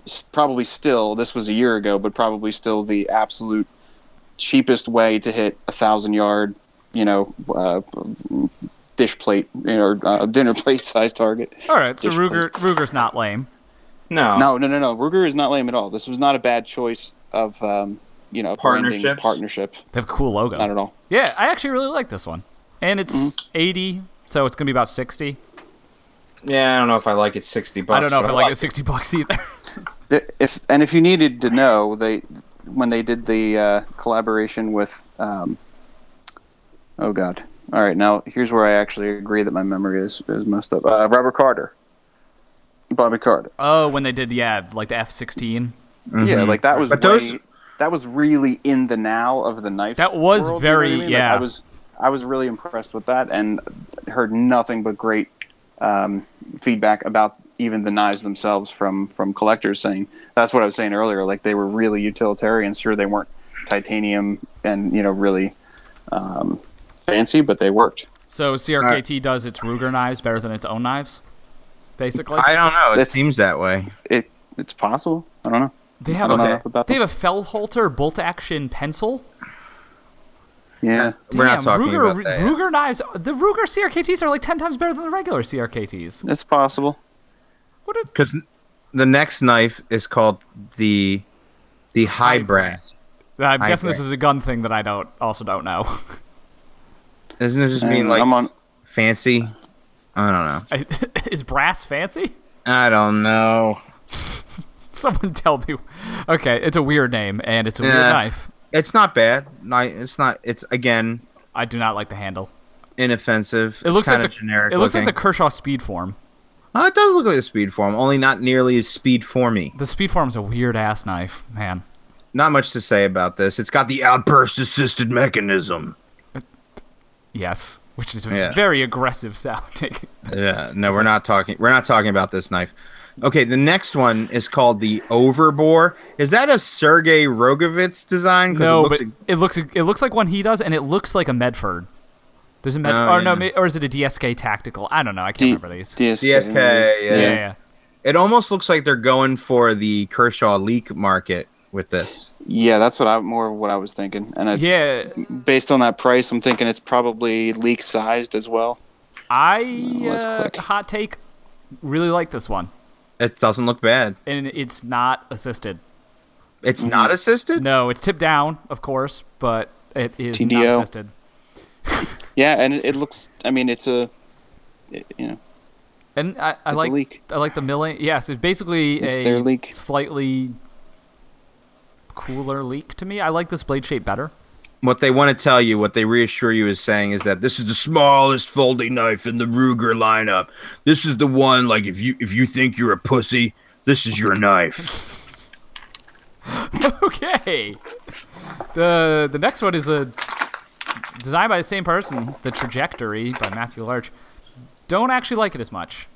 Speaker 3: s- probably still this was a year ago but probably still the absolute cheapest way to hit a thousand yard you know uh, dish plate you know, or uh, dinner plate size target.
Speaker 2: All right, so
Speaker 3: Dish
Speaker 2: Ruger Ruger's not lame.
Speaker 1: no,
Speaker 3: No no no no Ruger is not lame at all. This was not a bad choice of um, you know branding
Speaker 1: Partnerships?
Speaker 3: partnership
Speaker 2: They have a cool logo.
Speaker 3: not at all.
Speaker 2: Yeah, I actually really like this one, and it's
Speaker 1: Mm-hmm.
Speaker 2: eighty, so it's gonna be about sixty.
Speaker 1: yeah, I don't know if I like it sixty bucks.
Speaker 2: I don't know if
Speaker 1: but
Speaker 2: I like it sixty bucks either.
Speaker 3: if and if you needed to know they when they did the uh, collaboration with um, oh god all right now here's where i actually agree that my memory is, is messed up uh, robert carter bobby carter
Speaker 2: oh, when they did yeah, like the F sixteen. Mm-hmm.
Speaker 3: yeah like that was
Speaker 1: But those-
Speaker 3: way- that was really in the now of the knife
Speaker 2: That was
Speaker 3: world, you know
Speaker 2: very-
Speaker 3: what I mean? Like,
Speaker 2: yeah.
Speaker 3: i was I was really impressed with that and heard nothing but great um, feedback about even the knives themselves from from collectors saying that's what I was saying earlier. Like they were really utilitarian. Sure, they weren't titanium and you know really um, fancy, but they worked.
Speaker 2: So CRKT does its Ruger knives better than its own knives, basically.
Speaker 1: I don't know. It
Speaker 3: That's-
Speaker 1: seems that way.
Speaker 3: It it's possible. I don't know.
Speaker 2: they have
Speaker 3: I don't know
Speaker 2: a,
Speaker 3: enough about
Speaker 2: they
Speaker 3: them.
Speaker 2: have a Feldholter bolt action pencil.
Speaker 3: Yeah.
Speaker 1: We're not
Speaker 2: Damn,
Speaker 1: talking
Speaker 2: Ruger,
Speaker 1: about that.
Speaker 2: Ruger knives. The Ruger CRKTs are like ten times better than the regular CRKTs.
Speaker 3: It's possible.
Speaker 2: What a
Speaker 1: Because the next knife is called the the high brass.
Speaker 2: I'm
Speaker 1: I
Speaker 2: guessing this
Speaker 1: agree.
Speaker 2: is a gun thing that I don't also don't know.
Speaker 1: Doesn't it just mean
Speaker 3: And
Speaker 1: like
Speaker 3: I'm on.
Speaker 1: fancy? I don't know.
Speaker 2: I- is brass fancy?
Speaker 1: I don't know.
Speaker 2: Someone tell me. Okay, it's a weird name and it's a weird
Speaker 1: Yeah.
Speaker 2: knife.
Speaker 1: It's not bad. Ni- It's not. It's again
Speaker 2: I do not like the handle.
Speaker 1: inoffensive.
Speaker 2: It looks
Speaker 1: kind
Speaker 2: like
Speaker 1: of
Speaker 2: the
Speaker 1: generic.
Speaker 2: It looks like
Speaker 1: looking.
Speaker 2: the Kershaw Speed Form.
Speaker 1: Oh, it does look like a speed form, only not nearly as speed formy.
Speaker 2: The Speed Form's a weird ass knife, man.
Speaker 1: Not much to say about this. It's got the outburst assisted mechanism.
Speaker 2: Yes, which is
Speaker 1: Yeah.
Speaker 2: very aggressive sounding.
Speaker 1: Yeah, no, we're not talking. We're not talking about this knife. Okay, the next one is called the Overbore. Is that a Sergei Rogovitz design? 'Cause
Speaker 2: No,
Speaker 1: it looks
Speaker 2: but
Speaker 1: ex-
Speaker 2: it looks it looks like one he does, and it looks like a Medford. There's a Med,
Speaker 1: Oh,
Speaker 2: or
Speaker 1: yeah.
Speaker 2: no, ma- or is it a DSK tactical? I don't know. I can't
Speaker 3: D-
Speaker 2: remember these.
Speaker 3: DSK.
Speaker 1: DSK. Yeah.
Speaker 2: yeah, yeah, yeah.
Speaker 1: it almost looks like they're going for the Kershaw leak market with this.
Speaker 3: Yeah, that's what I more of what I was thinking, and I,
Speaker 2: Yeah,
Speaker 3: based on that price, I'm thinking it's probably leak sized as well.
Speaker 2: I
Speaker 3: let's
Speaker 2: uh,
Speaker 3: click.
Speaker 2: hot take. Really like this one,
Speaker 1: It doesn't look bad.
Speaker 2: and it's not assisted.
Speaker 1: It's not
Speaker 2: Mm-hmm.
Speaker 1: assisted.
Speaker 2: No, it's tipped down, of course, but it is
Speaker 3: TDO.
Speaker 2: not assisted.
Speaker 3: Yeah, and it, it looks. I mean, it's a, it- you know,
Speaker 2: And I, I
Speaker 3: It's a
Speaker 2: like
Speaker 3: leak.
Speaker 2: I like the milling. Yes, it's basically
Speaker 3: It's
Speaker 2: a
Speaker 3: their leak.
Speaker 2: slightly cooler leak to me. I like this blade shape better.
Speaker 1: What they want to tell you, what they reassure you, is saying is that this is the smallest folding knife in the Ruger lineup. This is the one. Like if you if you think you're a pussy, this is your knife.
Speaker 2: Okay. The the next one is a designed by the same person, The Trajectory by Matthew Larch. Don't actually like it as much.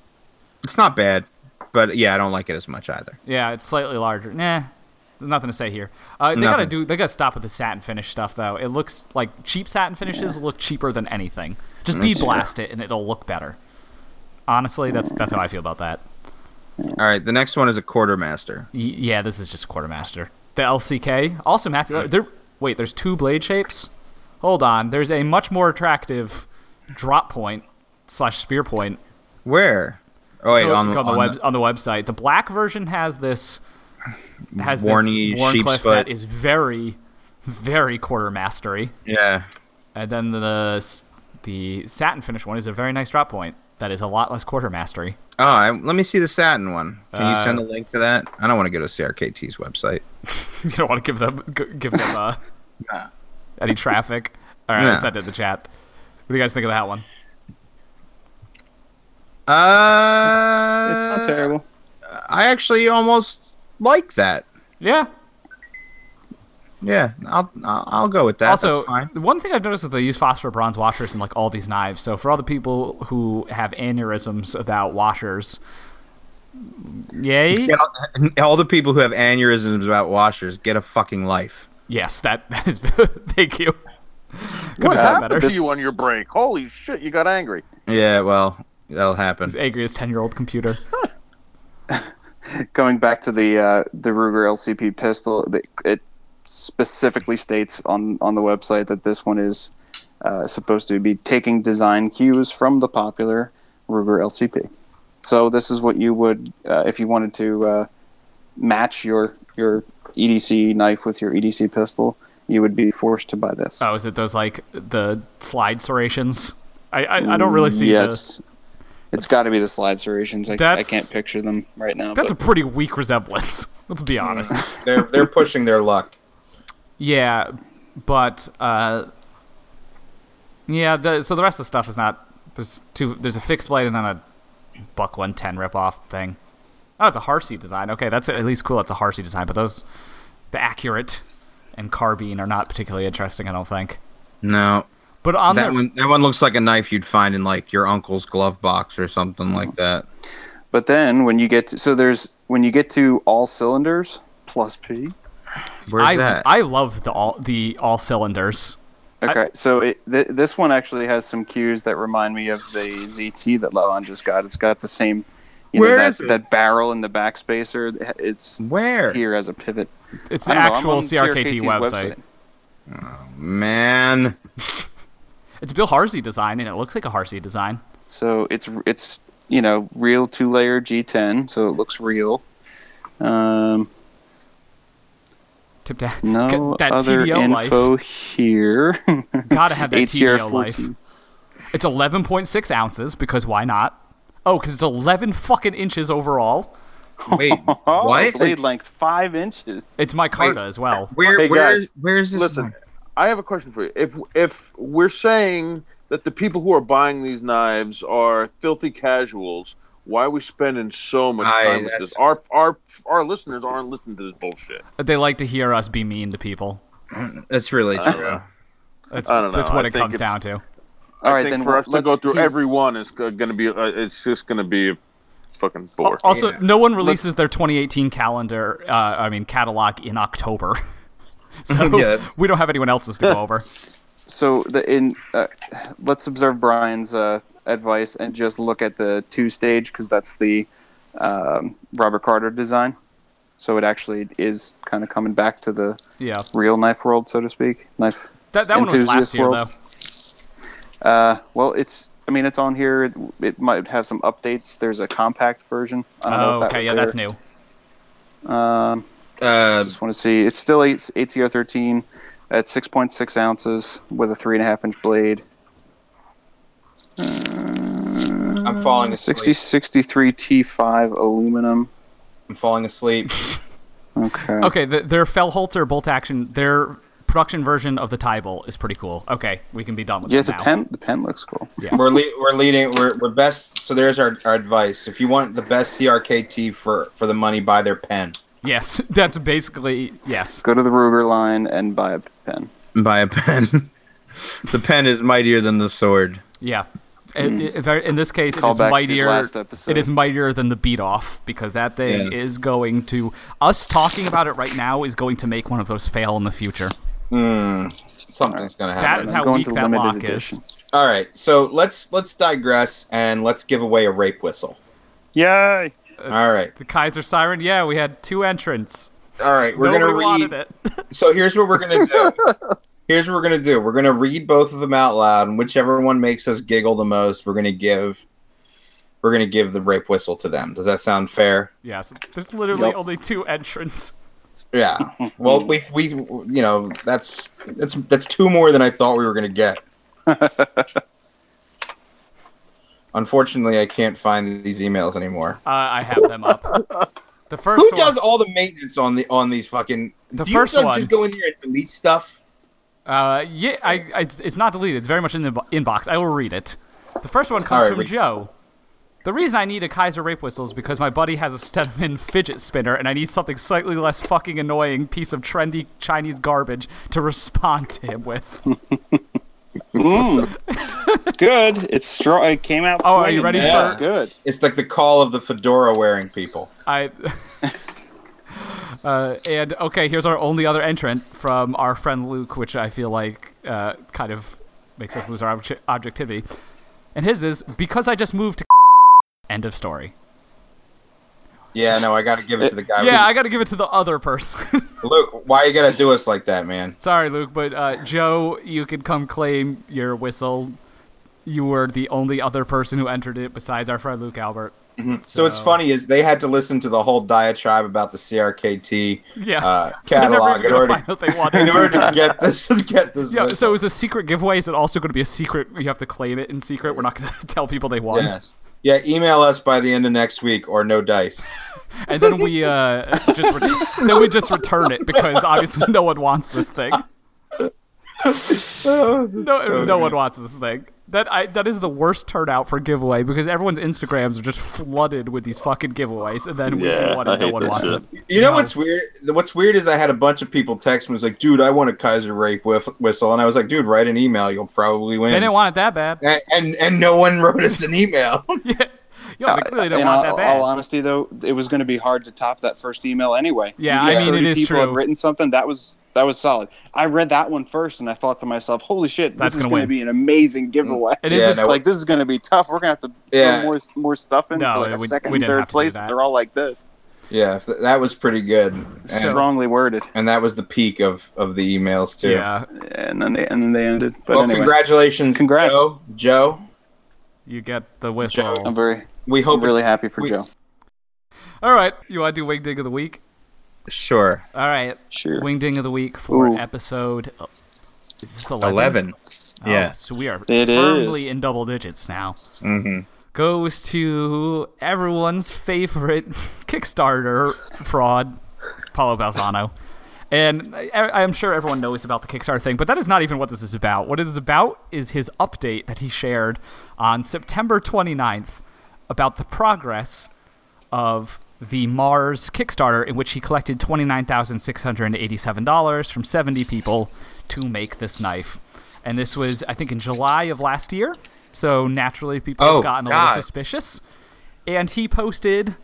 Speaker 1: It's not bad, but yeah, I don't like it as much either.
Speaker 2: Yeah, it's slightly larger. Nah. There's nothing to say here. Uh, they gotta
Speaker 1: Nothing.
Speaker 2: do. They gotta stop with the satin finish stuff, though. It looks like cheap satin finishes look cheaper than anything. Just bead blast it, and it'll look better. Honestly, that's that's how I feel about that.
Speaker 1: All right, the next one is a quartermaster.
Speaker 2: Y- yeah, this is just quartermaster. The LCK, also Matthew. There, wait, there's two blade shapes. Hold on, there's a much more attractive drop point slash spear point
Speaker 1: Where? Oh wait, on,
Speaker 2: on, the
Speaker 1: on
Speaker 2: web on the website. The black version has this has
Speaker 1: Warny
Speaker 2: this Warncliffe
Speaker 1: sheep's
Speaker 2: that
Speaker 1: foot.
Speaker 2: is very, very quartermastery,
Speaker 1: yeah.
Speaker 2: and then the the satin finish one is a very nice drop point that is a lot less quartermastery.
Speaker 1: Oh, I, let me see the satin one. Can
Speaker 2: Uh,
Speaker 1: you send a link to that? I don't want to go to CRKT's website.
Speaker 2: You don't want to give them g- give them uh,
Speaker 1: Nah.
Speaker 2: any traffic. All right, I
Speaker 1: Nah.
Speaker 2: sent it in the chat. What do you guys think of that one?
Speaker 1: Uh,
Speaker 3: it's not terrible.
Speaker 1: I actually almost like that.
Speaker 2: Yeah.
Speaker 1: Yeah, I'll I'll, I'll go with that.
Speaker 2: Also,
Speaker 1: That's fine.
Speaker 2: the one thing I've noticed is they use phosphor bronze washers in like all these knives. So for all the people who have aneurysms about washers, yay!
Speaker 1: Get all, all the people who have aneurysms about washers get a fucking life.
Speaker 2: Yes, that that is. thank you. Could
Speaker 4: What
Speaker 2: have said
Speaker 4: happened
Speaker 2: better.
Speaker 4: to you on your break? Holy shit! You got angry.
Speaker 1: Yeah, well, that'll happen.
Speaker 2: Angriest ten-year-old computer.
Speaker 3: Going back to the uh, the Ruger LCP pistol, the, it specifically states on on the website that this one is uh, supposed to be taking design cues from the popular Ruger LCP. So this is what you would, uh, if you wanted to uh, match your your EDC knife with your EDC pistol, you would be forced to buy this.
Speaker 2: Oh, is it those like the slide serrations? I I, I don't really see
Speaker 3: yeah,
Speaker 2: this.
Speaker 3: it's- it's got to be the slide serrations. I, I
Speaker 2: That's-
Speaker 3: can't picture them right now.
Speaker 2: That's a
Speaker 3: but
Speaker 2: pretty weak resemblance. Let's be
Speaker 3: Mm.
Speaker 2: honest.
Speaker 1: They're they're pushing their luck.
Speaker 2: Yeah, but uh, yeah. The, so the rest of the stuff is not. There's two. There's a fixed blade and then a buck one ten ripoff thing. Oh, it's a Harsey design. Okay, that's at least cool. It's a Harsey design, but those the accurate and carbine are not particularly interesting. I don't think.
Speaker 1: No,
Speaker 2: But on
Speaker 1: that
Speaker 2: the
Speaker 1: one, that one looks like a knife you'd find in like your uncle's glove box or something like that.
Speaker 3: But then when you get to so there's when you get to all cylinders plus P.
Speaker 1: Where's
Speaker 2: I
Speaker 1: that?
Speaker 2: I love the all the all cylinders.
Speaker 3: Okay, so it, th- this one actually has some cues that remind me of the ZT that Levon just got. It's got the same, you
Speaker 6: Where
Speaker 3: know, that,
Speaker 6: is it?
Speaker 3: that barrel in the back spacer. It's
Speaker 1: Where?
Speaker 3: here as a pivot.
Speaker 2: It's the
Speaker 3: I don't know, I'm
Speaker 2: actual
Speaker 3: on
Speaker 2: CRKT
Speaker 3: CRKT's
Speaker 2: website.
Speaker 1: Man,
Speaker 2: It's Bill Harsey design, and it looks like a Harsey design.
Speaker 3: So it's it's you know real two layer G10, so it looks real. Um,
Speaker 2: Tip down.
Speaker 3: no
Speaker 2: that
Speaker 3: other
Speaker 2: TDO
Speaker 3: info
Speaker 2: life.
Speaker 3: here.
Speaker 2: Gotta have that TDO life.
Speaker 3: 8CR14.
Speaker 2: It's 11.6 ounces because why not? Oh, because it's 11 fucking inches overall.
Speaker 1: wait,
Speaker 3: Oh,
Speaker 1: what?
Speaker 3: blade length five inches.
Speaker 2: It's micarta as well.
Speaker 1: Where,
Speaker 4: Hey,
Speaker 1: where,
Speaker 4: guys,
Speaker 1: where is this?
Speaker 4: Listen, I have a question for you. If if we're saying that the people who are buying these knives are filthy casuals, why are we spending so much
Speaker 1: I-
Speaker 4: time with
Speaker 1: that's-
Speaker 4: this? Our our our listeners aren't listening to this bullshit.
Speaker 2: They like to hear us be mean to people.
Speaker 1: That's really
Speaker 4: I don't
Speaker 1: true.
Speaker 4: know.
Speaker 2: That's,
Speaker 4: I don't know.
Speaker 2: that's what
Speaker 4: I
Speaker 2: it
Speaker 4: think
Speaker 2: comes
Speaker 4: it's-
Speaker 2: down to.
Speaker 3: All
Speaker 4: I
Speaker 3: right,
Speaker 4: think
Speaker 3: then
Speaker 4: for us to
Speaker 3: let's-
Speaker 4: go through
Speaker 3: please-
Speaker 4: every one is going to be. Uh, it's just going to be fucking bore.
Speaker 2: Also, no one releases their 2018 calendar, uh, I mean, catalog in October. so
Speaker 1: Yeah.
Speaker 2: we don't have anyone else's to go over.
Speaker 3: so the in uh, let's observe Brian's uh, advice and just look at the two stage because that's the um, Robert Carter design. So it actually is kind of coming back to the
Speaker 2: Yeah.
Speaker 3: real knife world, so to speak. Knife.
Speaker 2: That, that one was last
Speaker 3: Enthusiast
Speaker 2: year,
Speaker 3: world.
Speaker 2: though.
Speaker 3: Uh, well, it's. I mean, it's on here. It, it might have some updates. There's a compact version. I don't know if
Speaker 2: Oh,
Speaker 3: that
Speaker 2: okay.
Speaker 3: was
Speaker 2: Yeah,
Speaker 3: there.
Speaker 2: that's new.
Speaker 3: Um,
Speaker 1: Uh,
Speaker 3: just want to see. It's still eight, ATR 13 at 6.6 ounces with a three and a half inch blade.
Speaker 1: I'm falling asleep.
Speaker 3: 60 63 T5 aluminum.
Speaker 1: I'm falling asleep.
Speaker 3: Okay.
Speaker 2: Okay, the, their Fellholzer bolt action, their production version of the Tybal is pretty cool. Okay, we can be done with
Speaker 3: Yeah,
Speaker 2: it
Speaker 3: the
Speaker 2: now.
Speaker 3: pen the pen looks cool.
Speaker 1: we're le- we're leading. We're, we're best. So there's our, our advice. If you want the best CRKT for for the money, buy their pen.
Speaker 2: Yes, that's basically yes.
Speaker 3: Go to the Ruger line and buy a pen.
Speaker 1: Buy a pen. the pen is mightier than the sword.
Speaker 2: Yeah. And- if I- in this case, it
Speaker 3: Hmm. Call
Speaker 2: is
Speaker 3: back to
Speaker 2: mightier.
Speaker 3: last episode.
Speaker 2: It is mightier than the beat off because that thing
Speaker 1: Yeah.
Speaker 2: is going to. Us talking about it right now is going to make one of those fail in the future.
Speaker 1: Hmm, Something's gonna
Speaker 2: That
Speaker 1: happen.
Speaker 2: is
Speaker 3: I'm
Speaker 2: how
Speaker 3: going
Speaker 2: weak
Speaker 3: to
Speaker 2: that
Speaker 3: limited
Speaker 2: lock
Speaker 3: edition.
Speaker 2: is.
Speaker 1: All right. So let's let's digress and let's give away a rape whistle.
Speaker 3: Yay!
Speaker 1: All right.
Speaker 2: The Kaiser Siren. Yeah, we had two entrants.
Speaker 1: All right. We're
Speaker 2: Nobody
Speaker 1: gonna read.
Speaker 2: wanted it.
Speaker 1: So here's what we're gonna do. here's what we're gonna do. We're gonna read both of them out loud, and whichever one makes us giggle the most, we're gonna give. We're gonna give the rape whistle to them. Does that sound fair?
Speaker 2: Yes, there's literally
Speaker 3: Yep.
Speaker 2: only two entrants.
Speaker 1: Yeah. Well, we we you know that's that's that's two more than I thought we were gonna get. Unfortunately, I can't find these emails anymore.
Speaker 2: Uh, I have them up. The first
Speaker 1: Who
Speaker 2: one,
Speaker 1: does all the maintenance on the on these fucking?
Speaker 2: The
Speaker 1: do
Speaker 2: first
Speaker 1: you just,
Speaker 2: one-
Speaker 1: just go in here and delete stuff?
Speaker 2: Uh, yeah, I, I, it's it's not deleted. It's very much in the inbo- inbox. I will read it. The first one comes
Speaker 1: All right,
Speaker 2: from
Speaker 1: read.
Speaker 2: Joe. The reason I need a Kaiser rape whistle is because my buddy has a Stedman fidget spinner, and I need something slightly less fucking annoying piece of trendy Chinese garbage to respond to him with.
Speaker 3: It's good. It's strong. It came out.
Speaker 2: Oh, are you
Speaker 3: swinging,
Speaker 2: ready
Speaker 3: man.
Speaker 1: for-
Speaker 3: It's good?
Speaker 1: It's like the call of the fedora wearing people.
Speaker 2: I. Uh, and okay, here's our only other entrant from our friend Luke, which I feel like uh, kind of makes us lose our obje- objectivity. And his is because I just moved to. End of story.
Speaker 1: Yeah, no, I got to give it to the guy.
Speaker 2: Yeah, I got to give it to the other person.
Speaker 1: Luke, why you gotta do us like that, man?
Speaker 2: Sorry, Luke, but uh, Joe, you can come claim your whistle. You were the only other person who entered it besides our friend Luke Albert.
Speaker 1: Mm-hmm. So what's funny is they had to listen to the whole diatribe about the CRKT
Speaker 2: Yeah.
Speaker 1: uh,
Speaker 2: They're never
Speaker 1: catalog in
Speaker 2: gonna
Speaker 1: order,
Speaker 2: find out they want
Speaker 1: in
Speaker 2: it.
Speaker 1: order to get this to get this.
Speaker 2: Yeah, so
Speaker 1: whistle.
Speaker 2: is a secret giveaway? Is it also going to be a secret? You have to claim it in secret. We're not going to tell people they won.
Speaker 1: yes, yeah. Email us by the end of next week or no dice.
Speaker 2: And then we uh, just ret- then we just return it because obviously no one wants this thing. no, no one wants this thing. That I that is the worst turnout for giveaway because everyone's Instagrams are just flooded with these fucking giveaways, and then we
Speaker 4: Yeah,
Speaker 2: do one
Speaker 4: I
Speaker 2: and no
Speaker 4: hate
Speaker 2: one
Speaker 4: that
Speaker 2: wants
Speaker 4: shit.
Speaker 2: it.
Speaker 6: You know
Speaker 2: No.
Speaker 6: what's weird? What's weird is I had a bunch of people text me was like, "Dude, I want a Kaiser rape whiff- whistle," and I was like, "Dude, write an email. You'll probably
Speaker 2: They
Speaker 6: win."
Speaker 2: didn't want it that bad.
Speaker 6: and, and and no one wrote us an email.
Speaker 2: Yeah, yo, they clearly didn't
Speaker 3: In
Speaker 2: want
Speaker 3: all,
Speaker 2: it that
Speaker 3: all
Speaker 2: bad.
Speaker 3: honesty, though, it was going to be hard to top that first email anyway.
Speaker 2: Yeah,
Speaker 3: You get
Speaker 2: I mean, it
Speaker 3: 30
Speaker 2: is
Speaker 3: people
Speaker 2: true.
Speaker 3: Had written something that was that was solid. I read that one first, and I thought to myself, "Holy shit,
Speaker 2: That's
Speaker 3: this
Speaker 2: gonna
Speaker 3: is
Speaker 2: win.
Speaker 3: going
Speaker 2: Mm.
Speaker 3: to be an amazing giveaway."
Speaker 2: It is
Speaker 6: Yeah,
Speaker 2: a-
Speaker 6: no,
Speaker 3: like this is going to be tough. We're going to have to
Speaker 6: Yeah.
Speaker 3: throw more more stuff in
Speaker 2: No,
Speaker 3: for like a
Speaker 2: we-
Speaker 3: second
Speaker 2: we
Speaker 3: and
Speaker 2: didn't have
Speaker 3: third
Speaker 2: to do
Speaker 3: place.
Speaker 2: that.
Speaker 3: if They're all like this,
Speaker 6: Yeah, if th- that was pretty good, and,
Speaker 2: So-
Speaker 3: strongly worded,
Speaker 6: and that was the peak of of the emails too.
Speaker 2: yeah,
Speaker 3: and then they and then they ended. But
Speaker 6: well,
Speaker 3: anyway,
Speaker 6: congratulations,
Speaker 3: Congrats.
Speaker 6: Joe. Joe.
Speaker 2: you get the whistle.
Speaker 3: I'm very
Speaker 6: We hope
Speaker 3: really
Speaker 6: it's-
Speaker 3: happy for
Speaker 6: we-
Speaker 3: Joe.
Speaker 2: All right, you want to do wing ding of the week?
Speaker 1: Sure.
Speaker 2: All right,
Speaker 3: Sure.
Speaker 2: wing ding of the week for
Speaker 3: Ooh.
Speaker 2: episode. uh, Is this 11?
Speaker 1: 11.
Speaker 2: Oh,
Speaker 1: yeah.
Speaker 2: so we are
Speaker 3: It
Speaker 2: firmly
Speaker 3: is.
Speaker 2: in double digits now.
Speaker 1: hmm
Speaker 2: Goes to everyone's favorite Kickstarter fraud, Paulo Balzano. And I, I am sure everyone knows about the Kickstarter thing, but that is not even what this is about. What it is about is his update that he shared on September 29th about the progress of the Mars Kickstarter, in which he collected $29,687 from 70 people to make this knife. And this was, I think, in July of last year. So naturally, people
Speaker 1: Oh,
Speaker 2: have gotten a
Speaker 1: God.
Speaker 2: little suspicious. And he posted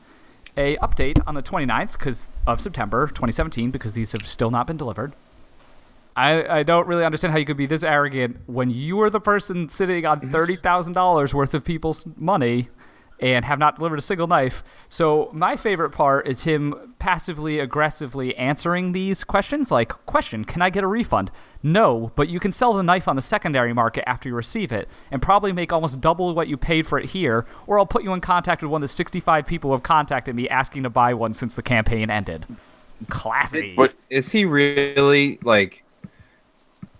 Speaker 2: a update on the 29th 'cause- of September 2017 because these have still not been delivered. I, I don't really understand how you could be this arrogant when you are the person sitting on thirty thousand dollars worth of people's money and have not delivered a single knife. So my favorite part is him passively aggressively answering these questions like question, can I get a refund? No, but you can sell the knife on the secondary market after you receive it and probably make almost double what you paid for it here, or I'll put you in contact with one of the sixty five people who have contacted me asking to buy one since the campaign ended. Classy.
Speaker 4: But
Speaker 1: Is he really like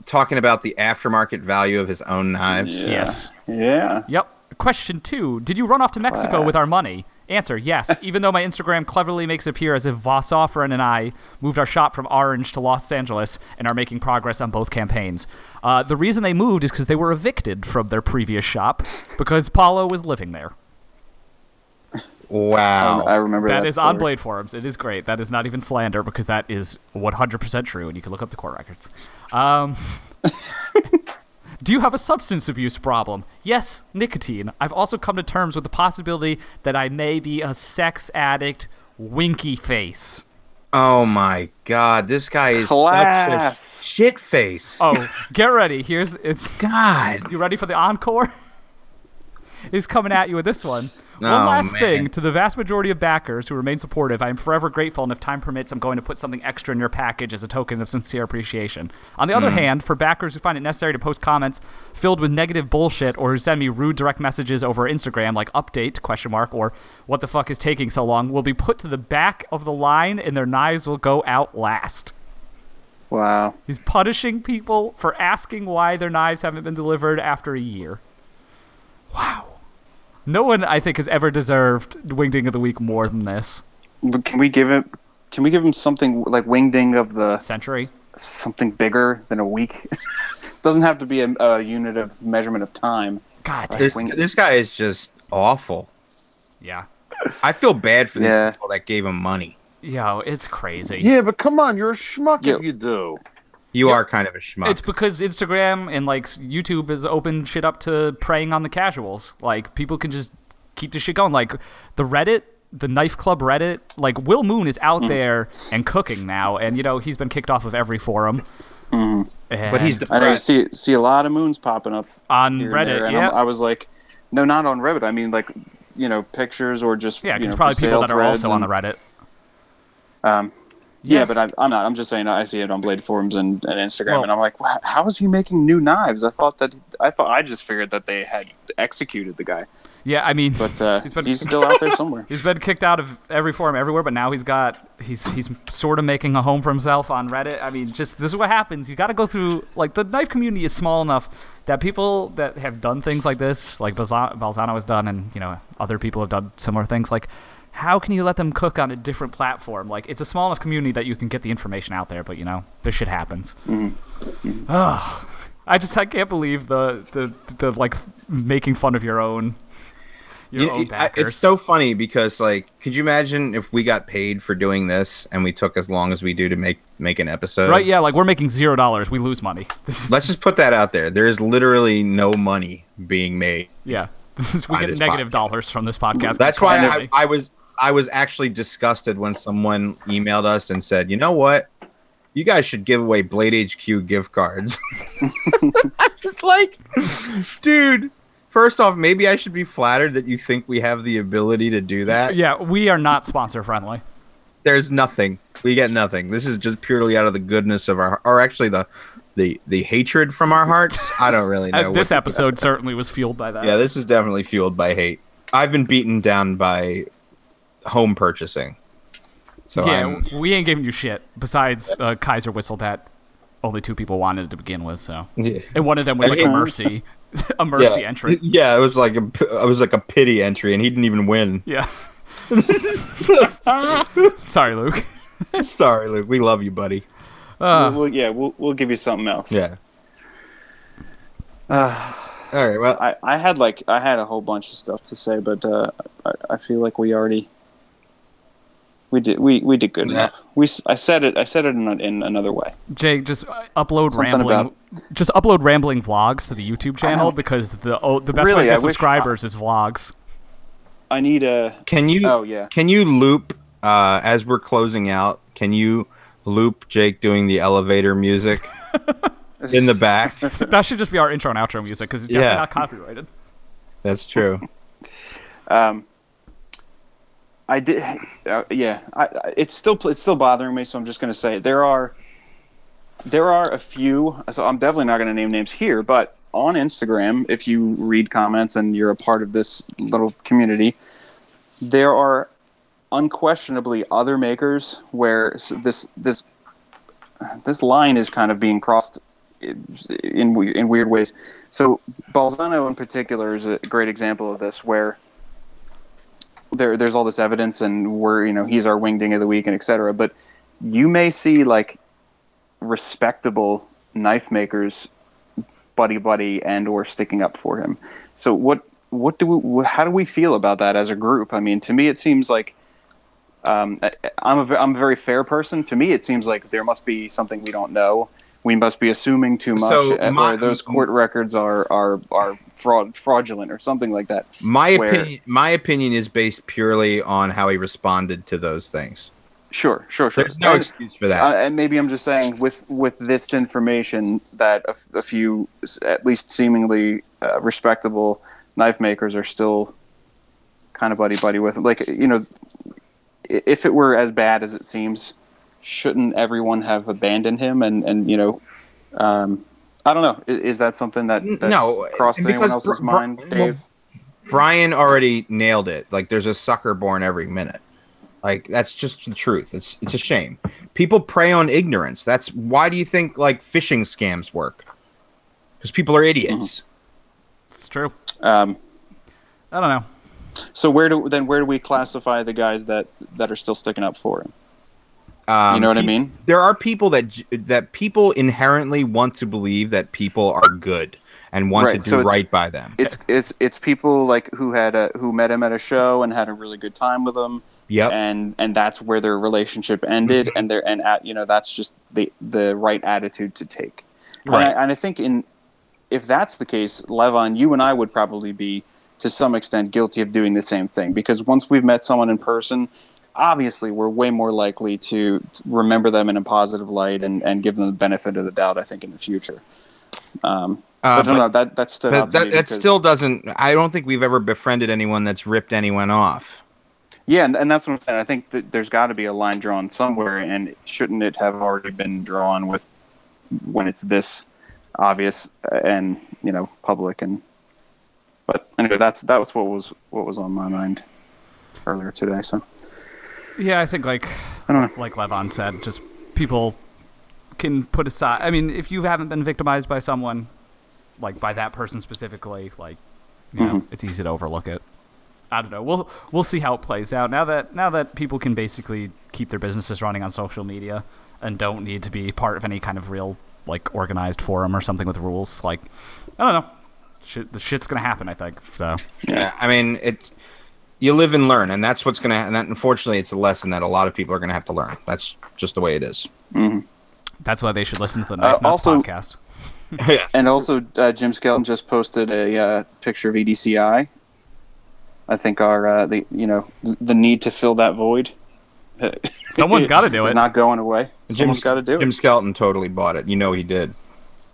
Speaker 1: talking about the aftermarket value of his own knives?
Speaker 3: Yeah.
Speaker 2: yes.
Speaker 3: Yeah.
Speaker 2: Yep. Question two Did you run off to Mexico with our money? Answer Yes, even though my Instagram cleverly makes it appear as if Voss Offeren and I moved our shop from Orange to Los Angeles and are making progress on both campaigns. Uh, the reason they moved is because they were evicted from their previous shop because Paulo was living there.
Speaker 1: Wow.
Speaker 3: Um, I remember that.
Speaker 2: that is
Speaker 3: story.
Speaker 2: on Blade Forums. It is great. That is not even slander because that is 100% true, and you can look up the court records. Um, do you have a substance abuse problem? Yes, nicotine. I've also come to terms with the possibility that I may be a sex addict, winky face.
Speaker 1: oh my god, this guy is
Speaker 3: Class.
Speaker 1: such a shit face.
Speaker 2: Oh, get ready. Here's it's.
Speaker 1: god.
Speaker 2: You ready for the encore? Is coming at you with this one.
Speaker 1: Oh,
Speaker 2: one last
Speaker 1: man.
Speaker 2: thing to the vast majority of backers who remain supportive, I am forever grateful, and if time permits, I'm going to put something extra in your package as a token of sincere appreciation. On the other
Speaker 1: Hmm.
Speaker 2: hand, for backers who find it necessary to post comments filled with negative bullshit or who send me rude direct messages over Instagram like update question mark or what the fuck is taking so long, will be put to the back of the line and their knives will go out last.
Speaker 3: Wow.
Speaker 2: He's punishing people for asking why their knives haven't been delivered after a year. Wow. No one, I think, has ever deserved Wingding of the Week more than this
Speaker 3: But can we give it? Can we give him something like wingding of the
Speaker 2: century.
Speaker 3: something bigger than a week? Doesn't have to be a, a unit of measurement of time.
Speaker 2: God damn.
Speaker 1: This, this guy is just awful.
Speaker 2: Yeah.
Speaker 1: I feel bad for these
Speaker 3: Yeah.
Speaker 1: people that gave him money.
Speaker 2: Yo, it's crazy.
Speaker 4: yeah, but come on, you're a schmuck
Speaker 3: Yeah.
Speaker 4: if you do.
Speaker 1: You are kind of a schmuck.
Speaker 2: It's because Instagram and like YouTube has opened shit up to preying on the casuals. Like people can just keep this shit going. Like the Reddit, the Knife Club Reddit, like Will Moon is out there and cooking now, and you know he's been kicked off of every forum.
Speaker 1: but he's
Speaker 2: And
Speaker 3: I know you
Speaker 1: depressed.
Speaker 3: see see a lot of moons popping up
Speaker 2: on
Speaker 3: here and there,
Speaker 2: Reddit.
Speaker 3: and
Speaker 2: Yeah,
Speaker 3: I'm- I was like, no, not on Reddit. I mean, like, you know, pictures or just
Speaker 2: Yeah,
Speaker 3: you
Speaker 2: because
Speaker 3: know,
Speaker 2: probably
Speaker 3: for
Speaker 2: people
Speaker 3: sale
Speaker 2: that are
Speaker 3: threads
Speaker 2: also on the
Speaker 3: and-
Speaker 2: Reddit.
Speaker 3: Um, yeah,
Speaker 2: Yeah.
Speaker 3: but I, I'm not. I'm just saying I see it on Blade forums and, and Instagram,
Speaker 2: Well-
Speaker 3: and I'm like, wow, how is he making new knives? I thought that I thought I just figured that they had executed the guy,
Speaker 2: Yeah, I mean,
Speaker 3: but uh,
Speaker 2: He's been-
Speaker 3: he's still out there somewhere.
Speaker 2: he's been kicked out of every forum everywhere, but now he's got he's he's sort of making a home for himself on Reddit. I mean, just this is what happens. You got to go through like the knife community is small enough that people that have done things like this, like Balza- Balzano has done, and you know other people have done similar things. Like, how can you let them cook on a different platform? Like, it's a small
Speaker 1: Mm-hmm.
Speaker 2: enough community that you can get the information out there, but you know this shit happens. Ugh. I just I can't believe the the the like making fun of your own your
Speaker 1: You-
Speaker 2: own
Speaker 1: I-
Speaker 2: backers.
Speaker 1: it's so funny because like could you imagine if we got paid for doing this and we took as long as we do to make make an episode
Speaker 2: right? Yeah, like we're making zero dollars. We lose money. This is,
Speaker 1: let's just put that out there there is literally no money being made
Speaker 2: yeah, this is we
Speaker 1: By
Speaker 2: get
Speaker 1: this
Speaker 2: negative
Speaker 1: podcast.
Speaker 2: dollars from this podcast.
Speaker 1: that's why I,
Speaker 2: Clearly.
Speaker 1: I was i was actually disgusted when someone emailed us and said you know what you guys should give away blade hq gift cards i'm just like dude first off maybe i should be flattered that you think we have the ability to do that
Speaker 2: yeah, we are not sponsor friendly.
Speaker 1: there's nothing. We get nothing. This is just purely out of the goodness of our, or actually the, the the hatred from our hearts. I don't really
Speaker 2: Uh,
Speaker 1: know.
Speaker 2: this
Speaker 1: what-
Speaker 2: episode certainly was fueled by that.
Speaker 1: yeah, this is definitely fueled by hate. I've been beaten down by home purchasing. So
Speaker 2: yeah,
Speaker 1: I'm-
Speaker 2: we ain't giving you shit. Besides uh, Kaiser whistle that only two people wanted to begin with, so
Speaker 1: yeah.
Speaker 2: and one of them was like a mercy, a mercy entry.
Speaker 1: Yeah, it was like a p- it was like a pity entry, and he didn't even win.
Speaker 2: Yeah. Sorry, Luke.
Speaker 1: Sorry, Luke. We love you, buddy.
Speaker 2: Uh,
Speaker 3: we'll, we'll- yeah, we'll, we'll give you something else.
Speaker 1: Yeah.
Speaker 3: Uh,
Speaker 1: All right. Well,
Speaker 3: I, I had like I had a whole bunch of stuff to say, but uh, I, I feel like we already we did we, we did good
Speaker 1: Yeah.
Speaker 3: enough. We s- I said it I said it in, a- in another way.
Speaker 2: Jake, just uh, upload
Speaker 3: Something
Speaker 2: rambling,
Speaker 3: about-
Speaker 2: just upload rambling vlogs to the YouTube channel because the oh, the best
Speaker 3: Really,
Speaker 2: way to
Speaker 3: I
Speaker 2: get
Speaker 3: wish-
Speaker 2: subscribers is vlogs.
Speaker 3: I need a
Speaker 1: can you?
Speaker 3: oh yeah
Speaker 1: Can you loop uh, as we're closing out? Can you loop Jake doing the elevator music in the back?
Speaker 2: That should just be our intro and outro music because it's definitely
Speaker 1: Yeah.
Speaker 2: not copyrighted.
Speaker 1: That's true.
Speaker 3: um I did uh, yeah I, I it's still it's still bothering me, so I'm just gonna say it. there are there are a few. So I'm definitely not gonna name names here, but on Instagram, if you read comments and you're a part of this little community, there are unquestionably other makers where s- this this this line is kind of being crossed in we- in weird ways. So Balzano in particular is a great example of this, where there there's all this evidence, and we're you know he's our wingding of the week and etc. But you may see like respectable knife makers buddy buddy and or sticking up for him. So what what do we wh- how do we feel about that as a group? I mean, to me it seems like um, I- I'm a, ve- I'm a very fair person. To me, it seems like there must be something we don't know. We must be assuming too much,
Speaker 1: So
Speaker 3: uh,
Speaker 1: my-
Speaker 3: or those court records are are are fraud fraudulent or something like that.
Speaker 1: My
Speaker 3: Where-
Speaker 1: opinion. My opinion is based purely on how he responded to those things.
Speaker 3: Sure, sure, sure.
Speaker 1: There's no
Speaker 3: And-
Speaker 1: excuse for that.
Speaker 3: uh, and maybe I'm just saying with with this information that a, f- a few s- at least seemingly uh, respectable knife makers are still kind of buddy buddy with like you know i- if it were as bad as it seems shouldn't everyone have abandoned him and and you know um I don't know. Is, is that something that
Speaker 1: N-
Speaker 3: that's
Speaker 1: no,
Speaker 3: crossed anyone
Speaker 1: because
Speaker 3: else's
Speaker 1: Br- Br-
Speaker 3: mind,
Speaker 1: well,
Speaker 3: Dave?
Speaker 1: Brian already nailed it. Like there's a sucker born every minute. Like that's just the truth. It's it's a shame. People prey on ignorance. That's why do you think like phishing scams work? Because people are idiots.
Speaker 2: It's true.
Speaker 3: Um,
Speaker 2: I don't know.
Speaker 3: so where do then where do we classify the guys that that are still sticking up for him?
Speaker 1: Um,
Speaker 3: Mm-hmm. You know what I
Speaker 1: pe-
Speaker 3: mean?
Speaker 1: There are people that j- that people inherently want to believe that people are good and want
Speaker 3: Right,
Speaker 1: to do
Speaker 3: so it's-
Speaker 1: right by them.
Speaker 3: it's it's it's people like who had a who met him at a show and had a really good time with him
Speaker 1: Yep. Mm-hmm.
Speaker 3: and and that's where their relationship ended and they're and at you know that's just the the right attitude to take
Speaker 1: Right.
Speaker 3: and, I, and I think in if that's the case Levon you and I would probably be to some extent guilty of doing the same thing because once we've met someone in person obviously we're way more likely to remember them in a positive light and and give them the benefit of the doubt I think in the future um
Speaker 1: Uh,
Speaker 3: but, no, no, that that stood out.
Speaker 1: but
Speaker 3: To
Speaker 1: that,
Speaker 3: me
Speaker 1: that
Speaker 3: because-
Speaker 1: still doesn't. I don't think we've ever befriended anyone that's ripped anyone off.
Speaker 3: Yeah, and, and that's what I'm saying. I think that there's got to be a line drawn somewhere, and shouldn't it have already been drawn with when it's this obvious and you know public and. But anyway, that's that was what was what was on my mind earlier today. So
Speaker 2: Yeah, I think like
Speaker 3: I don't know.
Speaker 2: like Levon said, just people can put aside. I mean, if you haven't been victimized by someone, like by that person specifically, like you know,
Speaker 3: Mm-hmm.
Speaker 2: it's easy to overlook it. I don't know. We'll we'll see how it plays out. Now that now that people can basically keep their businesses running on social media and don't need to be part of any kind of real like organized forum or something with rules. Like, I don't know. Shit, the shit's gonna happen. I think so.
Speaker 1: Yeah, I mean it. You live and learn, and that's what's gonna. And that unfortunately, it's a lesson that a lot of people are gonna have to learn. That's just the way it is.
Speaker 2: That's why they should listen to the Knife
Speaker 3: Uh,
Speaker 2: Nuts
Speaker 3: also-
Speaker 2: podcast.
Speaker 1: yeah.
Speaker 3: And also, uh, Jim Skelton just posted a uh, picture of EDCI. I think our uh, the you know th- the need to fill that void.
Speaker 2: Someone's got to do
Speaker 3: It's
Speaker 2: it.
Speaker 3: not going away. Someone's got to do
Speaker 1: Jim
Speaker 3: it.
Speaker 1: Skelton totally bought it. You know he did.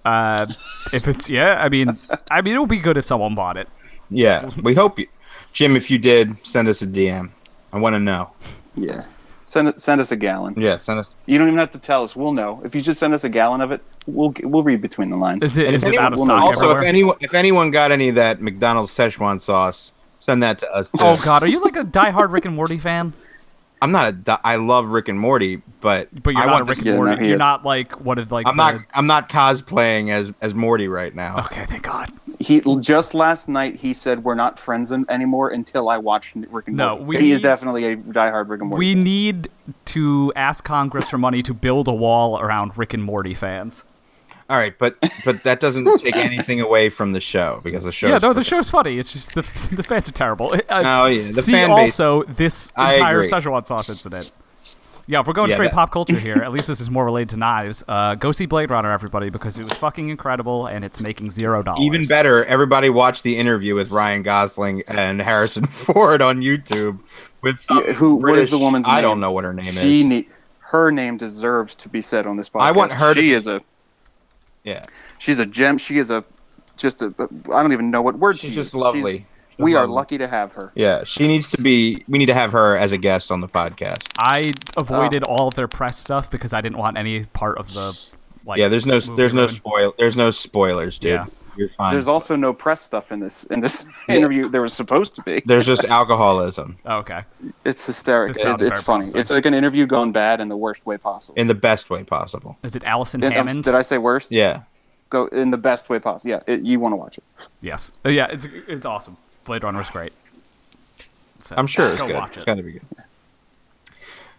Speaker 2: Uh, if it's yeah, I mean, I mean, it would be good if someone bought it.
Speaker 1: Yeah, we hope you, Jim. If you did, send us a DM. I want to know.
Speaker 3: Yeah. Send it- send us a gallon.
Speaker 1: Yeah, send us.
Speaker 3: You don't even have to tell us. We'll know if you just send us a gallon of it. We'll g- we'll read between the lines.
Speaker 2: Is it,
Speaker 1: And
Speaker 2: is
Speaker 1: if
Speaker 2: it
Speaker 1: anyone-
Speaker 2: out of stock
Speaker 1: also,
Speaker 2: everywhere?
Speaker 1: if anyone if anyone got any of that McDonald's Szechuan sauce, send that to us. Too.
Speaker 2: oh God, are you like a diehard Rick and Morty fan?
Speaker 1: I'm not a. di- I love Rick and Morty, but
Speaker 2: But you're
Speaker 1: I
Speaker 2: not a
Speaker 1: want
Speaker 2: Rick
Speaker 1: this-
Speaker 2: and
Speaker 3: Yeah, no,
Speaker 2: Morty.
Speaker 3: he
Speaker 2: you're
Speaker 3: is.
Speaker 2: not like one of like.
Speaker 1: I'm
Speaker 2: the-
Speaker 1: not. I'm not cosplaying as as Morty right now.
Speaker 2: Okay, thank God.
Speaker 3: He just last night he said we're not friends an- anymore until I watched Rick and
Speaker 2: No,
Speaker 3: Morty.
Speaker 2: we-
Speaker 3: he is definitely a diehard Rick and Morty.
Speaker 2: We need to ask Congress for money to build a wall around Rick and Morty fans.
Speaker 1: All right, but but that doesn't take anything away from the show because the show.
Speaker 2: yeah, no, the show's funny. It's just the the fans are terrible. Uh,
Speaker 1: Oh, yeah, the
Speaker 2: see
Speaker 1: fan base-
Speaker 2: also this
Speaker 1: I
Speaker 2: entire
Speaker 1: agree.
Speaker 2: Szechuan sauce incident. Yeah, if we're going
Speaker 1: Yeah,
Speaker 2: straight
Speaker 1: that-
Speaker 2: pop culture here, at least this is more related to knives. Uh, go see Blade Runner, everybody, because it was fucking incredible and it's making zero dollars.
Speaker 1: Even better, everybody watched the interview with Ryan Gosling and Harrison Ford on YouTube. With some
Speaker 3: Yeah, who- what is the
Speaker 1: British-
Speaker 3: woman's
Speaker 1: I
Speaker 3: name?
Speaker 1: don't know what her name
Speaker 3: she
Speaker 1: is.
Speaker 3: need her name deserves to be said on this podcast.
Speaker 1: I want her to-
Speaker 3: She is a
Speaker 1: yeah,
Speaker 3: she's a gem. She is a just a I don't even know what word
Speaker 1: She's
Speaker 3: to
Speaker 1: just
Speaker 3: use.
Speaker 1: lovely.
Speaker 3: She's-
Speaker 1: She's
Speaker 3: we are
Speaker 1: lovely.
Speaker 3: lucky to have her.
Speaker 1: yeah. She needs to be. We need to have her as a guest on the podcast.
Speaker 2: I avoided all of their press stuff because I didn't want any part of the like.
Speaker 1: Yeah, there's no
Speaker 2: movie
Speaker 1: there's no
Speaker 2: ruined.
Speaker 1: spoil there's no spoilers, dude.
Speaker 2: Yeah.
Speaker 1: You're fine.
Speaker 3: There's
Speaker 1: There's,
Speaker 3: also no press stuff in this in this interview. There was supposed to be.
Speaker 1: just alcoholism
Speaker 2: Oh, okay.
Speaker 3: It's hysteric.
Speaker 2: This sounds
Speaker 3: It- it's
Speaker 2: very
Speaker 3: funny.
Speaker 2: promising.
Speaker 3: It's like an interview gone bad in the worst way possible.
Speaker 1: in the best way possible.
Speaker 2: Is it Allison
Speaker 3: And, um,
Speaker 2: Hammond?
Speaker 3: did I say worst?
Speaker 1: Yeah.
Speaker 3: Go in the best way possible. Yeah, it, you want to watch it.
Speaker 2: Yes. Uh, Yeah, it's it's awesome. Blade Runner was great. So,
Speaker 1: I'm sure it's
Speaker 2: go
Speaker 1: good.
Speaker 2: Watch
Speaker 1: It's
Speaker 2: it.
Speaker 1: got to be good.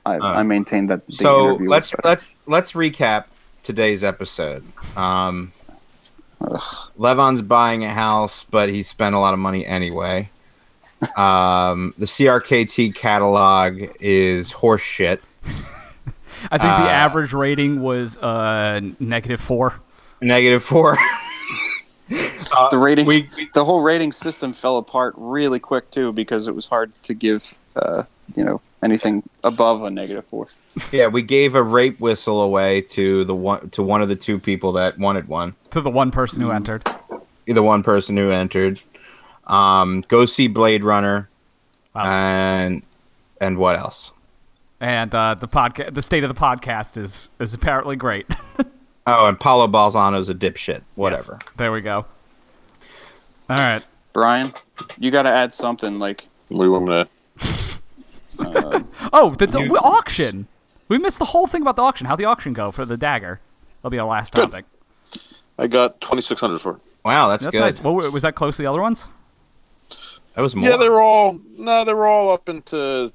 Speaker 3: I, I maintain that. The
Speaker 1: So
Speaker 3: interview was
Speaker 1: let's
Speaker 3: better.
Speaker 1: let's let's recap today's episode. Um, Levon's buying a house, but he spent a lot of money anyway. Um, the CRKT catalog is horse shit.
Speaker 2: I think
Speaker 1: Uh,
Speaker 2: the average rating was uh negative four.
Speaker 1: Negative four. Uh,
Speaker 3: the rating
Speaker 1: we-
Speaker 3: the whole rating system fell apart really quick too because it was hard to give uh, you know anything above a negative four.
Speaker 1: yeah, we gave a rape whistle away to the one to one of the two people that wanted one.
Speaker 2: to the one person
Speaker 4: Mm-hmm.
Speaker 2: who entered.
Speaker 1: the one person who entered. Um, go see Blade Runner,
Speaker 2: Wow.
Speaker 1: and and what else?
Speaker 2: And uh, the podcast, the state of the podcast is is apparently great. Yes.
Speaker 1: Oh, and Paolo Balzano's a dipshit. Whatever.
Speaker 2: There we go. All right.
Speaker 3: Brian, you got to add something like
Speaker 4: What do you want me to?
Speaker 2: Oh, the, the auction. We missed the whole thing about the auction. How'd the auction go for the dagger? That'll be our last topic.
Speaker 4: I got twenty six hundred for. it.
Speaker 1: Wow, that's,
Speaker 2: That's
Speaker 1: good.
Speaker 2: nice. What, were- was that close to the other ones?
Speaker 1: That was more.
Speaker 4: Yeah, they're all no, they're all up into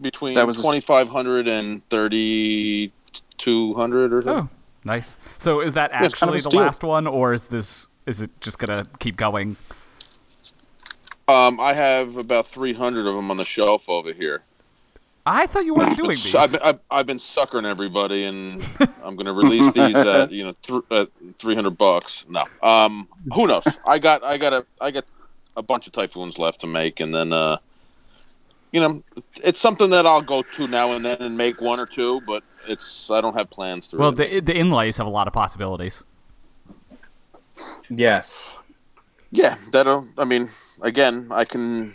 Speaker 4: between
Speaker 3: That was a s-
Speaker 4: twenty five hundred and thirty two hundred or something.
Speaker 2: Oh, nice. So is that
Speaker 4: it's kind
Speaker 2: actually
Speaker 4: of a
Speaker 2: the
Speaker 4: steal.
Speaker 2: last one, or is this is it just gonna keep going?
Speaker 3: Oh.
Speaker 4: Um, I have about three hundred of them on the shelf over here.
Speaker 2: I thought you weren't doing these.
Speaker 4: So I've, been- I've, I've been suckering everybody, and I'm going to release these at you know th- at 300 bucks. No, um, who knows? I got I got a I got a bunch of typhoons left to make, and then uh, you know it's something that I'll go to now and then and make one or two, but it's I don't have plans to.
Speaker 2: Well,
Speaker 4: really-
Speaker 2: the the inlays have a lot of possibilities.
Speaker 1: yes.
Speaker 4: yeah, that'll. I mean, again, I can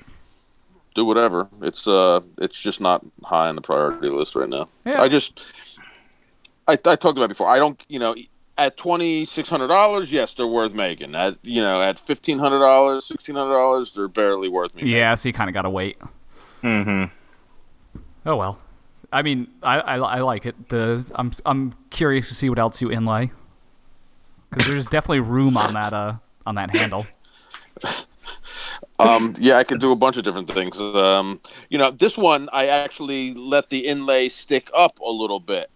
Speaker 4: do whatever. It's uh, it's just not high on the priority list right now.
Speaker 2: Yeah.
Speaker 4: I just, I, I talked about it before. I don't, you know, at twenty six hundred dollars, yes, they're worth making. At you know, at fifteen hundred dollars, sixteen hundred dollars, they're barely worth me.
Speaker 2: Yeah, so you kind of gotta wait.
Speaker 1: Mm-hmm.
Speaker 2: Oh well. I mean, I, I, I like it. The I'm I'm curious to see what else you inlay, because there's definitely room on that uh on that handle.
Speaker 4: Um, yeah, I could do a bunch of different things. Um, you know, this one I actually let the inlay stick up a little bit.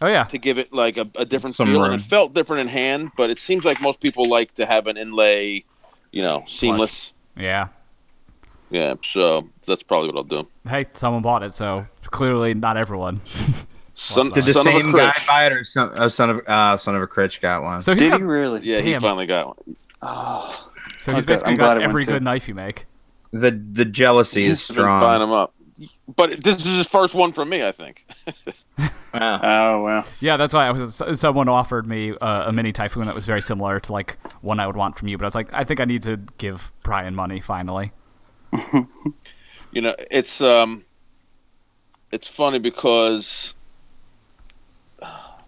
Speaker 2: Oh yeah.
Speaker 4: to give it like a, a different
Speaker 1: Some
Speaker 4: feel.
Speaker 1: room.
Speaker 4: And it felt different in hand, but it seems like most people like to have an inlay, you know, seamless.
Speaker 2: Yeah.
Speaker 4: Yeah, so that's probably what I'll do.
Speaker 2: Hey, someone bought it, so clearly not everyone.
Speaker 4: Son,
Speaker 1: Did the
Speaker 4: son
Speaker 1: same
Speaker 4: of a
Speaker 1: guy
Speaker 4: Critch.
Speaker 1: buy it, or son, uh, son of uh, son of a critch got one?
Speaker 2: So he's
Speaker 3: Did
Speaker 2: got,
Speaker 3: he really?
Speaker 4: Yeah, he
Speaker 2: Damn.
Speaker 4: finally got one.
Speaker 3: Oh,
Speaker 2: so he's
Speaker 3: Okay,
Speaker 2: basically
Speaker 3: I'm glad
Speaker 2: got
Speaker 3: it went
Speaker 2: every
Speaker 3: too.
Speaker 2: good knife you make.
Speaker 1: the the jealousy is
Speaker 4: He's been buying
Speaker 1: strong.
Speaker 4: them up. But this is his first one from me, I think.
Speaker 1: Wow.
Speaker 3: oh well.
Speaker 2: Yeah, that's why I was. s- Someone offered me uh, a mini typhoon that was very similar to like one I would want from you, but I was like, I think I need to give Brian money finally.
Speaker 4: You know, it's um, it's funny because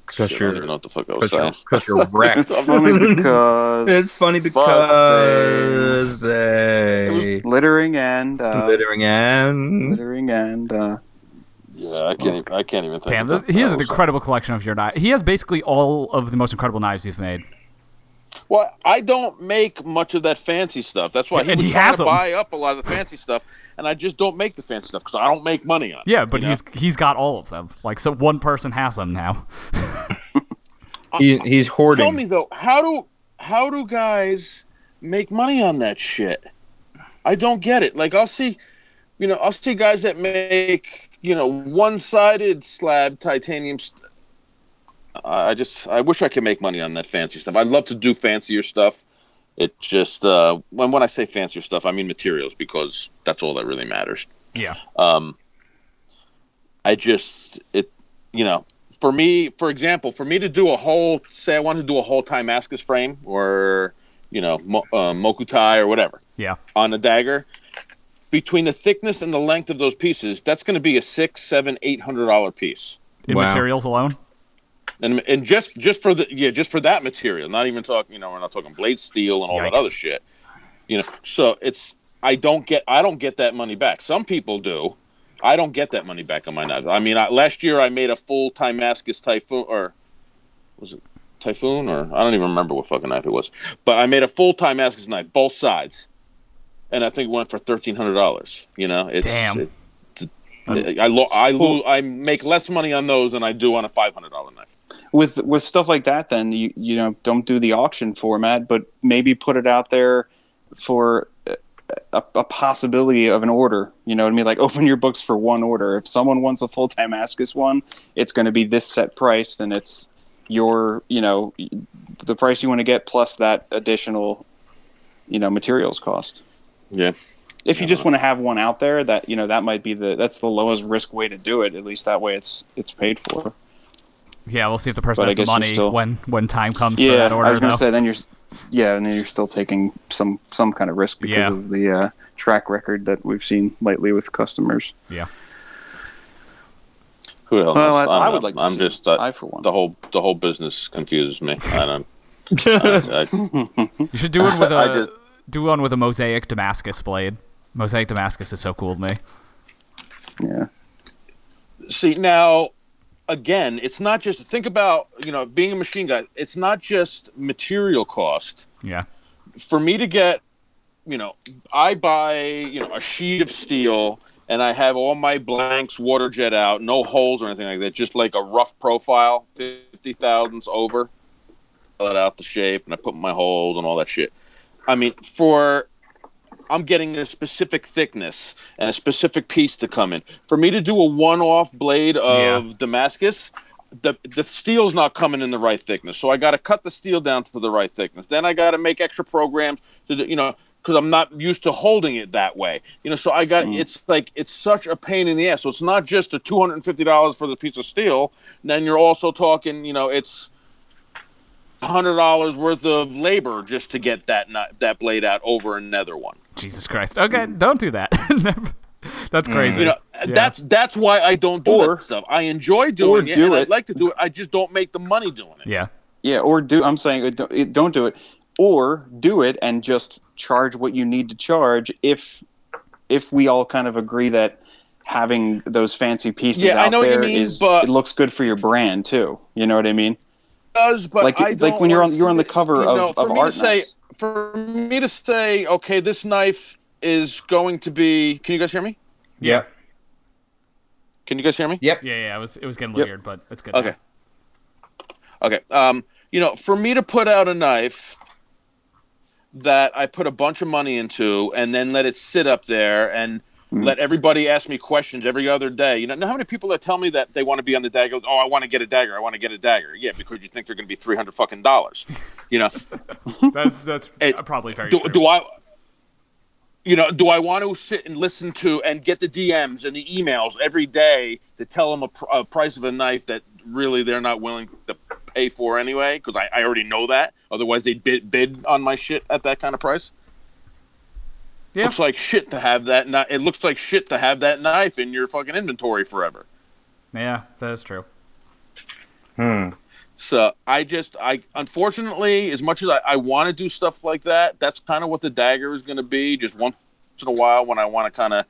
Speaker 1: Because
Speaker 4: Shit, I don't even
Speaker 1: you're
Speaker 4: know what the fuck I was
Speaker 1: because you're,
Speaker 4: saying.
Speaker 1: 'cause you're wrecked.
Speaker 3: It's funny because
Speaker 1: It's funny because they
Speaker 3: littering and uh,
Speaker 1: littering and
Speaker 3: littering and uh,
Speaker 4: Yeah, I can't. Even, I can't even think.
Speaker 2: Damn,
Speaker 4: of
Speaker 2: this,
Speaker 4: that.
Speaker 2: he
Speaker 4: I
Speaker 2: has an
Speaker 4: was-
Speaker 2: incredible collection of your knives. He has basically all of the most incredible knives you've made.
Speaker 4: Well, I don't make much of that fancy stuff. That's why he,
Speaker 2: And
Speaker 4: was
Speaker 2: he
Speaker 4: trying
Speaker 2: has
Speaker 4: to
Speaker 2: 'em.
Speaker 4: buy up a lot of the fancy stuff, and I just don't make the fancy stuff because I don't make money on it.
Speaker 2: Yeah, but
Speaker 4: you know?
Speaker 2: he's he's got all of them. Like, so one person has them now.
Speaker 1: he, he's
Speaker 4: Tell me
Speaker 1: hoarding.
Speaker 4: though, how do how do guys make money on that shit? I don't get it. Like I'll see, you know, I'll see guys that make you know one sided slab titanium. St- I I just I wish I could make money on that fancy stuff. I'd love to do fancier stuff. It just uh, when when I say fancier stuff, I mean materials because that's all that really matters.
Speaker 2: Yeah.
Speaker 4: Um, I just it, you know, for me, for example, for me to do a whole say I want to do a whole Timascus frame or you know mo- uh, Mokutai or whatever
Speaker 2: Yeah.
Speaker 4: on a dagger, between the thickness and the length of those pieces, that's going to be a six, seven, eight hundred dollar piece.
Speaker 2: In
Speaker 1: Wow.
Speaker 2: materials alone.
Speaker 4: And, and just just for the yeah just for that material, not even talking you know we're not talking blade steel and all that
Speaker 2: Yikes.
Speaker 4: other shit, you know. So it's I don't get I don't get that money back. Some people do, I don't get that money back on my knives. I mean, I, last year I made a full Timascus Typhoon, or was it Typhoon, or I don't even remember what fucking knife it was. But I made a full Timascus knife, both sides, and I think it went for thirteen hundred dollars. You know, it's,
Speaker 2: Damn.
Speaker 4: it- it's- I lo- I lo- I make less money on those than I do on a five hundred dollar knife.
Speaker 3: with with stuff like that then you you know don't do the auction format but maybe put it out there for uh, a, a possibility of an order you know what i mean like open your books for one order if someone wants a full-time askus one it's going to be this set price and it's your you know the price you want to get plus that additional you know materials cost
Speaker 4: Yeah.
Speaker 3: if you just want to have one out there that you know that might be the that's the lowest risk way to do it at least that way it's it's paid for
Speaker 2: Yeah, we'll see if the person
Speaker 3: But I
Speaker 2: has the
Speaker 3: guess you're
Speaker 2: money
Speaker 3: still-
Speaker 2: when when time comes for
Speaker 3: yeah,
Speaker 2: that order.
Speaker 3: I was going
Speaker 2: though.
Speaker 3: to say then you're, s- yeah, and then you're still taking some some kind of risk because
Speaker 2: Yeah.
Speaker 3: of the uh, track record that we've seen lately with customers.
Speaker 2: yeah.
Speaker 4: Who the hell?
Speaker 3: Well, I,
Speaker 4: knows? don't
Speaker 3: I, would
Speaker 4: know.
Speaker 3: like. To
Speaker 4: I'm
Speaker 3: see
Speaker 4: just
Speaker 3: it.
Speaker 4: uh,
Speaker 3: I for one.
Speaker 4: the whole the whole business confuses me. I don't. I- I-
Speaker 2: You should do one with
Speaker 4: I
Speaker 2: a
Speaker 4: just-
Speaker 2: do one with a mosaic Damascus blade. Mosaic Damascus is so cool to me.
Speaker 3: yeah,
Speaker 4: See now, again, it's not just think about you know being a machine guy. It's not just material cost.
Speaker 2: Yeah.
Speaker 4: For me to get, you know, I buy you know a sheet of steel and I have all my blanks water jet out, no holes or anything like that. Just like a rough profile, fifty thousandths over. Let out the shape and I put my holes and all that shit. I mean, for I'm getting a specific thickness and a specific piece to come in. For me to do a one-off blade of Damascus, the the steel's not coming in the right thickness, so I got to cut the steel down to the right thickness. Then I got to make extra programs to do, you know because I'm not used to holding it that way. You know, so I got it's like it's such a pain in the ass. So it's not just the two hundred and fifty dollars for the piece of steel. Then you're also talking, you know, it's hundred dollars worth of labor just to get that nut, that blade out over another one.
Speaker 2: Jesus Christ. Okay, don't do that. Never- That's crazy.
Speaker 4: You know,
Speaker 2: Yeah.
Speaker 4: that's that's why I don't do
Speaker 3: Mm-hmm. Or-
Speaker 4: that stuff. I enjoy doing it.
Speaker 3: do
Speaker 4: and I'd
Speaker 3: it.
Speaker 4: like to do it. I just don't make the money doing it.
Speaker 2: yeah.
Speaker 3: yeah, or do I'm saying uh, don't, it- don't do it, or do it and just charge what you need to charge if if we all kind of agree that having those fancy pieces
Speaker 4: Yeah, I
Speaker 3: out
Speaker 4: know what you
Speaker 3: there
Speaker 4: mean,
Speaker 3: is-
Speaker 4: but-
Speaker 3: it looks good for your brand too. You know what I mean?
Speaker 4: does, but
Speaker 3: Like-
Speaker 4: I
Speaker 3: like
Speaker 4: don't
Speaker 3: when you're
Speaker 4: wanna
Speaker 3: on- you're on
Speaker 4: see
Speaker 3: the cover
Speaker 4: it.
Speaker 3: of-
Speaker 4: for
Speaker 3: of
Speaker 4: me
Speaker 3: art
Speaker 4: to say,
Speaker 3: knives.
Speaker 4: For me to say, okay, this knife is going to be. Can you guys hear me?
Speaker 1: Yep.
Speaker 4: Can you guys hear me?
Speaker 2: Yeah, yeah, it was it was getting
Speaker 3: Yep.
Speaker 2: weird, but it's good.
Speaker 4: Okay. Okay. Um, you know, for me to put out a knife that I put a bunch of money into and then let it sit up there and
Speaker 3: Mm.
Speaker 4: let everybody ask me questions every other day. You know, know how many people that tell me that they want to be on the dagger? Oh, I want to get a dagger. I want to get a dagger. Yeah, because you think they're going to be 300 fucking dollars. You know,
Speaker 2: That's that's
Speaker 4: It-
Speaker 2: probably very
Speaker 4: do,
Speaker 2: true.
Speaker 4: do I, you know, do I want to sit and listen to and get the DMs and the emails every day to tell them a, pr- a price of a knife that really they're not willing to pay for anyway? Because I, I already know that. Otherwise, they'd bid, bid on my shit at that kind of price.
Speaker 2: Yeah.
Speaker 4: Looks like shit to have that. Kni- it looks like shit to have that knife in your fucking inventory forever.
Speaker 2: yeah, that is true.
Speaker 1: Hmm.
Speaker 4: So I just, I unfortunately, as much as I, I want to do stuff like that, that's kind of what the dagger is going to be. Just once in a while, when I want to kind of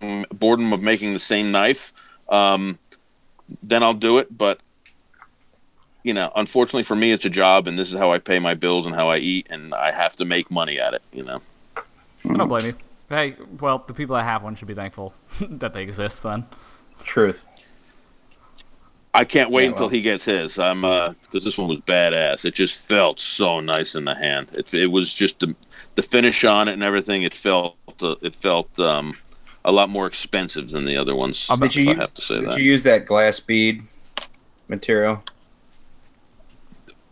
Speaker 4: mm, boredom of making the same knife, um, then I'll do it. But you know, unfortunately for me, it's a job, and this is how I pay my bills and how I eat, and I have to make money at it. You know.
Speaker 2: I don't blame you. Hey, well, the people that have one should be thankful that they exist. Then
Speaker 6: Truth.
Speaker 4: I can't wait
Speaker 6: Yeah,
Speaker 4: until
Speaker 6: well.
Speaker 4: he gets his. I'm uh 'cause because this one was badass. It just felt so nice in the hand. It, it was just the, the finish on it and everything. It felt uh, it felt um, a lot more expensive than the other ones.
Speaker 2: I'm-
Speaker 4: if
Speaker 6: Um, Did you
Speaker 4: I
Speaker 6: u-
Speaker 4: have to say
Speaker 6: Did
Speaker 4: that
Speaker 6: you use that glass bead material?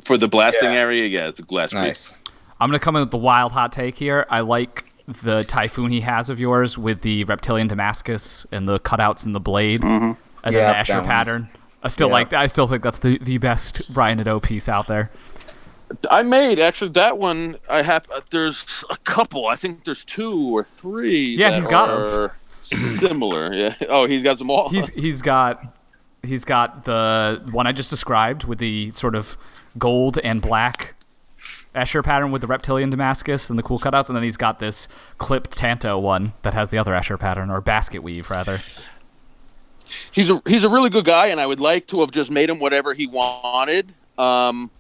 Speaker 4: for the blasting
Speaker 6: Yeah.
Speaker 4: area. Yeah, it's a glass. bead.
Speaker 6: Nice.
Speaker 2: I'm gonna come in with the wild hot take here. I like the typhoon he has of yours with the reptilian Damascus and the cutouts in the blade, and
Speaker 6: Yeah,
Speaker 2: then the
Speaker 6: Mm-hmm. that
Speaker 2: Escher
Speaker 6: one.
Speaker 2: pattern. I still
Speaker 6: Yeah.
Speaker 2: like. I still think that's the, the best Brian Nadeau piece out there.
Speaker 4: I made actually that one. I have uh, there's a couple. I think there's two or three.
Speaker 2: Yeah,
Speaker 4: that
Speaker 2: he's got 'em.
Speaker 4: are Similar. Yeah. Oh, he's got them all.
Speaker 2: He's he's got he's got the one I just described with the sort of gold and black Escher pattern with the reptilian Damascus and the cool cutouts, and then he's got this clipped Tanto one that has the other Escher pattern or basket weave rather.
Speaker 4: he's a he's a really good guy, and I would like to have just made him whatever he wanted. Um,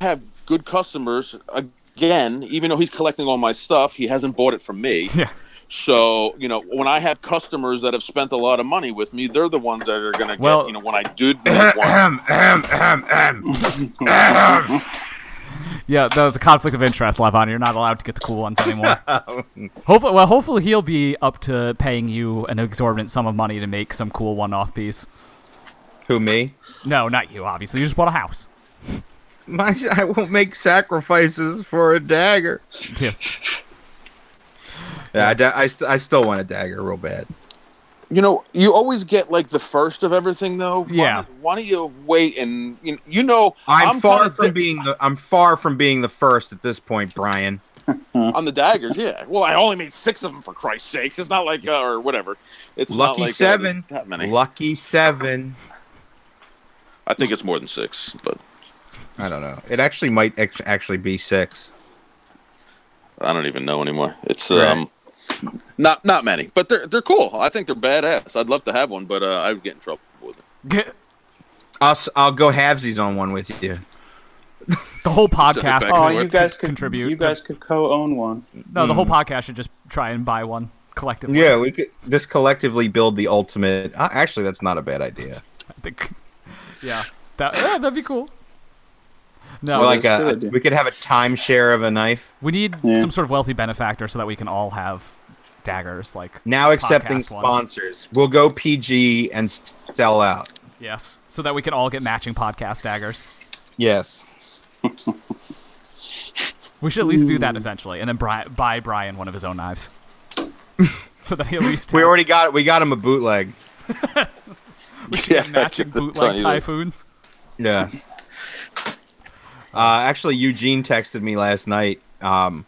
Speaker 4: I have good customers again, even though he's collecting all my stuff, he hasn't bought it from me.
Speaker 2: Yeah.
Speaker 4: So you know, when I have customers that have spent a lot of money with me, they're the ones that are gonna
Speaker 2: Well-
Speaker 4: get. You know, when I do make one,
Speaker 6: Ahem, ahem, ahem, ahem.
Speaker 2: Yeah, that was a conflict of interest, Levon. You're not allowed to get the cool ones anymore. hopefully, well, hopefully he'll be up to paying you an exorbitant sum of money to make some cool one-off piece.
Speaker 1: Who me?
Speaker 2: No, not you. Obviously, you just bought a house.
Speaker 1: My, I won't make sacrifices for a dagger.
Speaker 2: Yeah.
Speaker 1: Yeah, I, da- I, st- I still want a dagger real bad.
Speaker 4: you know, you always get like the first of everything, though. Why
Speaker 2: Yeah.
Speaker 4: don't- Why, don't you wait and you you know
Speaker 1: I'm, far
Speaker 4: kinda
Speaker 1: from
Speaker 4: di-
Speaker 1: being the I'm far from being the first at this point, Brian.
Speaker 4: on the daggers, yeah. Well, I only made six of them for Christ's sakes. It's not like uh, or whatever. It's not
Speaker 1: Lucky
Speaker 4: like, uh,
Speaker 1: seven.
Speaker 4: that many.
Speaker 1: Lucky seven.
Speaker 4: I think it's more than six, but
Speaker 1: I don't know. It actually might ex- actually be six.
Speaker 4: I don't even know anymore. It's
Speaker 1: Right.
Speaker 4: um, not not many, but they're they're cool. I think they're badass. I'd love to have one, but uh, I would get in trouble with it.
Speaker 2: Get
Speaker 1: I'll s- I'll go halvesies on one with you.
Speaker 2: the whole podcast.
Speaker 4: back
Speaker 3: Oh,
Speaker 4: and
Speaker 2: could
Speaker 4: Or
Speaker 3: you guys could
Speaker 2: contribute.
Speaker 3: You
Speaker 2: to-
Speaker 3: guys could co-own one.
Speaker 2: no, the whole podcast should just try and buy one collectively.
Speaker 1: Yeah, we could just collectively build the ultimate. Uh, actually, that's not a bad idea.
Speaker 2: I think- yeah, that yeah, that'd be cool. No,
Speaker 1: Or like
Speaker 3: that's a
Speaker 1: a,
Speaker 3: good idea.
Speaker 1: we could have a timeshare of a knife.
Speaker 2: we need
Speaker 3: Yeah.
Speaker 2: some sort of wealthy benefactor so that we can all have daggers. Like
Speaker 1: Now accepting
Speaker 2: Podcast ones.
Speaker 1: sponsors. We'll go PG and s- sell out.
Speaker 2: yes, so that we can all get matching podcast daggers.
Speaker 1: Yes.
Speaker 2: We should at least do
Speaker 1: Hmm.
Speaker 2: that eventually, and then Bri- buy Brian one of his own knives, so that he at least
Speaker 1: We
Speaker 2: has
Speaker 1: already got it. We got him a bootleg.
Speaker 4: Yeah,
Speaker 2: matching
Speaker 4: get the
Speaker 2: bootleg
Speaker 4: tiny little-
Speaker 2: typhoons.
Speaker 1: Yeah. Uh, actually, Eugene texted me last night. Um,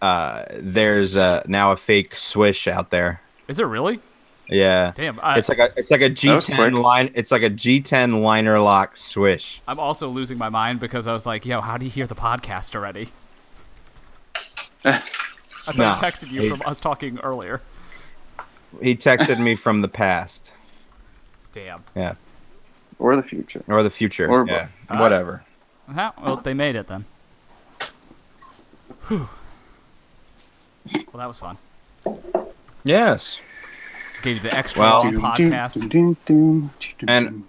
Speaker 1: uh, there's uh, now a fake Swish out there.
Speaker 2: Is it really?
Speaker 1: Yeah,
Speaker 2: Damn, I,
Speaker 1: it's like a it's like a
Speaker 3: was quick.
Speaker 1: G10 line. It's like a G10 liner lock Swish.
Speaker 2: I'm also losing my mind because I was like, "Yo, how do you hear the podcast already?" I thought
Speaker 1: Nah.
Speaker 2: I texted you
Speaker 1: Hey.
Speaker 2: from us talking earlier.
Speaker 1: He texted me from the past.
Speaker 2: Damn.
Speaker 1: Yeah,
Speaker 3: Or the future.
Speaker 1: or the future.
Speaker 3: Or
Speaker 1: yeah,
Speaker 3: both.
Speaker 1: whatever.
Speaker 2: Uh-huh. Well, they made it then. Whew. Well, that was fun.
Speaker 1: Yes.
Speaker 2: Gave you the extra
Speaker 1: Well-
Speaker 2: long podcast.
Speaker 3: Doom, doom, doom, doom,
Speaker 1: And-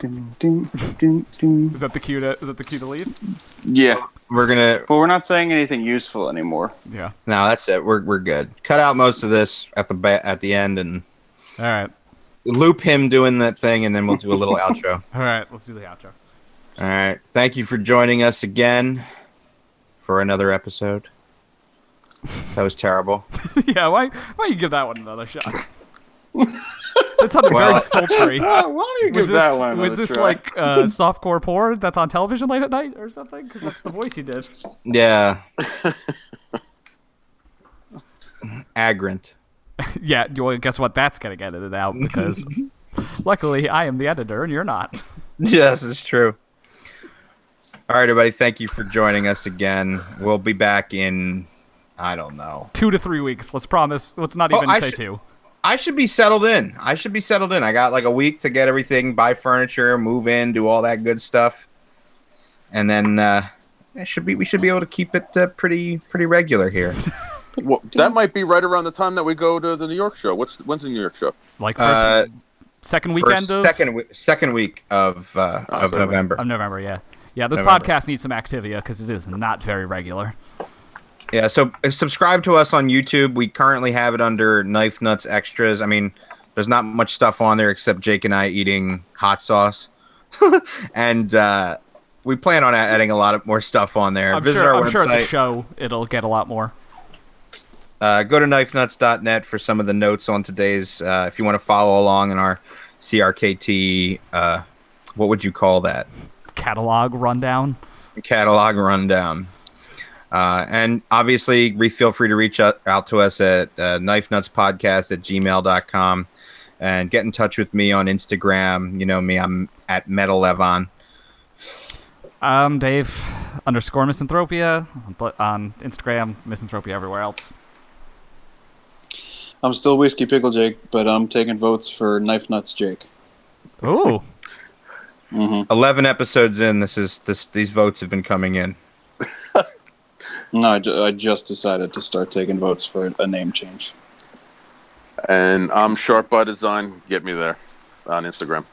Speaker 3: Dun, dun, dun, dun.
Speaker 2: Is that the cue to is that the cue to leave?
Speaker 3: Yeah,
Speaker 1: We're gonna
Speaker 3: but we're not saying anything useful anymore.
Speaker 2: Yeah.
Speaker 1: no, that's it. We're we're good. Cut out most of this at the ba- at the end and
Speaker 2: All right.
Speaker 1: loop him doing that thing, and then we'll do a little outro.
Speaker 2: All right. Let's do the outro.
Speaker 1: All right. Thank you for joining us again for another episode. That was terrible.
Speaker 2: yeah. Why why you give that one another shot? That sounded
Speaker 1: Well- Uh,
Speaker 2: very sultry.
Speaker 3: Oh, why do you
Speaker 2: Was
Speaker 3: give
Speaker 2: this,
Speaker 3: that one?
Speaker 2: was
Speaker 3: another
Speaker 2: this
Speaker 3: try?
Speaker 2: like uh, softcore porn that's on television late at night or something? Because that's the voice you did.
Speaker 1: Yeah. Agrant.
Speaker 2: Yeah, you- well, guess what? That's gonna get edited out because luckily I am the editor and you're not.
Speaker 1: Yes, it's true. All right, everybody. Thank you for joining us again. We'll be back in, I don't know.
Speaker 2: Two to three weeks. Let's promise. Let's not
Speaker 1: Oh,
Speaker 2: even
Speaker 1: I
Speaker 2: say
Speaker 1: should-
Speaker 2: two.
Speaker 1: I should be settled in. I should be settled in. I got like a week to get everything, buy furniture, move in, do all that good stuff, and then uh, it should be we should be able to keep it uh, pretty pretty regular here.
Speaker 4: Well, that might be right around the time that we go to the New York show. What's when's the New York show?
Speaker 2: Like first,
Speaker 1: Uh,
Speaker 2: second
Speaker 1: first-
Speaker 2: weekend of
Speaker 1: second we- second week of uh,
Speaker 4: Oh,
Speaker 1: of
Speaker 4: sorry.
Speaker 1: November.
Speaker 2: of November. Yeah, yeah. This
Speaker 1: November.
Speaker 2: podcast needs some activity because it is not very regular.
Speaker 1: Yeah, so uh, subscribe to us on YouTube. We currently have it under Knife Nuts Extras. I mean, there's not much stuff on there except Jake and I eating hot sauce, and uh, we plan on adding a lot of more stuff on there.
Speaker 2: I'm
Speaker 1: Visit
Speaker 2: sure.
Speaker 1: our
Speaker 2: I'm
Speaker 1: website.
Speaker 2: sure at the show it'll get a lot more.
Speaker 1: Uh, go to knifenuts.net for some of the notes on today's. Uh, if you want to follow along in our CRKT, uh, what would you call that?
Speaker 2: Catalog rundown.
Speaker 1: Catalog rundown. Uh, and obviously, re- feel free to reach out, out to us at uh, knifenutspodcast at gmail.com and get in touch with me on Instagram. You know me, I'm at metalevon.
Speaker 2: Um, Dave underscore misanthropia but on Instagram, misanthropia everywhere else.
Speaker 3: I'm still whiskey pickle Jake, but I'm taking votes for knife nuts Jake.
Speaker 2: Ooh,
Speaker 1: 11 episodes in, this is this these votes have been coming in.
Speaker 3: No, I, ju- I just decided to start taking votes for a name change.
Speaker 4: And I'm Sharp by Design. Get me there on Instagram.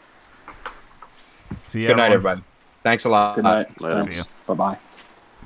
Speaker 2: see you.
Speaker 1: Good night, everybody. Thanks a lot.
Speaker 3: Good night.
Speaker 4: Later.
Speaker 3: Thanks. Bye bye.